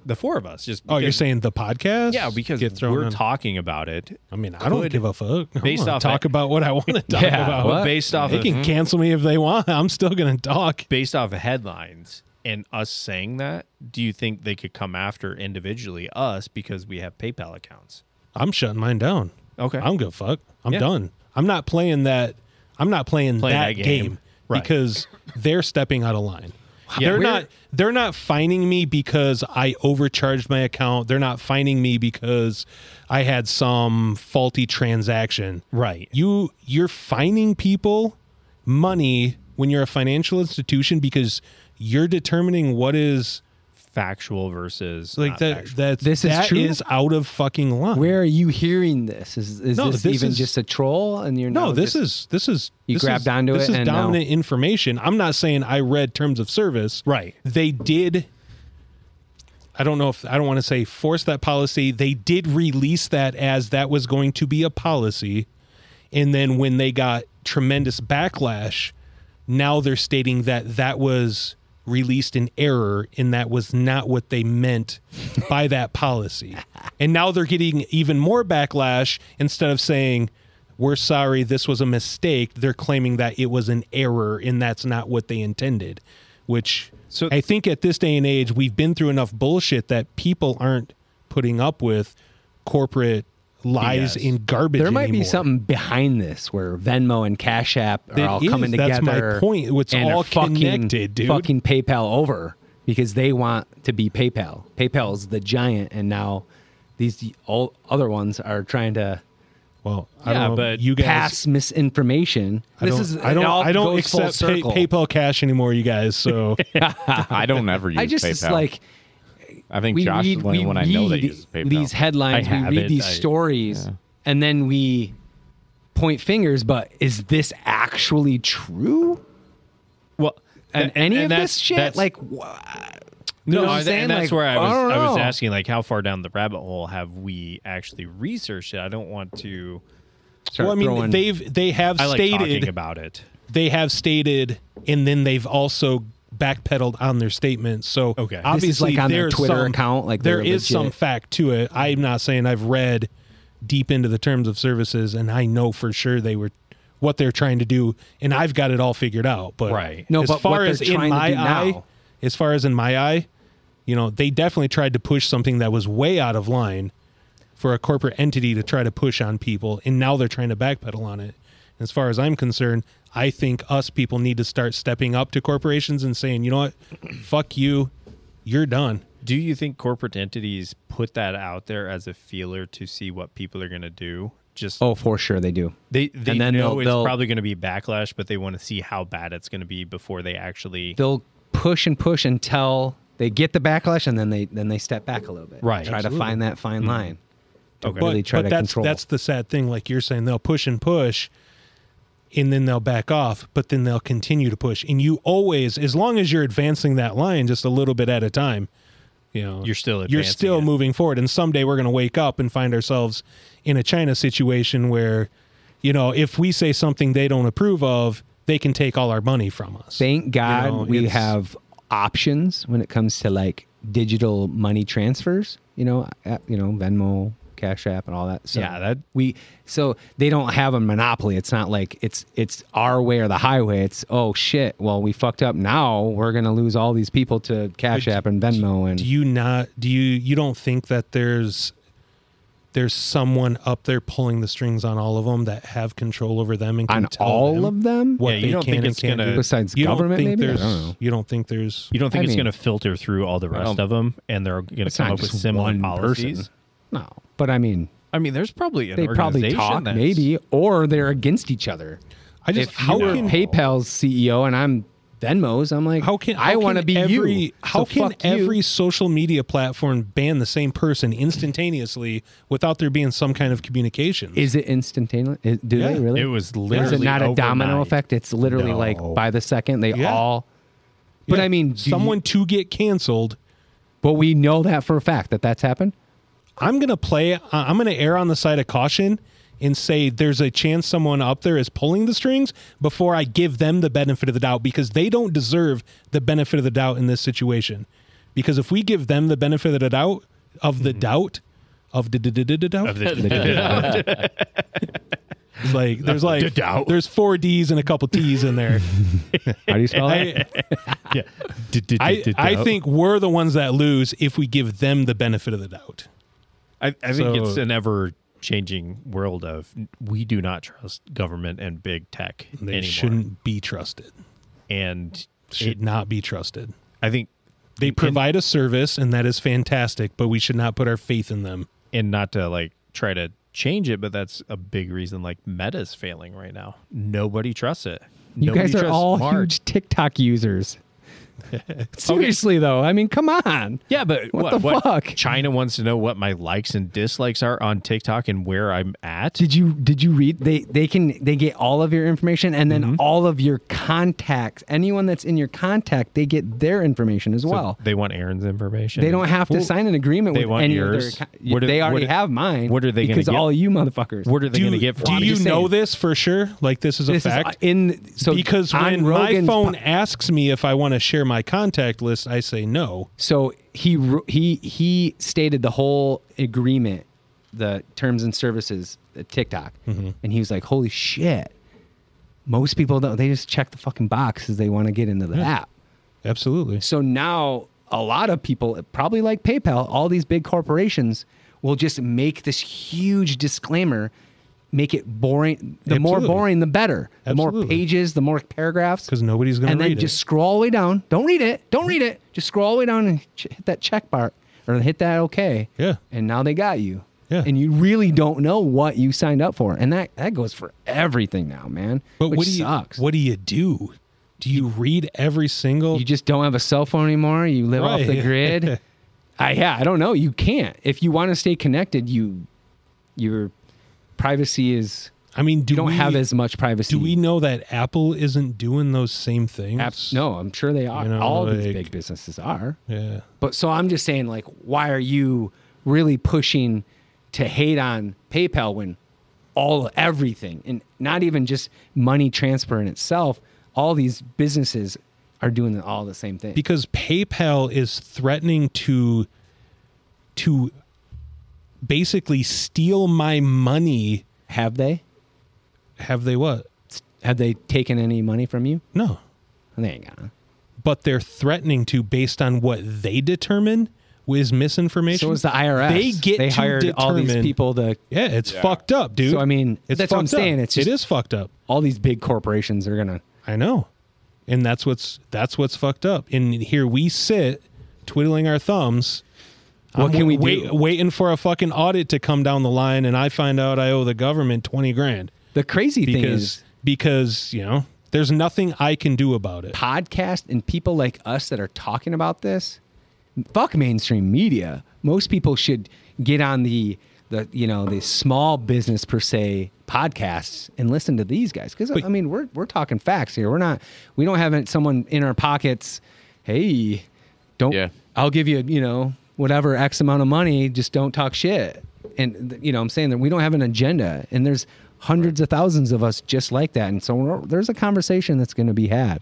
the four of us. Just Oh, you're because- saying the podcast? yeah, because get thrown we're on- talking about it. I mean, I don't could- give a fuck. I based wanna off talk that- about what I want to talk Yeah, about. what? based off They of, hmm? can cancel me if they want. I'm still gonna talk. based off of headlines and us saying that. Do you think they could come after individually us because we have PayPal accounts? I'm shutting mine down. Okay. I don't give a fuck. I'm Yeah. done. I'm not playing that. I'm not playing, Playing that, that game. game, Right. because they're stepping out of line. Yeah, they're we're- not. They're not finding me because I overcharged my account. They're not finding me because I had some faulty transaction. Right. You you're finding people money when you're a financial institution because you're determining what is Factual versus like not that. factual. That's This is that true? is out of fucking line. Where are you hearing this? Is, is No, this, this even is- just a troll? And you're No, now this just- is this is You this grabbed is, onto this it is and now- dominant information. I'm not saying I read terms of service. Right. They did. I don't know if I don't want to say force that policy. They did release that as that was going to be a policy, and then when they got tremendous backlash, now they're stating that that was released in error and that was not what they meant by that policy. And now they're getting even more backlash instead of saying, we're sorry, this was a mistake. They're claiming that it was an error and that's not what they intended, which So- I think at this day and age, we've been through enough bullshit that people aren't putting up with corporate lies BS. and garbage. There might anymore. be something behind this where Venmo and Cash App are It all is. coming That's together. my point. It's and are all fucking, connected, dude. Fucking PayPal over because they want to be PayPal. PayPal's the giant, and now these all other ones are trying to Well, I Yeah, don't know, but you guys pass misinformation. I this don't, is I don't it all I don't goes full accept pay, circle. PayPal cash anymore, you guys. So I don't ever use I just it's PayPal. like I think we Josh read, is the only we one I know that read uses PayPal. these headlines, I we have read it, these I- stories, and then we point fingers. But is this actually true? well, And, and- any and of that's- this shit, that's- like, wha- know No, what I'm and saying? that's Like, where I I was. don't I, was know. asking like, how far down the rabbit hole have we actually researched it? I don't want to. start well, I mean, throwing- they've they have I like stated talking about it. they have stated, and then they've also backpedaled on their statements. So Okay. This is obviously, like on their there's Twitter some- account, like there they're is some legit. fact to it. I'm not saying I've read deep into the terms of services, and I know for sure they were what they're trying to do, and I've got it all figured out. But Right. No, as but what far they're as in trying to my do eye, now- as far as in my eye, you know, they definitely tried to push something that was way out of line for a corporate entity to try to push on people, and now they're trying to backpedal on it. As far as I'm concerned, I think us people need to start stepping up to corporations and saying, you know what, fuck you, you're done. Do you think corporate entities put that out there as a feeler to see what people are going to do? Just oh, for sure they do. they they and then know they'll- it's they'll- probably going to be backlash, but they want to see how bad it's going to be before they actually. They'll push and push until they get the backlash, and then they then they step back a little bit. Right. Try Absolutely. to find that fine line. To Okay. really but, try to but that's control. that's the sad thing. Like you're saying, they'll push and push, and then they'll back off, but then they'll continue to push. And you always, as long as you're advancing that line just a little bit at a time, you know, You're still you're advancing still it. moving forward. And someday we're going to wake up and find ourselves in a China situation where, you know, if we say something they don't approve of, they can take all our money from us. Thank God know, we it's- have options when it comes to like digital money transfers. You know, uh, you know Venmo, Cash App, and all that. So Yeah, that- we so they don't have a monopoly. It's not like it's it's our way or the highway. It's oh shit. Well, we fucked up. Now we're gonna lose all these people to Cash App and Venmo and do you not do you you don't think that there's there's someone up there pulling the strings on all of them that have control over them and can on tell all them of them. what Yeah, you they don't can think and it's can't gonna- do. Besides you government, don't think maybe? I there's don't know. you don't think there's You don't think I it's mean- going to filter through all the rest don't- of them, and they're going to It's not come up with just similar one policies? person. No, but I mean, I mean, there's probably an they probably organization talk that's- maybe, or they're against each other. I just if how you were can PayPal's CEO and I'm Venmo's, I'm like, how can I how want to can be every, you? How So can fuck you. every social media platform ban the same person instantaneously without there being some kind of communication? is it instantaneous? Is, do Yeah. they really? It was Is literally it not a domino overnight. effect? It's literally No. like by the second they Yeah. all. But Yeah, I mean, do you- someone to get canceled but we know that for a fact that that's happened. I'm going to play, I- I'm going to err on the side of caution and say there's a chance someone up there is pulling the strings before I give them the benefit of the doubt because they don't deserve the benefit of the doubt in this situation. Because if we give them the benefit of the doubt, of Mm-hmm. the doubt, of the doubt, it's like there's like doubt. there's four D's and a couple T's in there. How do you spell that? I, I, I think we're the ones that lose if we give them the benefit of the doubt. I, I think it's So- an ever changing world of we do not trust government and big tech They anymore. shouldn't be trusted. and Should it- not be trusted. I think They and- provide a service, and that is fantastic. But we should not put our faith in them. and not to like try to change it, but that's a big reason like Meta's failing right now. Nobody trusts it. You Nobody guys are trusts all Mark. huge TikTok users. Seriously, though, I mean, come on. Yeah, but What what, the fuck? China wants to know what my likes and dislikes are on TikTok and where I'm at. Did you did you read? They they can they get all of your information and Mm-hmm. then all of your contacts. Anyone that's in your contact, they get their information as So well. they want Aaron's information. They don't have to Well, sign an agreement they with want any yours. other. acco- What are- they what already are- have mine. what are they gonna Because get? all you motherfuckers. What are they going Do, to get? do from you me? know this for sure? Like this is a this is uh, fact. in so because on when Rogan's my phone po- asks me if I want to share my contact list, I say no. So he wr- he he stated the whole agreement, the terms and services, uh, TikTok, Mm-hmm. and he was like, "Holy shit!" Most people don't. They just check the fucking boxes they want to get into the app. Absolutely. So now a lot of people, probably like PayPal, all these big corporations will just make this huge disclaimer, make it boring. The more Absolutely. boring, the better. The more Absolutely. pages, the more paragraphs. 'Cause nobody's gonna And then read it. just scroll all the way down. Don't read it. Don't read it. Just scroll all the way down and ch- hit that check bar or hit that okay. Yeah. And now they got you. Yeah. And you really don't know what you signed up for. And that, that goes for everything now, man. But which what do you sucks. what do you do? Do you read every single you just don't have a cell phone anymore. You live off the Right. grid. I yeah, I don't know. You can't. If you want to stay connected, you your privacy is I mean, do you don't we, have as much privacy. do we know that Apple isn't doing those same things? Abs- no, I'm sure they are. You know, All these like- big businesses are. Yeah. But so I'm just saying, like, why are you really pushing to hate on PayPal when all everything and not even just money transfer in itself, all these businesses are doing all the same thing. because PayPal is threatening to to basically steal my money. have they? Have they what? Have they taken any money from you? No. They ain't gonna. But they're threatening to based on what they determine was misinformation. So is the IRS. They get they to hired all these determine- people. The Yeah, it's fucked up, dude. So, I mean, it's that's what I'm fucked up. saying. It's just- it is fucked up. all these big corporations are gonna. I know. And that's what's that's what's fucked up. And here we sit twiddling our thumbs. What I'm can we wait, do? Waiting for a fucking audit to come down the line, and I find out I owe the government twenty grand The crazy thing because is because you know there's nothing I can do about it. podcast and people like us that are talking about this. Fuck mainstream media. Most people should get on the the you know the small business per se podcasts and listen to these guys because I mean we're we're talking facts here. We're not we don't have someone in our pockets. Hey, don't. Yeah. I'll give you you know whatever X amount of money. Just don't talk shit. And th- you know I'm saying that we don't have an agenda. And there's hundreds of thousands of us just like that. And so we're, there's a conversation that's going to be had.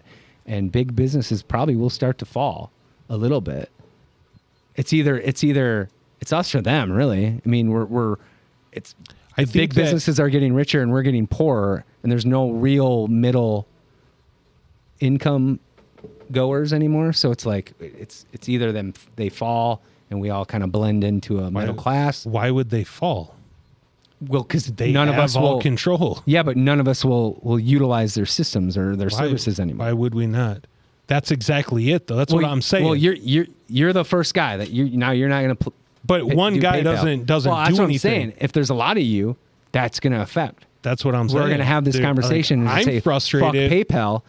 And big businesses probably will start to fall a little bit it's either it's either it's us or them really i mean we're we're it's I the big think that- businesses are getting richer and we're getting poorer and there's no real middle income goers anymore so it's like it's it's either them they fall and we all kind of blend into a middle class Why would they fall? well because They none of have us all will control yeah but none of us will will utilize their systems or their Why- services anymore Why would we not? That's exactly it, though. That's what Well, I'm saying. well you're you're you're the first guy that you now you're not gonna pl- but Hey, one do guy PayPal. doesn't doesn't well, do that's what anything. I'm saying. If there's a lot of you, that's going to affect. That's what I'm saying. We're going to have this They're- like, conversation. and I'm say, frustrated. Fuck PayPal,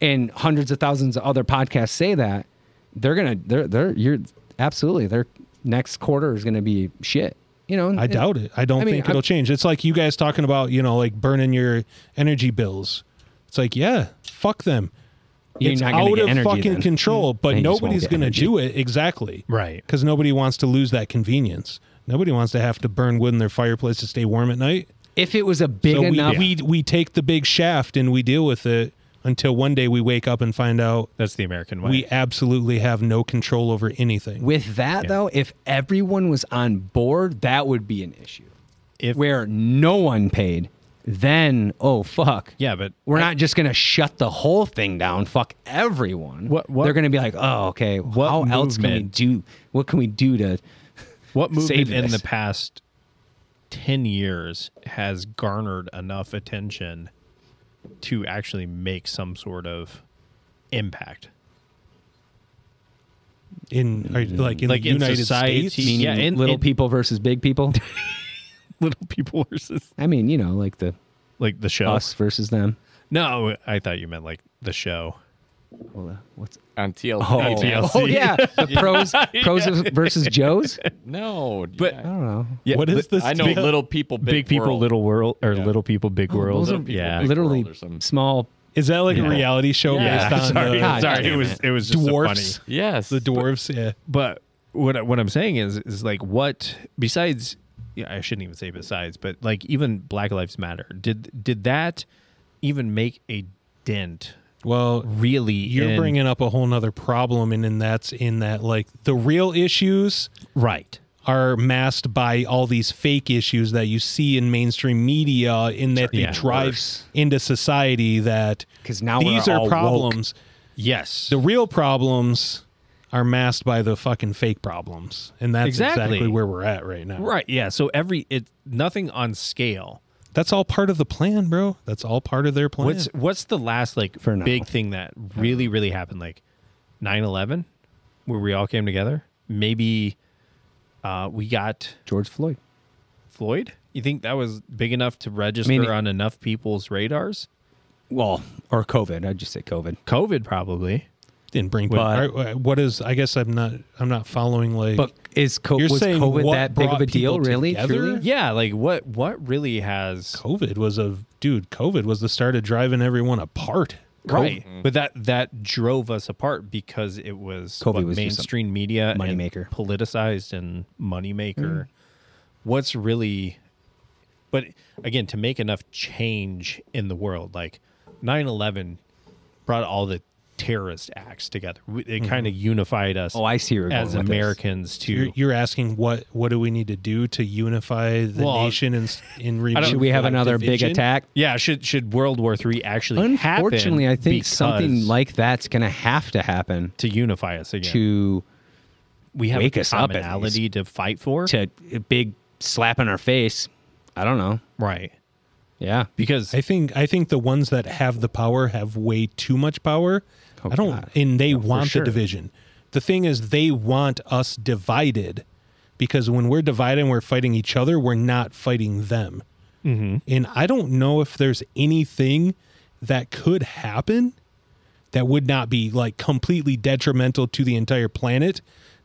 and hundreds of thousands of other podcasts say that they're going to they're they're you're absolutely their next quarter is going to be shit. You know, I doubt it. I don't I mean, think I'm- it'll change. It's like you guys talking about, you know, like burning your energy bills. It's like, yeah, fuck them. You're it's not gonna out get of energy fucking then. Mm-hmm. control, but They just won't nobody's get going to energy. do it exactly. Right. Because nobody wants to lose that convenience. Nobody wants to have to burn wood in their fireplace to stay warm at night. If it was a big so we, enough, we, we take the big shaft and we deal with it until one day we wake up and find out That's the American way. we absolutely have no control over anything. With that though, if everyone was on board, that would be an issue. If- where no one paid, then oh fuck. yeah, but We're not just gonna shut the whole thing down. Fuck everyone. What- what- They're gonna be like, oh, okay. What how else can we movement- do? What can we do to? What save movement in this. the past 10 years has garnered enough attention to actually make some sort of impact? In are- like in Like the in United society, States, Yeah, and- little and- people versus big people. Little people versus I mean, you know, like the like the show. us versus them. No, I thought you meant like the show. Well, uh, what's on TLC. oh, man. oh yeah, the pros pros versus Joes. No, But- I don't know. yeah, What is li- this I know big- little people, big, Big, people, world. little world, or Yeah. little people, big world. those are yeah, people, Literally World or something. small. is that like Yeah. a reality show yeah. based on sorry, the, sorry. It was it was just a dwarfs? funny- Yes, The dwarfs, yeah. but what I- what I'm saying is is like what besides yeah, I shouldn't even say besides, but like even Black Lives Matter did did that even make a dent? Well, Really, you're in- bringing up a whole nother problem, and then that's in that like the real issues right. are masked by all these fake issues that you see in mainstream media in that Yeah. they drive Worse. into society that 'Cause now we're these all are woke. problems Yes, the real problems are masked by the fucking fake problems and that's Exactly. exactly, where we're at right now right. Yeah. So every it nothing on scale. that's all part of the plan bro that's all part of their plan What's what's the last like For now. big thing that really really happened? Like 9-11, where we all came together. Maybe uh, we got George Floyd. Floyd. You think that was big enough to register mean- on enough people's radars? Well, or COVID. I'd just say COVID. COVID probably. didn't bring But- Alright, what is i guess i'm not i'm not following like But is co- You're was saying COVID what that big of brought a deal? people Really? together? Truly? Yeah, like what what really has covid was a dude covid was the start of driving everyone apart right, but that that drove us apart because it was COVID what, was just a mainstream media and moneymaker. Mm. politicized and moneymaker. What's really but again to make enough change in the world like 9/11 brought all the terrorist acts together. We- It kind of unified us Mm-hmm. Oh, I see where you're as going with this. Americans to You're, you're asking what what do we need to do to unify the Well, nation and in remove Should we have like, another big division? attack? Yeah, should should World War Three actually happen? Unfortunately, I think something because- like that's going to have to happen to unify us again. to we have wake a us up at commonality to fight for, to a big slap in our face. I don't know. right? Yeah. Because I think I think the ones that have the power have way too much power. I don't, God. and they want sure. the division. The thing is, they want us divided because when we're divided and we're fighting each other, we're not fighting them. And I don't know if there's anything that could happen that would not be like completely detrimental to the entire planet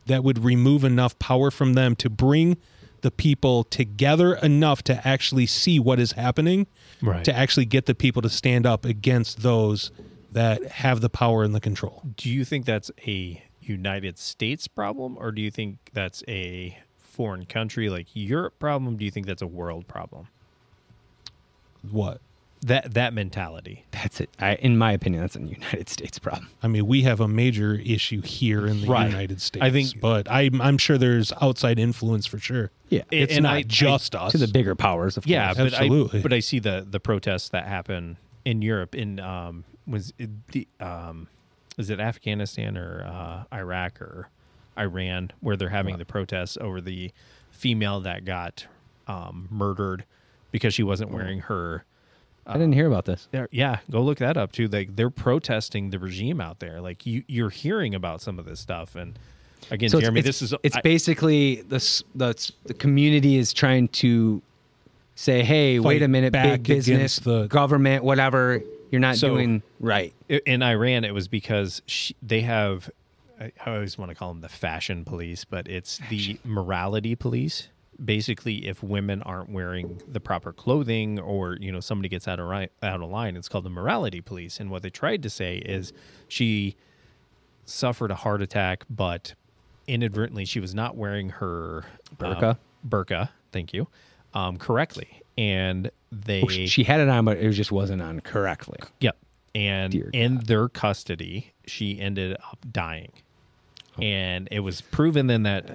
that would remove enough power from them to bring the people together enough to actually see what is happening Right. to actually get the people to stand up against those that have the power and the control do you think that's a United States problem, or do you think that's a foreign country like Europe problem? Do you think that's a world problem? what That that mentality. That's it. I, in my opinion, that's a United States problem. i mean we have a major issue here in the Right. united states I think- but i'm, I'm sure there's outside influence for sure Yeah. it's And not I- just us to the bigger powers, of Yeah, course. but absolutely. I but I see the the protests that happen in Europe in um was it the um is it Afghanistan or uh, Iraq or Iran where they're having the protests over the female that got um, murdered because she Oh. wasn't wearing her I didn't hear about this. they're- yeah go look that up too like they're protesting the regime out there like you you're hearing about some of this stuff and again So it's- Jeremy it's, this is it's I- basically the, s- the s- the community is trying to say, hey, wait Fight a minute, big back business, against the- government, whatever, you're not So- doing right. I- in Iran, it was because she, they have, I I always want to call them the fashion police, but it's the morality police. Basically, if women aren't wearing the proper clothing or, you know, somebody gets out of, ri- out of line, it's called the morality police. And what they tried to say is she suffered a heart attack, but inadvertently she was not wearing her um, Burqa? burqa, thank you, um, correctly. And they. She had it on, but it just wasn't on correctly. Yep. and Dear in their custody, she ended up dying. And it was proven then that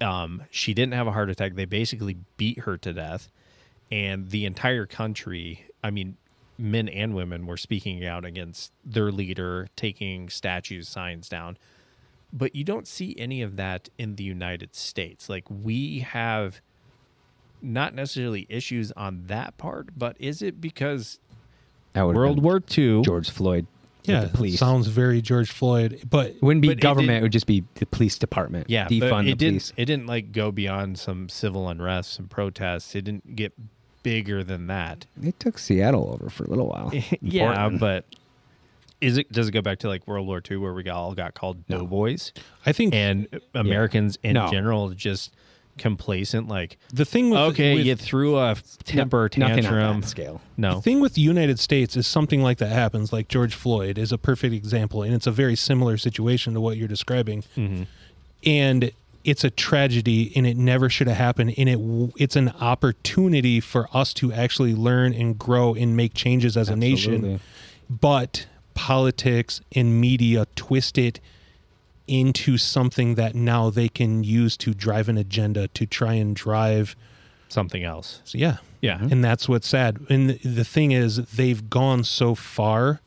um, she didn't have a heart attack. They basically beat her to death. And the entire country, I mean, men and women were speaking out against their leader, taking statues, signs down. But you don't see any of that in the United States. Like, we have not necessarily issues on that part, but is it because That would've World been War II. George Floyd. with Yeah, the police. sounds very George Floyd, but it wouldn't be but it government. did- It, would just be the police department. Yeah, but defund it the didn't. police. It didn't like go beyond some civil unrest, some protests. It didn't get bigger than that. It took Seattle over for a little while. yeah, Portland. but is it? Does it go back to like World War II where we got, all got called doughboys I think and Americans in No. general just complacent? Like, the thing with okay, with, you threw a temper No- nothing on tantrum. that scale. No, The thing with the United States is something like that happens, like George Floyd is a perfect example, and it's a very similar situation to what you're describing. Mm-hmm. And it's a tragedy, and it never should have happened. And it w- it's an opportunity for us to actually learn and grow and make changes as a Absolutely. nation. But politics and media twist it into something that now they can use to drive an agenda to try and drive. something else. So yeah, Yeah. and that's what's sad. And the, the thing is, they've gone so far,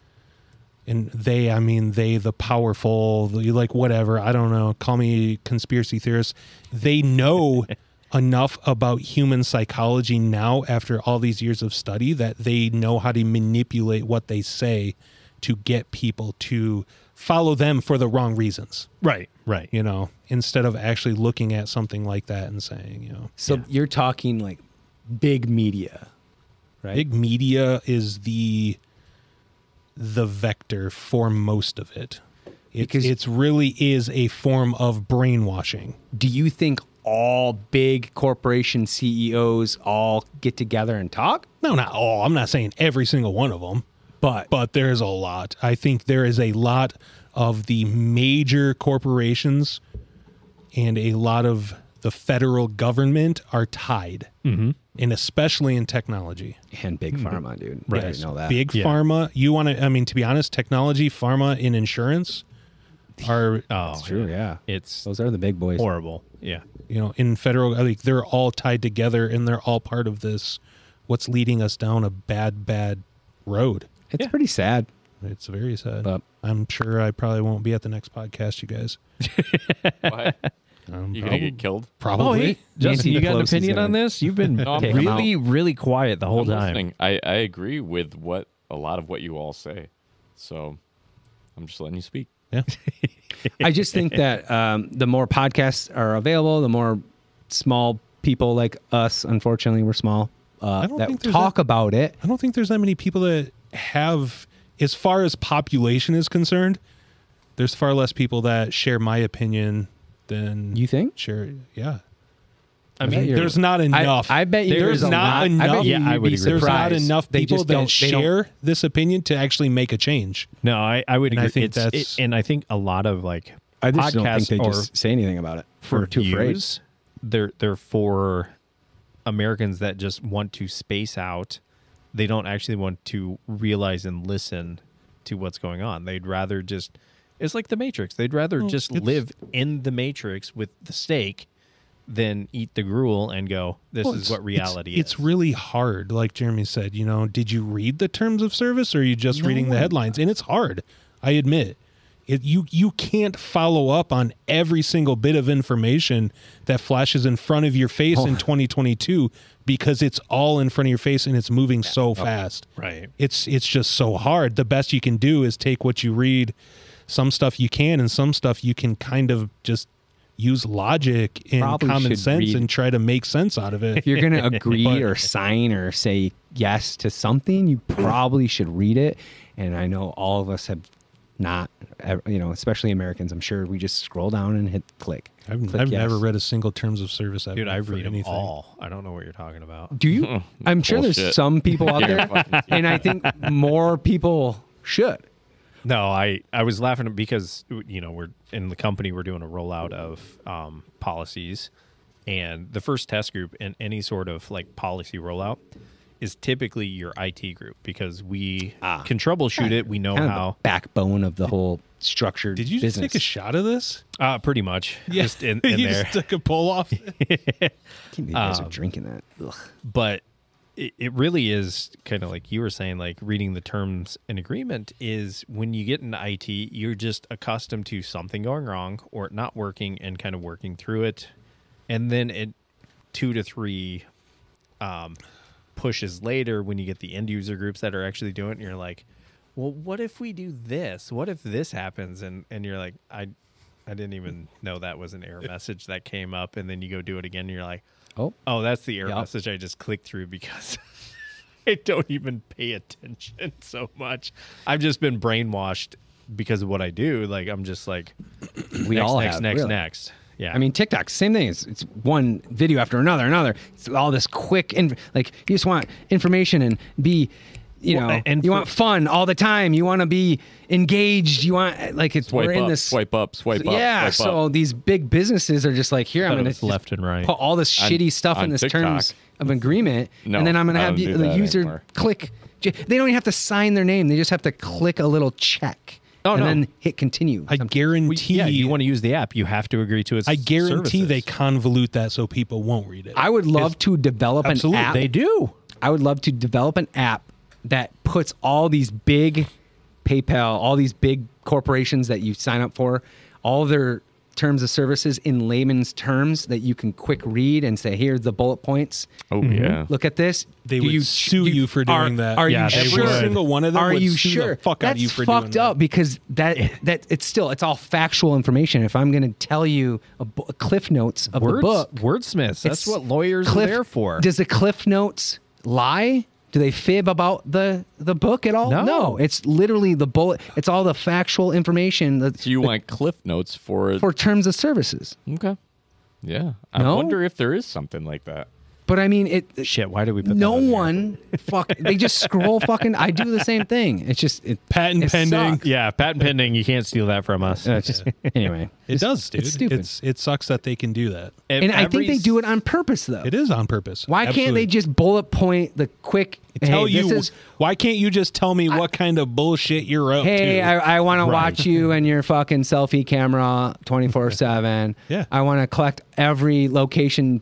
and they, I mean, they, the powerful, the, like whatever, I don't know, call me conspiracy theorist. They know enough about human psychology now, after all these years of study, that they know how to manipulate what they say to get people to follow them for the wrong reasons, Right. Right. you know, instead of actually looking at something like that and saying, you know. So you're talking like big media, right? big media is the the vector for most of it. It Because- it's really is a form of brainwashing. Do you think all big corporation CEOs all get together and talk? No, not all. I'm not saying every single one of them, But but there is a lot. I think there is a lot of the major corporations and a lot of the federal government are tied, mm-hmm. and especially in technology. and big pharma, dude. Mm-hmm. Right. Yes. know that. Big Yeah. pharma. You want to? I mean, to be honest, technology, pharma, and insurance are uh, Oh, It's true. Yeah. It's Those are the big boys. horrible. Yeah. you know in federal. uh, Like they're all tied together, and they're all part of this. What's leading us down a bad, bad road? it's pretty sad. It's very sad. But- I'm sure I probably won't be at the next podcast, you guys. Why? You're gonna get killed. Probably. Nancy Oh, Justin, you got an Pelosi's opinion gonna on this? You've been No, I'm Take 'em really, really quiet the whole I'm time. listening. I, I agree with what a lot of what you all say. So I'm just letting you speak. Yeah. I just think that um, the more podcasts are available, the more small people like us, unfortunately, we're small, uh, I don't that think there's talk that- about it. I don't think there's that many people that have, as far as population is concerned, there's far less people that share my opinion than You think? share. Yeah. I bet mean, you're- There's not enough. I, I bet you there's, there's, a not lot- I enough. bet you Yeah, I you'd would be agree. there's surprised. not enough They people just don't- that they don't- share this opinion to actually make a change. no, I, I would And I agree. think It's- it- that's- and I think a lot of like I just don't think podcasts they or just say anything about it. for We're too afraid. views, they're they're for Americans that just want to space out. They don't actually want to realize and listen to what's going on. They'd rather just it's like the Matrix. They'd rather just it's- live in the Matrix with the steak than eat the gruel and go, this Well, is it's- what reality it's, is. It's really hard, like Jeremy said. You know, did you read the terms of service, or are you just reading the headlines? And it's hard. I admit, it, you you can't follow up on every single bit of information that flashes in front of your face Oh. in 2022 because it's all in front of your face and it's moving so fast. right. It's it's just so hard. The best you can do is take what you read. Some stuff you can, and some stuff you can kind of just use logic and Probably common should sense read- and try to make sense out of it. If you're going to agree or sign or say yes to something, you probably should read it. And I know all of us have not, ev- you know, especially Americans. I'm sure we just scroll down and hit click. I've, Click I've yes. never read a single terms of service. I've Dude, I for read them anything. all. I don't know what you're talking about. Do you? I'm sure there's Hmm, Bullshit. some people out You're there, fucking- and I think more people should. No, I, I was laughing because you know we're in the company we're doing a rollout of um, policies, and the first test group in any sort of like policy rollout is typically your IT group because we can troubleshoot it. We know Kind of how. the backbone of the whole structured Did you just business. take a shot of this? Uh, pretty much. Just in, in you there. just took a pull off. Can't believe you guys are drinking that. Um, Ugh. but it, it really is kind of like you were saying like reading the terms and agreement is when you get in IT you're just accustomed to something going wrong or it not working and kind of working through it and then it 2 to 3 um pushes later when you get the end user groups that are actually doing it and you're like well what if we do this what if this happens and and you're like I I didn't even know that was an error message that came up and then you go do it again and you're like Oh, Oh, that's the error Yeah. message I just clicked through because I don't even pay attention so much. I've just been brainwashed because of what I do. Like I'm just like we next, all next, have next, really. next. Yeah. I mean, TikTok, same thing. It's, it's one video after another, another. It's all this quick and like you just want information and be, you Well, know, a- and you for- want fun all the time. You want to be engaged. You want like it's Swipe we're in up, this swipe up, swipe up. yeah. swipe so up. these big businesses are just like, here I'm Thought it going was to left and right. put all this On- shitty stuff on in this TikTok. terms of agreement, No, and then I'm going to I have don't the, do the that user anymore. click. They don't even have to sign their name. They just have to click a little check Oh, and no. then hit continue. I guarantee. yeah, you want to use the app, you have to agree to its I guarantee they services. convolute that so people won't read it. I would love to develop an Absolutely, app. they do. I would love to develop an app that puts all these big PayPal, all these big corporations that you sign up for, all their terms of services in layman's terms that you can quick read and say, here's the bullet points. Oh yeah. Look at this. They Do would you, sue do you for are- doing that. Are Yeah, you they sure? would. Every single one of them Are would you sue the sure? fuck out of That's you for doing fucked that. up because that that it's still it's all factual information. If I'm going to tell you a, bu- cliff notes of the Words, book, wordsmiths. That's it's- what lawyers Cliff- are there for. Does the Cliff Notes lie? Do they fib about the the book at all? No. it's literally the bullet. It's all the factual information that, So you want cliff notes for for terms of services. Okay. Yeah. I No? wonder if there is something like that. But I mean, it. Shit, why did we put no that on there? one fuck. They just scroll fucking. I do the same thing. It's just it, Patent it pending. sucks. Yeah, patent pending. You can't steal that from us. Uh, it's just anyway. It does, dude. It's stupid. It's- it sucks that they can do that. and I think they do it on purpose though. It is on purpose. Why can't they Absolutely. just bullet point the quick? tell hey, you? This is, why can't you just tell me what kind of bullshit you're up to? hey, I, I want to watch you and your fucking selfie camera 24 7. Yeah. I want to collect every location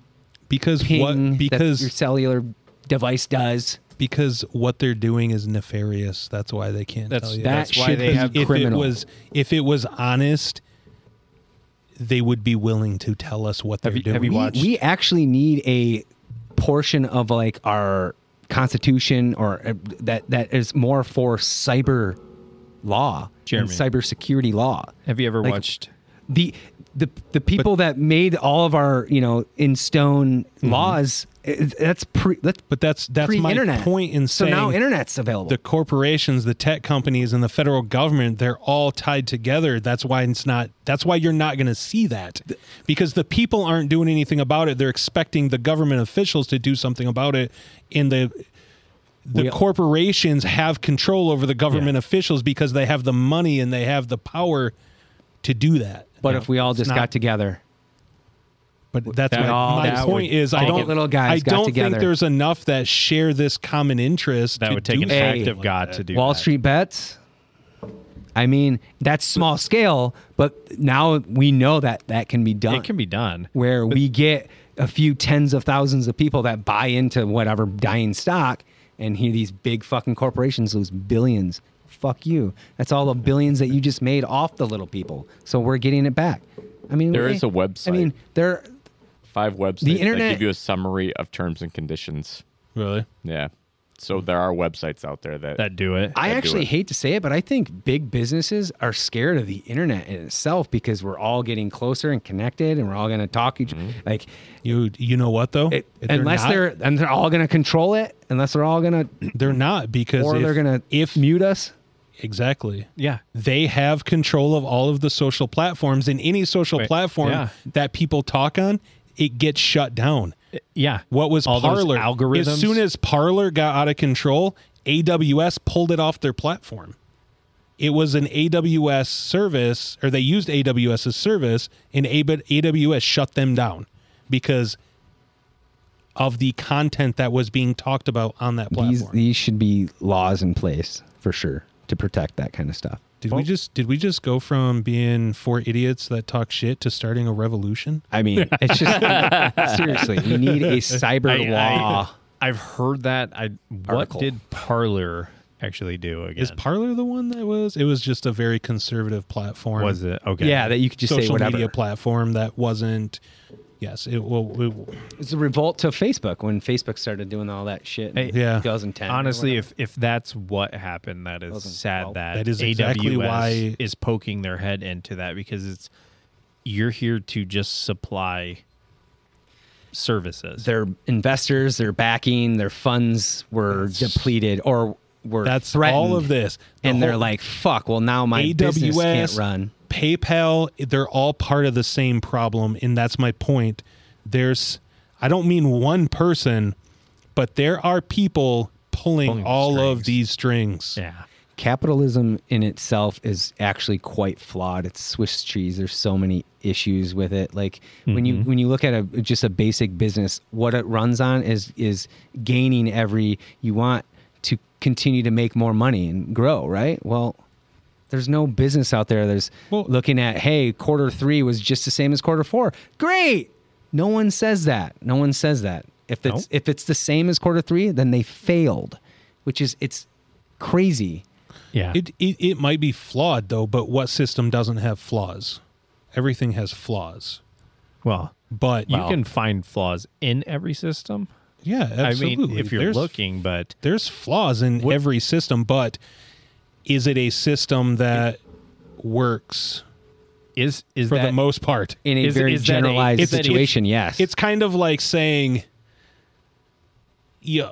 because ping what? Because that your cellular device does. because what they're doing is nefarious. That's why they can't That's- tell you. That why should they be have if criminal. it was if it was honest, they would be willing to tell us what they're you- doing. have you we, watched- we actually need a portion of like our constitution or uh, that that is more for cyber law Jeremy. and cybersecurity law. Have you ever Like, watched? the the the people that made all of our you know in stone Mm-hmm. laws it, that's pre that's but that's that's my pre-internet point in so saying now internet's available the corporations, the tech companies, and the federal government, they're all tied together. That's why it's not that's why you're not gonna see that. Because the people aren't doing anything about it. They're expecting the government officials to do something about it and the the We- corporations have control over the government Yeah. officials because they have the money and they have the power to do that. but You if know, we all it's just not- got together but that's that my, would- my that point would is I take don't it. Little guys I got don't together. think there's enough that share this common interest. That to would take do an something Hey. act of like God to that. do wall that. street bets i mean that's small scale but now we know that that can be done It can be done. where we get a few tens of thousands of people that buy into whatever dying stock and here these big fucking corporations lose billions fuck you that's all the billions that you just made off the little people so we're getting it back i mean There there is is a website. i mean there Five websites that internet- give you a summary of terms and conditions. Really? Yeah. So there are websites out there that, That do it. I do actually it. hate to say it, but I think big businesses are scared of the internet in itself because we're all getting closer and connected, and we're all going to talk each Mm-hmm. like You you know what though? it, If unless not- they're, and they're all going to control it, unless they're all going to they're not because or if, they're going to if mute us. exactly yeah. they have control of all of the social platforms and any social Wait, platform yeah. that people talk on, it gets shut down. Yeah. What was All those Parler? algorithms? As soon as Parler got out of control, AWS pulled it off their platform. It was an AWS service, or they used AWS's service, and A- AWS shut them down because of the content that was being talked about on that These platform. these should be laws in place for sure to protect that kind of stuff. did we just did we just go from being four idiots that talk shit to starting a revolution? I mean, it's just seriously, we need a cyber law. I, have heard that. I what Article. did Parlor actually do again? Is Parlor the one that was? It was just a very conservative platform. was it okay? yeah, that you could just say social whatever. media platform that wasn't. Yes, it will. it- It's a revolt to Facebook when Facebook started doing all that shit. In Hey, Yeah. 2010. or Honestly, whatever. if if that's what happened, that is Wasn't- sad. well, that that is exactly AWS why- is poking their head into that because it's you're here to just supply services. their investors, their backing, their funds were depleted or were That's threatened, all of this. The and they're whole- like, "Fuck! Well, now my business can't AWS, run." PayPal, they're all part of the same problem, and that's my point. There's, I don't mean one person, but there are people pulling, Pulling all of strings. these strings. yeah, Capitalism in itself is actually quite flawed. It's Swiss cheese. There's so many issues with it. Like when you when you look at a just a basic business, what it runs on is is gaining every you want to continue to make more money and grow, right? Well, There's no business out there that's Well- looking at, hey, quarter three was just the same as quarter four. Great. No one says that. No one says that. If it's if it's the same as quarter three, then they failed, which is it's crazy. yeah. It, it it might be flawed though, but what system doesn't have flaws? Everything has flaws. well, But you can find flaws in every system. yeah, absolutely. I mean, if you're There's- looking, but there's flaws in every system, but is it a system that works is is for that the most part? In a Is- very is that a- generalized is that a- situation, yes. It's kind of like saying, yeah,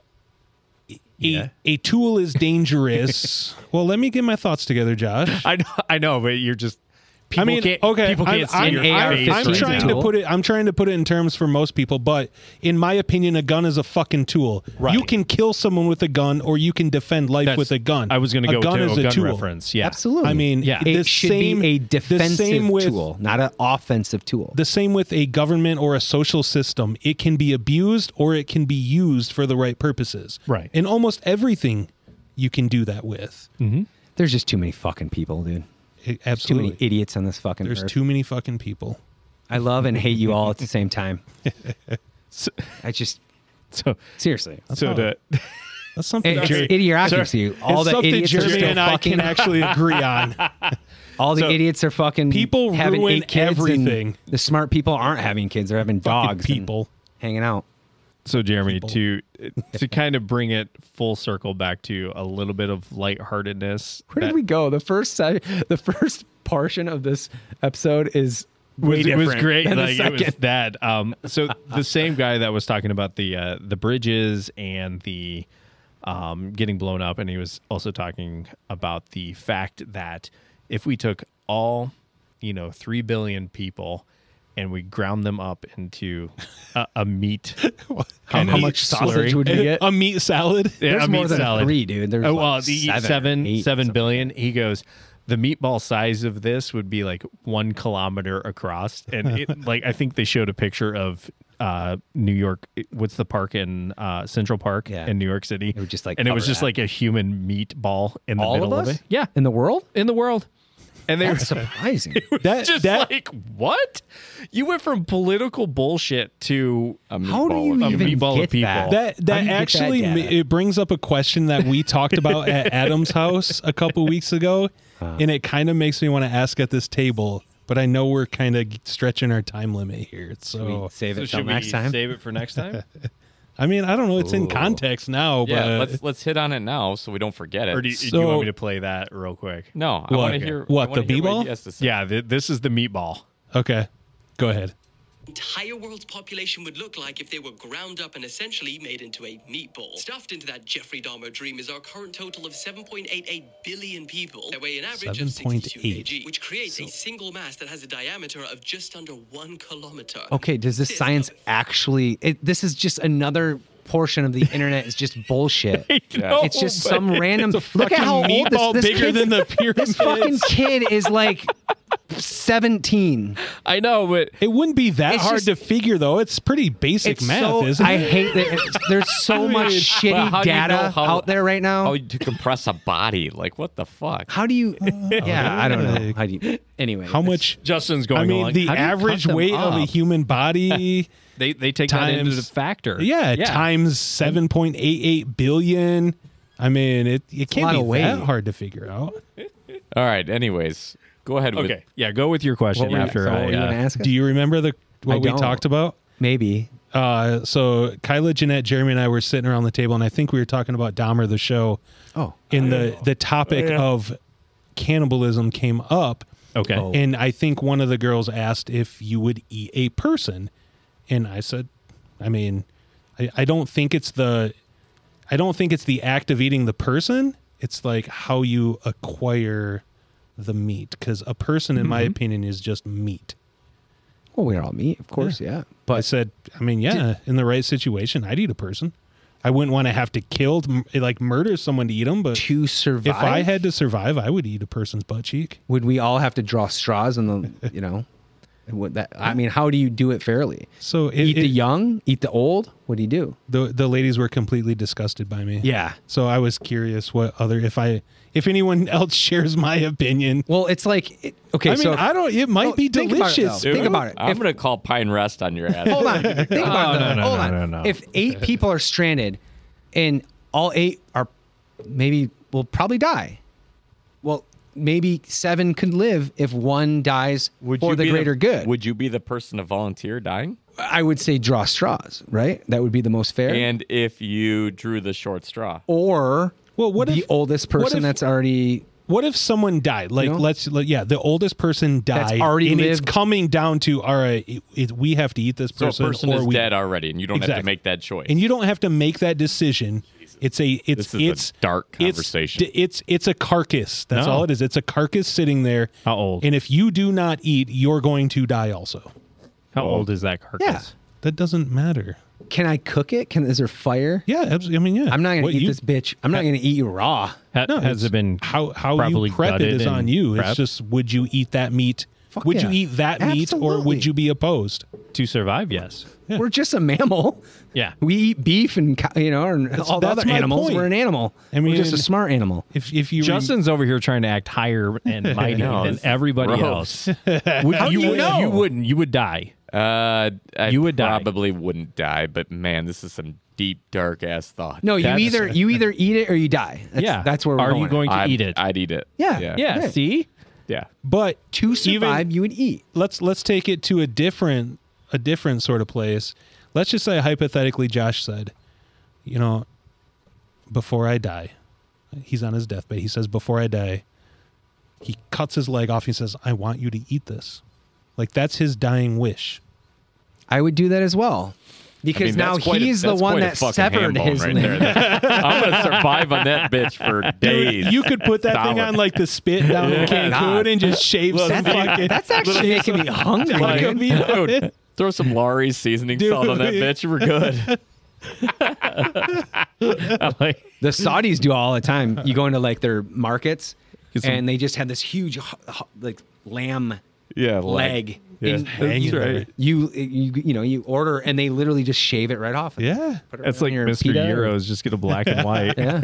a, Yeah. a tool is dangerous. well, let me get my thoughts together, Josh. I know, I know, but you're just. People I mean, can't, okay, People I'm- can't see I'm, your AR face. I'm right trying now. to put it. I'm trying to put it in terms for most people, but in my opinion, a gun is a fucking tool. Right. You can kill someone with a gun, or you can defend life That's- with a gun. I was going to go gun to is a a gun tool. reference. Yeah, Absolutely. I mean, Yeah. the it should same be a the same defensive with- tool, not an offensive tool. The same with a government or a social system. It can be abused or it can be used for the right purposes. Right. In almost everything, you can do that with. There's just too many fucking people, dude. It- Too absolutely. many idiots on this fucking There's earth. too many fucking people. I love and hate you all at the same time. So- I just So, seriously. so to That's something. It's Jerry- idiocracy. All it's the something idiots are Jeremy still and I fucking- can actually agree on. All the So, idiots are fucking people having ruin eight kids and everything. The smart people aren't having kids; they're having Fucking dogs. and people. hanging out. so Jeremy People. to to kind of bring it full circle back to a little bit of lightheartedness. Where did that- we go? The first side, the first portion of this episode is way was, it different. was great. than the Like it was second. that. Um, so the same guy that was talking about the uh, the bridges and the um, getting blown up, and he was also talking about the fact that if we took all, you know, three billion people. And we ground them up into a, a meat. How, kind how of much sausage slurry. would we get? A meat salad. Yeah, There's a more meat than salad. three, dude. There's oh, like well, the seven or seven, eight or seven something. billion. He goes, the meatball size of this would be like one kilometer across, and it, like I think they showed a picture of uh New York. What's the park in uh Central Park Yeah. in New York City? It would just, like, and it was cover just that. like a human meatball in the All of middle us? it. Yeah, in the world. in the world, and they That's were surprising. That, just that like what? You went from political bullshit to A How do meatball you of- a even meatball of get people. that? that How do that you get actually that ma- data? it brings up a question that we talked about at Adam's house a couple weeks ago, Uh. and it kind of makes me want to ask at this table. But I know we're kind of stretching our time limit here, so we Oh, save So it till should next we time. save it for next time? I mean I don't know. It's Ooh. in context now, yeah, but let's let's hit on it now so we don't forget it. Or do you, do you So- want me to play that real quick? no, I What? want to hear I What, wanna the hear b-ball? he has to say. Yeah, th- this is the meatball. okay, go ahead. entire world's population would look like if they were ground up and essentially made into a meatball. Stuffed into that Jeffrey Dahmer dream is our current total of 7.88 billion people that weigh an average of 62 7.8. kg, which creates a single mass that has a diameter of just under one kilometer. Okay, does this science actually? It, this is just another portion of the internet is just bullshit. know, it's just some random. a Look at fucking how old meatball this, this bigger kid's- than the This fucking pyramids. kid is like 17. I know, but It wouldn't be that It's hard just- to figure, though. It's pretty basic math, so, isn't I it? hate that. it's- There's so much but how shitty do you know data how- out there right now. how to compress a body? Like what the fuck? How do you? Yeah, I don't know. How do you? Anyway, How it's- much? Justin's I going. mean, like, the "How do you cut average them weight of a up?" human body. They they take that into the times- factor. Yeah, times seven point eight eight billion. I mean, it it lot can't of be weight. that hard to figure out. All right. Anyways, go ahead. With, Okay. Yeah. Go with your question What were you, after so what I. were you uh, gonna ask? us? Do you remember the what I we don't. talked about? Maybe. Uh, so Kyla, Jeanette, Jeremy, and I were sitting around the table, and I think we were talking about Dahmer the show. Oh. and the the topic of cannibalism came up. Okay. Oh. and I think one of the girls asked if you would eat a person, and I said, I mean, I, I don't think it's the, I don't think it's the act of eating the person. It's like how you acquire the meat, because a person, in my opinion, is just meat. Well, we're all meat, of course. Yeah. I said, I mean, yeah, in the right situation, I'd eat a person. I wouldn't want to have to kill, like murder someone to eat them, but To survive, if I had to survive, I would eat a person's butt cheek. would we all have to draw straws in the? You know, would that? I mean, how do you do it fairly? So it, Eat the it- young, eat the old. What do you do? the the ladies were completely disgusted by me. Yeah. So I was curious what other if I if anyone else shares my opinion. Well, it's like it- okay. I mean, so I don't. It might No, be think about it, delicious. though. Think Dude, about it. I'm If- gonna call Pine Rest on your ass. hold on. Think about Oh, that. no, no, hold no, on. no, no. If eight people are stranded, and all eight are maybe will probably die. Well, maybe seven could live if one dies for you the be greater good. Would you be the person to volunteer dying? I would say draw straws, right? That would be the most fair. And if you drew the short straw, or Well, what the if- oldest what person if- that's already What if someone died? Like, You know? let's let, yeah, the oldest person died. That's already and it's lived. coming down to all right. It, it, we have to eat this so person, a person or is we dead already, and you don't have to Exactly. make that choice. and you don't have to make that decision. It's a it's This is a it's dark it's- conversation. d- It's it's, a carcass. That's No. all it is. It's a carcass sitting there. How old? And if you do not eat, you're going to die. Also, how old is that yeah. carcass? that doesn't matter. Can I cook it? Can is there fire? Yeah, absolutely. I mean, yeah. I'm not gonna What eat you- this bitch. I'm not gonna eat you raw. Ha- No, has it's it been? how how properly you prep it gutted is on and you. It's prepped? just would you eat that meat? Fuck would yeah. you eat that meat, or Absolutely. would you be opposed? to survive? Yes. We're just a mammal. Yeah. We eat beef and co- you know, and all the that's other my animals. point. We're an animal. I we're just a mean- smart animal. If if you Justin's over here trying to act higher and mighty know, than this is everybody gross. else. Would, do you would- know? You wouldn't. You would die. uh, I You would die. probably wouldn't die, but man, this is some deep, dark ass thought. No, you That's- either you either eat it or you die. That's, yeah. that's where we're Are going. you going to I'd, eat it? I'd eat it. Yeah. yeah, yeah. Yeah. See. yeah. but to even- survive? you would eat. let's let's take it to a different a different sort of place. Let's just say hypothetically Josh said, you know, before I die, he's on his deathbed. He says before I die, he cuts his leg off. He says, "I want you to eat this." Like that's his dying wish. I would do that as well, because I mean, that's now quite a- he's the that's one quite a that fucking severed ham-bone his right limb. there. I'm gonna survive on that bitch for days. You could put that thing Solid. on like the spit down in Cancun God. and just shave some That's, fucking. that's actually making me hungry. Like, dude. Dude, throw some Laurie's seasoning salt on that Dude. bitch. We're good. Like, The Saudis do all the time. You go into like their markets, some- and they just have this huge h- h- like lamb Yeah, leg. Yeah, And that's right. You, you you know you order and they literally just shave it right off. yeah. Put it that's right like on your Mr. pita or- Euros. Just get a black and white. Yeah.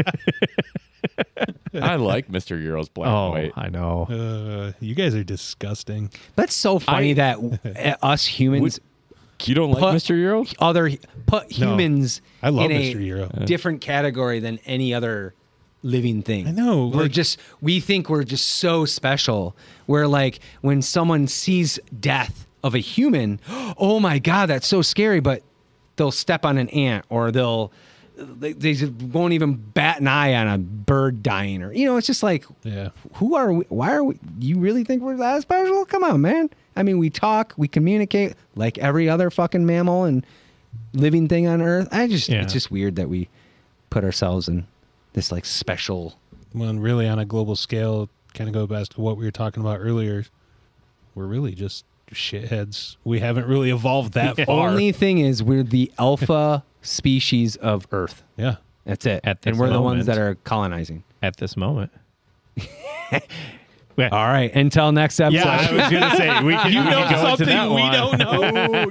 I like Mr. Euro's black and Oh, white. I know. Uh, you guys are disgusting. That's so funny that uh, us humans You don't like Put- Mr. Euro? other put No. humans I love in Mr. a Euro. different category than any other living thing. I know, We're like- just we think we're just so special. We're like when someone sees death of a human, oh my god, that's so scary, but they'll step on an ant or they'll they, they just won't even bat an eye on a bird dying or you know, it's just like Yeah. who are we? Why are we? You really think we're that special? Come on, man. I mean, we talk, we communicate like every other fucking mammal and living thing on Earth. I just, Yeah. it's just weird that we put ourselves in this like special. Well, and really on a global scale, kind of go back to what we were talking about earlier. We're really just shitheads. We haven't really evolved that far. Only thing is, we're the alpha species of Earth. yeah. That's it. At this and we're the ones moment. that are colonizing. At this moment. Yeah. All right. Until next episode. Yeah, I was gonna say we can. You know something we don't know.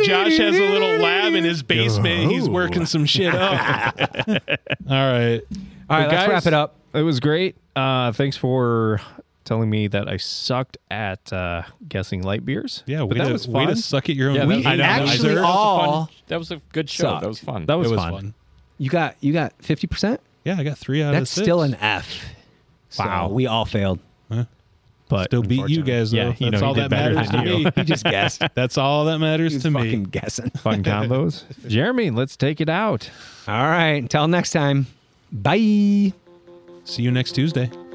Josh has a little lab in his basement. He's working some shit up. All right. All right, let's wrap it up. It was great. Uh, thanks for telling me that I sucked at uh, guessing light beers. Yeah, but way, that to, was way fun. to suck at your own. Yeah, we that- I know, that was Actually, a fun- all that was a good show. sucked. That was fun. that It was, was fun. fun. you got you got fifty percent. Yeah, I got three out of That's six. still an F. So Wow. we all failed. But Still beat you guys though. Yeah, That's you know, all that you did better matters to than you. me. He just guessed. That's all that matters He's to me. fucking guessing. fun combos. Jeremy, let's take it out. All right. Until next time. Bye. See you next Tuesday.